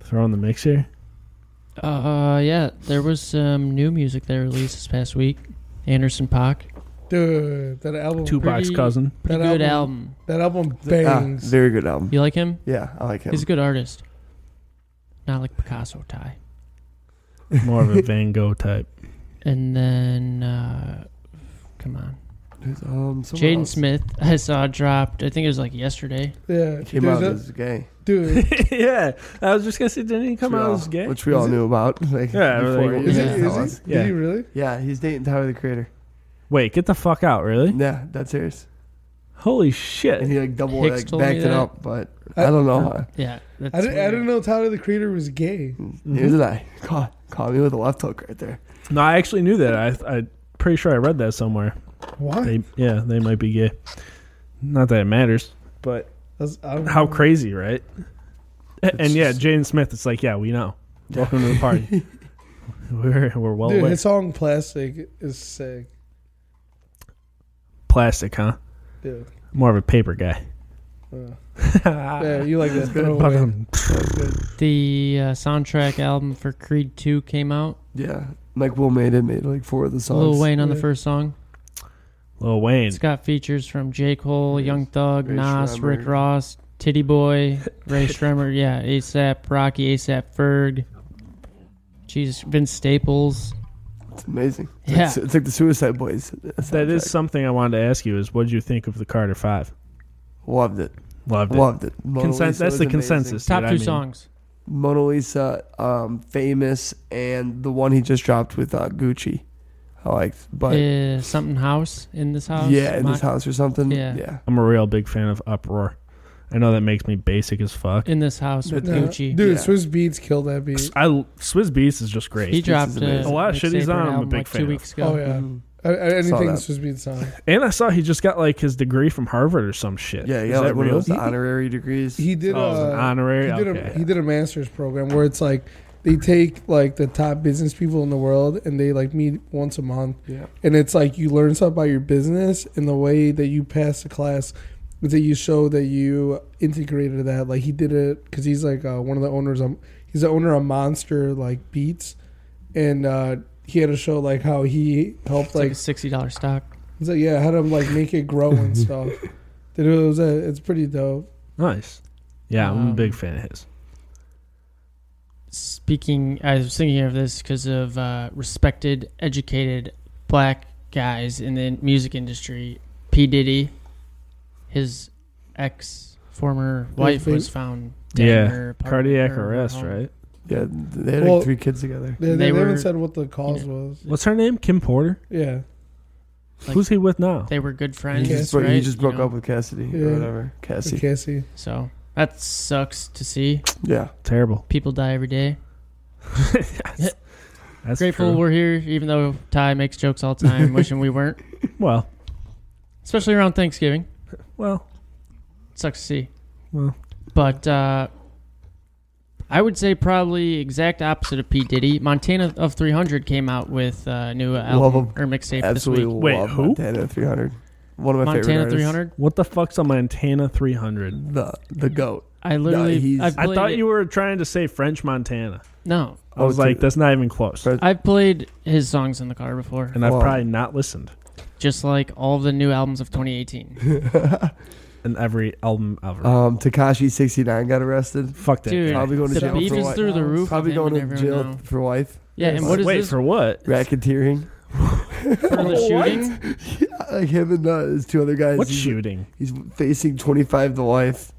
throw in the mix here
Uh, yeah, there was some new music they released this past week. Anderson Pac.
dude, that album.
tupac's
Pretty-
cousin
Pretty
That
good
album-
album.
That album
Ah,
bangs.
very good album.
You like him?
Yeah, I like him.
He's a good artist. Not like Picasso Ty.
more of a van gogh type
And then, uh, come on.
Who's- um, someone
Jaden
else
Smith, I saw dropped, I think it was like yesterday.
yeah,
came
dude,
out
that-
as gay.
dude.
yeah i was just gonna say didn't he come
Which we
out
all-
as gay
which we all
Is
knew about. Like,
Yeah,
before
like,
he
Is,
Yeah.
announced
he,
that
is
was.
he?
Yeah.
Did he really?
Yeah, he's dating Tyler the Creator.
wait get the fuck out really Uh,
Yeah, that's serious.
holy shit
And he like double
Hicks
like,
told me
backed it
that.
up, but
I-
I, don't know.
Yeah. That's
I didn't, I
weird.
didn't know Tyler the Creator was gay.
Neither did I. Caught, caught me with a left hook right there.
no i actually knew that i i pretty sure i read that somewhere
Why?
They, yeah, they might be gay. Not that it matters, but
That's, I don't
how
know.
crazy, right? A-
It's
and yeah,
just-
Jaden Smith. It's like, yeah, we know. Welcome to the party. we're we're well
Dude,
aware.
his song "Plastic" is sick.
Plastic, huh?
Dude,
More of a paper guy.
uh,
Ah,
yeah, you like that throwaway.
Fucking-
The uh, soundtrack album for Creed 2 came out.
Yeah, Mike Will made it. Made like four of the songs.
Lil Wayne on the
Yeah.
first song.
Lil Wayne.
It's got features from J. Cole, Young Thug,
Ray
Nas,
Schreiber.
Rick Ross, Titty Boy, Ray Schremer, yeah, ASAP, Rocky, ASAP, Ferg. Jesus, Vince Staples.
It's amazing. It's,
Yeah.
like, it's like the Suicide Boys.
That is
soundtrack.
something I wanted to ask you: is what did you think of the Carter Five?
loved it.
Loved it.
Loved it. Mona
Consen-
Lisa
that's
was
the
amazing.
consensus.
Top
dude,
two
I mean.
songs.
Mona Lisa, um, famous, and the one he just dropped with uh, Gucci. I liked, but
Uh, something house in this house.
yeah, in
Mock-
his house or something.
Yeah.
yeah.
I'm a real big fan of Uproar. I know that makes me basic as fuck.
In this house with
No,
Gucci.
Dude,
Yeah.
Swiss Beats killed that beat.
I Swizz Beatz is just great.
he dropped
is
a,
amazing.
A lot of shit he's
mixtape or
on, I'm a
an album
big
like
fan
two
of.
weeks ago.
Oh yeah,
Mhm.
I, I, anything
that.
Swiss Beats song.
And I saw he just got like his degree from Harvard or some shit.
Yeah,
Is
yeah,
that
like one of
real?
those honorary degrees.
He did.
Oh, it was
uh,
an
Ah,
honorary.
He did,
okay.
a, he did a master's program where it's like they take like the top business people in the world and they like meet once a month
yeah,
and it's like you learn stuff about your business and the way that you pass the class is that you show that you integrated that like he did it because he's like uh, one of the owners on he's the owner of monster like beats and uh he had to show like how he helped
It's like
like
a sixty dollar stock.
he's like yeah how to like make it grow and stuff Dude, it was a, it's pretty dope
Nice. Yeah, I'm a
Um,
big fan of his.
Speaking, I was thinking of this because of uh, respected, educated black guys in the music industry. P Diddy, his ex former wife
they-
was found
Yeah,
dead. in her apartment
Cardiac
or her
arrest,
home.
right?
yeah. They had
Well-
like three kids together.
they, they,
They
haven't
were-
said what the cause was
What's her name? Kim Porter.
yeah
Like-
Who's he with now?
They were good
He
friends.
just,
Yes,
bro-
right?
he just
You
broke
know?
up with Cassidy
Yeah.
or whatever. Cassie.
Cassie.
So that sucks to see.
Yeah.
Terrible.
People die every day.
That's
Grateful
true.
we're here, even though Ty makes jokes all the time, wishing we weren't.
Well,
Especially around Thanksgiving.
well,
sucks to see.
Well.
but uh, I would say probably exact opposite of P Diddy. Montana of 300 came out with uh, a new album
Love
or mixtape this
Absolutely
week.
love
Wait, who?
Montana 300. One of my favorite
Montana
artists.
300.
what the fuck's a Montana 300?
The the goat.
I literally,
he's-
I've
I
played
thought
it-
you were trying to say French Montana.
No,
I was
Oh,
like,
dude.
that's not even close.
French-
I've played his songs in the car before,
And I've
Wow.
probably not listened.
just like all the new albums of 2018.
in every album ever.
Um, Takashi 69 got arrested.
Fuck that.
Dude,
guy.
Probably going to
the
jail
beef
for
is
life.
through the roof. with
Probably
him
going
and
to
everyone
jail
now.
for life.
Yeah, and what is
Wait
this
for what?
Racketeering.
for the shooting?
Like him and uh, his two other guys.
What
he's,
shooting?
he's facing 25 to life.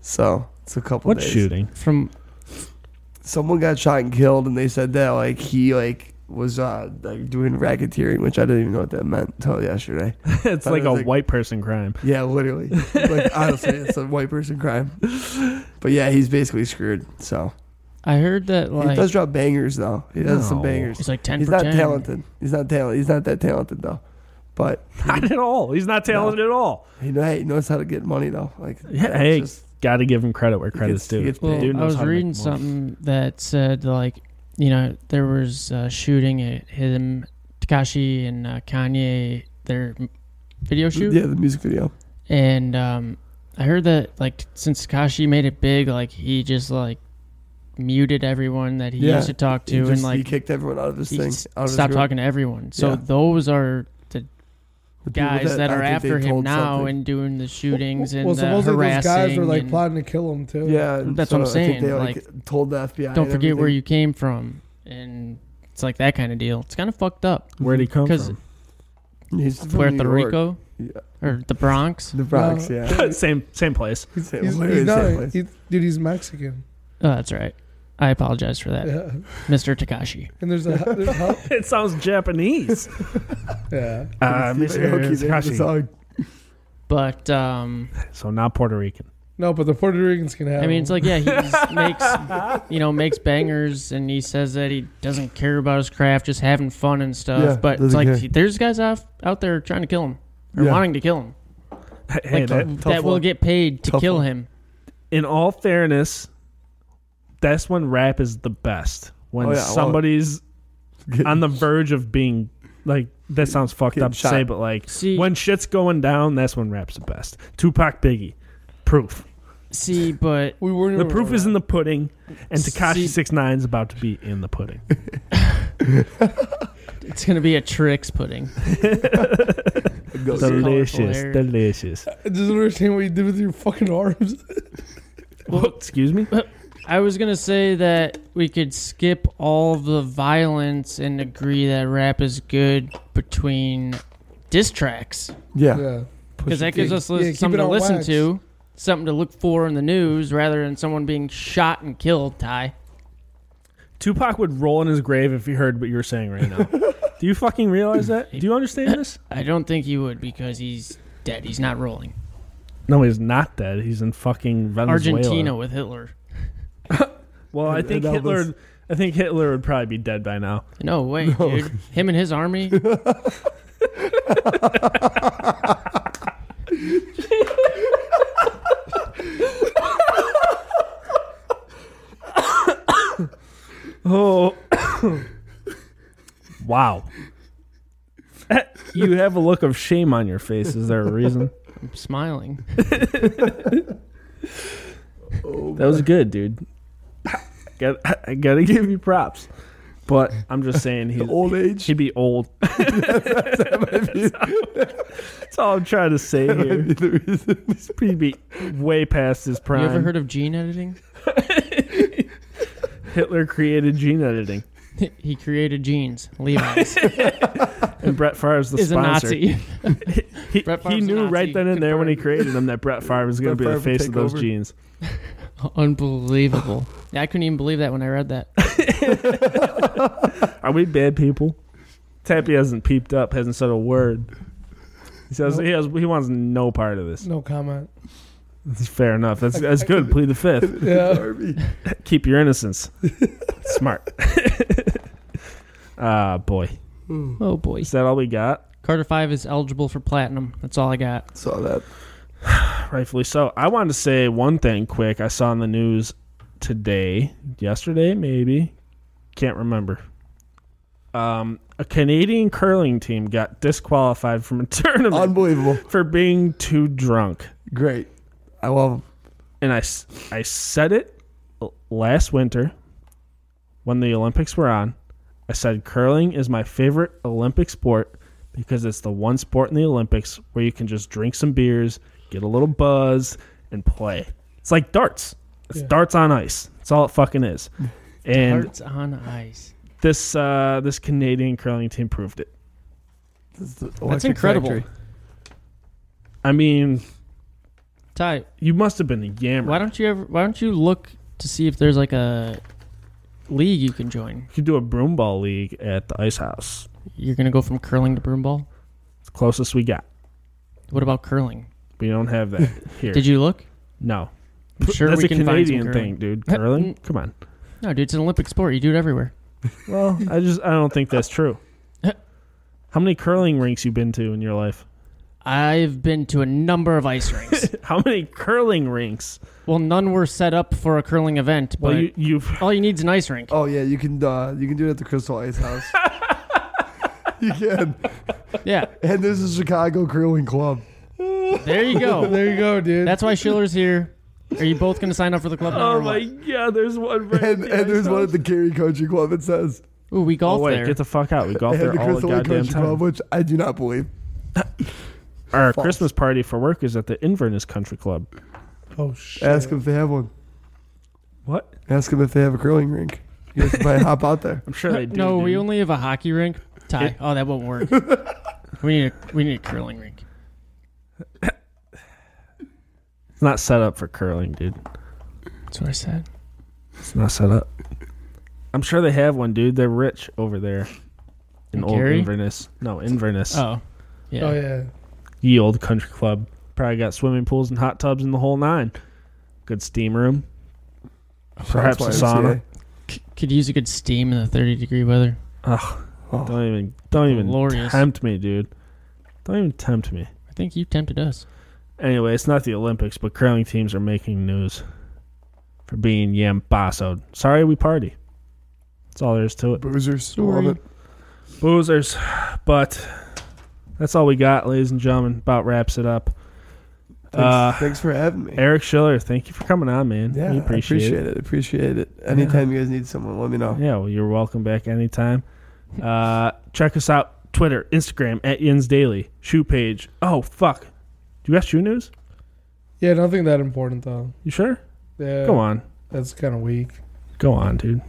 So it's a couple
What
days.
shooting?
From
someone got shot and killed and they said that like he like was uh like doing racketeering which i didn't even know what that meant until yesterday
it's
Thought
like
it
a
was like-
white person crime.
yeah literally like honestly it's a white person crime but yeah he's basically screwed so
I heard that
he
like
does drop bangers though he does some
No.
bangers
it's like 10
he's
for
not
10.
talented he's not talented he's not that talented though but
Not at all. He's not talented at all.
he, know, he knows how to get money though like
Yeah,
that's
hey,
just-
got to give him credit where credit's
gets- he
due.
gets
Well,
paid.
Dude
I
knows
was
how to make
reading
moves.
something that said like, you know, there was a shooting at him, Takashi and uh, Kanye their m- video shoot,
Yeah, the music video.
and um, I heard that like since Takashi made it big, like he just like muted everyone that he
Yeah.
used to talk to,
he, just-
and
he
like
kicked everyone out of his
he
thing.
s-
out of his
stopped
group.
talking to everyone. So
Yeah.
those are
The people
guys that,
I
are
think they
after him
told
now
something.
and doing the shootings and
well,
the
supposedly
harassing.
those guys were like
and
plotting to kill him too.
yeah, and
That's what I'm
so I think
saying,
they told the FBI.
don't
and
forget where
everything.
you came from, and it's like that kind of deal. It's kind of fucked up.
Where'd he come
'Cause-
from?
He's from
Puerto
New York.
Rico
Yeah.
or the Bronx. Oh,
the Bronx.
No.
Yeah,
same same place.
He's,
Say,
he's-
where
he's
is
not-
that place?
he- dude, he's Mexican.
Oh, that's right. I apologize for that,
Yeah.
Mr. Takashi.
And there's a there's a-
It sounds Japanese.
yeah.
uh,
Steve Aoki,
Mr.
they have the
Takashi.
song.
But um,
So not Puerto Rican.
No, but the Puerto Ricans can have.
I mean, it's
him.
like yeah, he just makes you know makes bangers, and he says that he doesn't care about his craft, just having fun and stuff.
Yeah,
but it's
doesn't
like
care.
he- there's guys out out there trying to kill him or
Yeah.
wanting to kill him.
Hey, that,
like, that,
tough
will
one.
get paid to
Tough
kill
one.
him.
in all fairness, that's when rap is the best. When
Oh, yeah, well-
somebody's on the verge of being like that sounds fucked
Getting
up to say,
shot.
but like
See-
when shit's going down, that's when rap's the best. Tupac, Biggie, proof.
See, but
we weren't.
The
even
proof
aware.
is in the pudding, and
See-
Takashi Six Nine is about to be in the pudding.
it's gonna be a tricks pudding.
Go
Doesn't-
dude.
delicious,
hair.
delicious.
I just don't understand what you did with your fucking arms.
Well, excuse me.
I was gonna say that we could skip all the violence and agree that rap is good between diss tracks
Yeah,
because that gives us
Yeah, keep
something
it
to
on
listen
wax.
to, something to look for in the news rather than someone being shot and killed. Ty,
Tupac would roll in his grave if he heard what you're saying right now. Do you fucking realize that? Do you understand this?
I don't think he would because he's dead. He's not rolling.
No, he's not dead. He's in fucking Venezuela.
Argentina with Hitler.
Well, I
And-
think
and
Hitler.
Elvis.
I think Hitler would probably be dead by now.
No way, dude. Him and his army.
Oh, wow! you have a look of shame on your face. Is there a reason?
I'm smiling.
Oh,
That was good, dude. Got, I gotta give you props, but I'm just saying
The
he's,
old age.
he'd be old. That's all I'm trying to say here.
The reason-
He'd be way past his prime.
You ever heard of gene editing?
Hitler created gene editing,
he created genes. Levi's
and Brett Favre is the
is a
sponsor.
Nazi.
He,
Brett
he
Favre's a
knew
Nazi,
right then and there when he
confirmed.
created them that Brett Favre was going to
Brett
be the
Favre would
face of
take
those
over.
genes.
Unbelievable. Yeah, I couldn't even believe that when I read that.
Are we bad people? Tappy hasn't peeped up, hasn't said a word. He says
Nope.
he has he wants no part of this.
No comment.
That's fair enough. That's that's good. Plead the fifth.
Yeah.
Army.
Keep your innocence. Smart. Ah, boy.
Oh boy.
Is that all we got?
Carter 5 is eligible for platinum. That's all I got.
Saw that.
Rightfully so. I wanted to say one thing quick. I saw in the news today, yesterday maybe, can't remember. Um, a Canadian curling team got disqualified from a tournament
Unbelievable.
for being too drunk.
Great. I love him.
and I, s- I said it l- last winter when the Olympics were on. I said curling is my favorite Olympic sport because it's the one sport in the Olympics where you can just drink some beers, get a little buzz, and play. It's like darts. It's
Yeah.
darts on ice. That's all it fucking is. And
Hearts on ice.
this uh, this Canadian curling team proved it.
That's, the Electric
incredible.
Factory.
I mean,
Ty,
you must have been a yammer.
why don't you ever why don't you look to see if there's like a league you can join?
You could do a broom ball league at the ice house.
You're going to go from curling to broomball?
It's the closest we got.
What about curling?
We don't have that here.
Did you look?
No.
I'm sure
That's
we
a
can find some
Canadian thing,
curling.
dude. Curling?
Mm.
Come on.
No, dude, it's an Olympic sport. You do it everywhere.
Well, I just I don't think that's true. How many curling rinks you been to in your life?
I've been to a number of ice rinks.
How many curling rinks?
well, none were set up for a curling event, but
Well, you, you've
all you need is an ice rink.
Oh yeah, you can uh, you can do it at the Crystal Ice House. you can.
Yeah,
And there's a Chicago Curling Club.
there you go.
There you go, dude.
That's why Schiller's here. Are you both going to sign up for the club?
Oh
or
my
what?
god, there's one right
And,
at the
and there's
ice
one
house.
at the Cary Country Club. It says
Ooh, we
Oh
golf
wait,
there.
get the fuck out. We golf
and
there
the
all the
Crystal Lake
goddamn
Country Club,
time.
which I do not believe.
Our
False.
Christmas party for work is at the Inverness Country Club.
oh shit.
Ask them if they have one.
What?
Ask them if they have a curling rink. You guys can probably hop out there.
I'm sure they do.
no, we
dude.
only have a hockey rink. Ty.
It-
oh, that won't work. we need a we need a curling rink.
It's not set up for curling, dude.
That's what I said.
It's not set up. I'm sure they have one, dude. They're rich over there in
In
old
Cary?
Inverness. No, Inverness.
Oh, yeah.
Oh yeah.
Ye old country club. Probably got swimming pools and hot tubs and the whole nine. Good steam room. Perhaps a
That's why
sauna.
C- could use a good steam in the 30 degree weather.
Oh.
Don't even, don't even
Glorious.
tempt me, dude. Don't even tempt me.
I think you tempted us.
Anyway, it's not the Olympics, but curling teams are making news for being yambassoed. Sorry, we party. That's all there is to it.
Boozers.
Sorry.
Love it.
Boozers. But that's all we got, ladies and gentlemen. About wraps it up.
Thanks,
Uh,
thanks for having me.
Eric Schiller, thank you for coming on, man.
yeah,
we
I
appreciate, it.
appreciate it. Appreciate it. Anytime you guys need someone, let me know.
Yeah, well, you're welcome back anytime. Uh, check us out Twitter, Instagram at Yins Daily, shoe page. Oh, fuck. Do you got shoe news?
Yeah, nothing that important though.
You sure?
Yeah.
Go on.
That's kind of weak.
Go on, dude.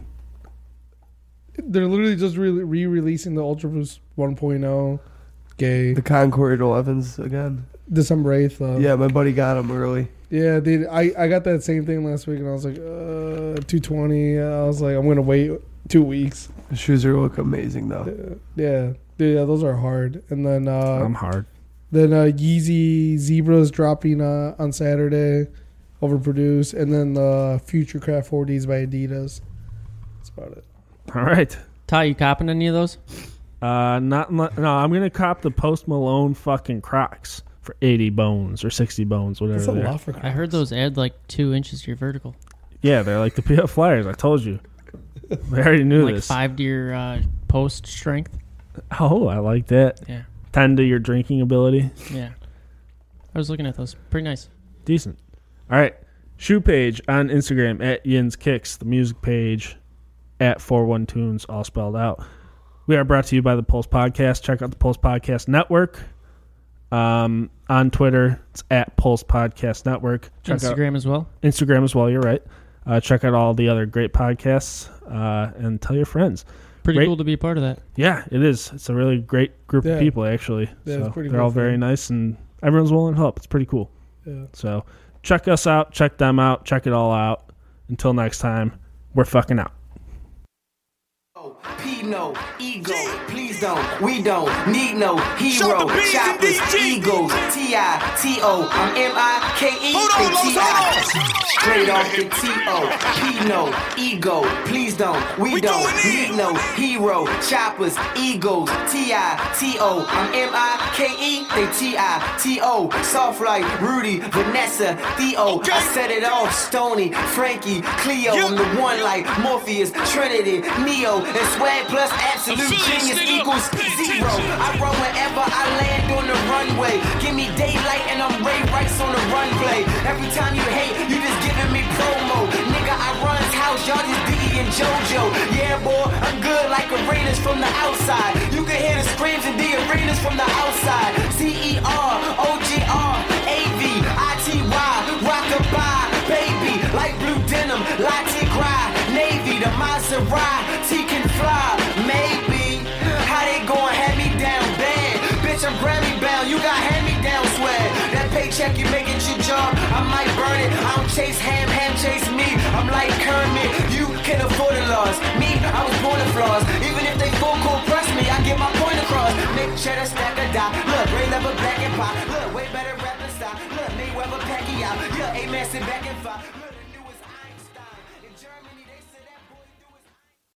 They're literally just re- re-releasing the Ultra Boost 1.0. Gay.
The Concord 11s again.
December 8th
Oh.
though.
yeah, my buddy got them early.
Yeah, dude. I, I got that same thing last week and I was like, uh, 220. I was like, I'm going to wait two weeks. Uh,
The shoes are look amazing though.
Yeah. Dude, yeah, those are hard. And then uh,
I'm hard.
Then uh, Yeezy Zebra's dropping uh, on Saturday, overproduced, and then the Future Craft 4Ds by Adidas. That's about it.
All right.
Ty, you copping any of those?
Uh, not unle- no. I'm gonna cop the Post Malone fucking Crocs for 80 bones or 60 bones, whatever.
That's a
they are.
lot for.
I heard those add like two inches to your vertical,
Yeah, they're like the PF Flyers. I told you. I already knew
like
this.
five to your uh, post strength.
Oh, I like that.
Yeah,
10 to your drinking ability.
yeah. I was looking at those. Pretty nice.
Decent. All right. Shoe page on Instagram at Yin's Kicks. The music page at 41 Tunes, all spelled out. We are brought to you by the Pulse Podcast. Check out the Pulse Podcast Network. Um, on Twitter, it's at Pulse Podcast Network. Check out
Instagram as well.
Instagram as well. You're right. Uh, check out all the other great podcasts uh, and tell your friends.
Pretty
Rate-
cool to be a part of that.
Yeah, it is. It's a really great group of
Yeah.
people, actually.
Yeah,
so
it's pretty
they're
cool
all
thing.
very nice, and everyone's willing to help. It's pretty cool.
Yeah.
So check us out, check them out, check it all out. Until next time, we're fucking out.
P no ego, please don't. We don't need no hero. Shoppers, eagles, T I T O. I'm M I K E T I. Straight off the T O. P no ego, please don't. We, don't need no hero. Shoppers, eagles, T I T O. I'm M I K E. They T I T O. Soft like Rudy, Vanessa, Theo. I set it off, Stony, Frankie, Cleo. I'm the one like Morpheus, Trinity, Neo, and Swag plus absolute genius equals zero. I run wherever I land on the runway. Give me daylight and I'm Ray Rice on the runway. Every time you hate, you just giving me promo. Nigga, I run his house, y'all just Diggy and JoJo. Yeah, boy, I'm good like arenas from the outside. You can hear the screams in the arenas from the outside. C E R O G R A V I T Y, rockabye, baby, like blue denim, latte cry, navy, the Maserati can fly, maybe. How they gon' hand me down bad? Bitch, I'm Grammy bound, you got hand me down swag. That paycheck you make at your job, I might burn it. I don't chase ham, ham chase me. I'm like Kermit, you can afford the loss. Me, I was born to flaws. Even if they full court press me, I get my point across. Make cheddar stack or die. Look, Ray Lever black and pie. Look, way better rappers style. Look, Mayweather Pacquiao. Yeah, A-Man sit back and fight.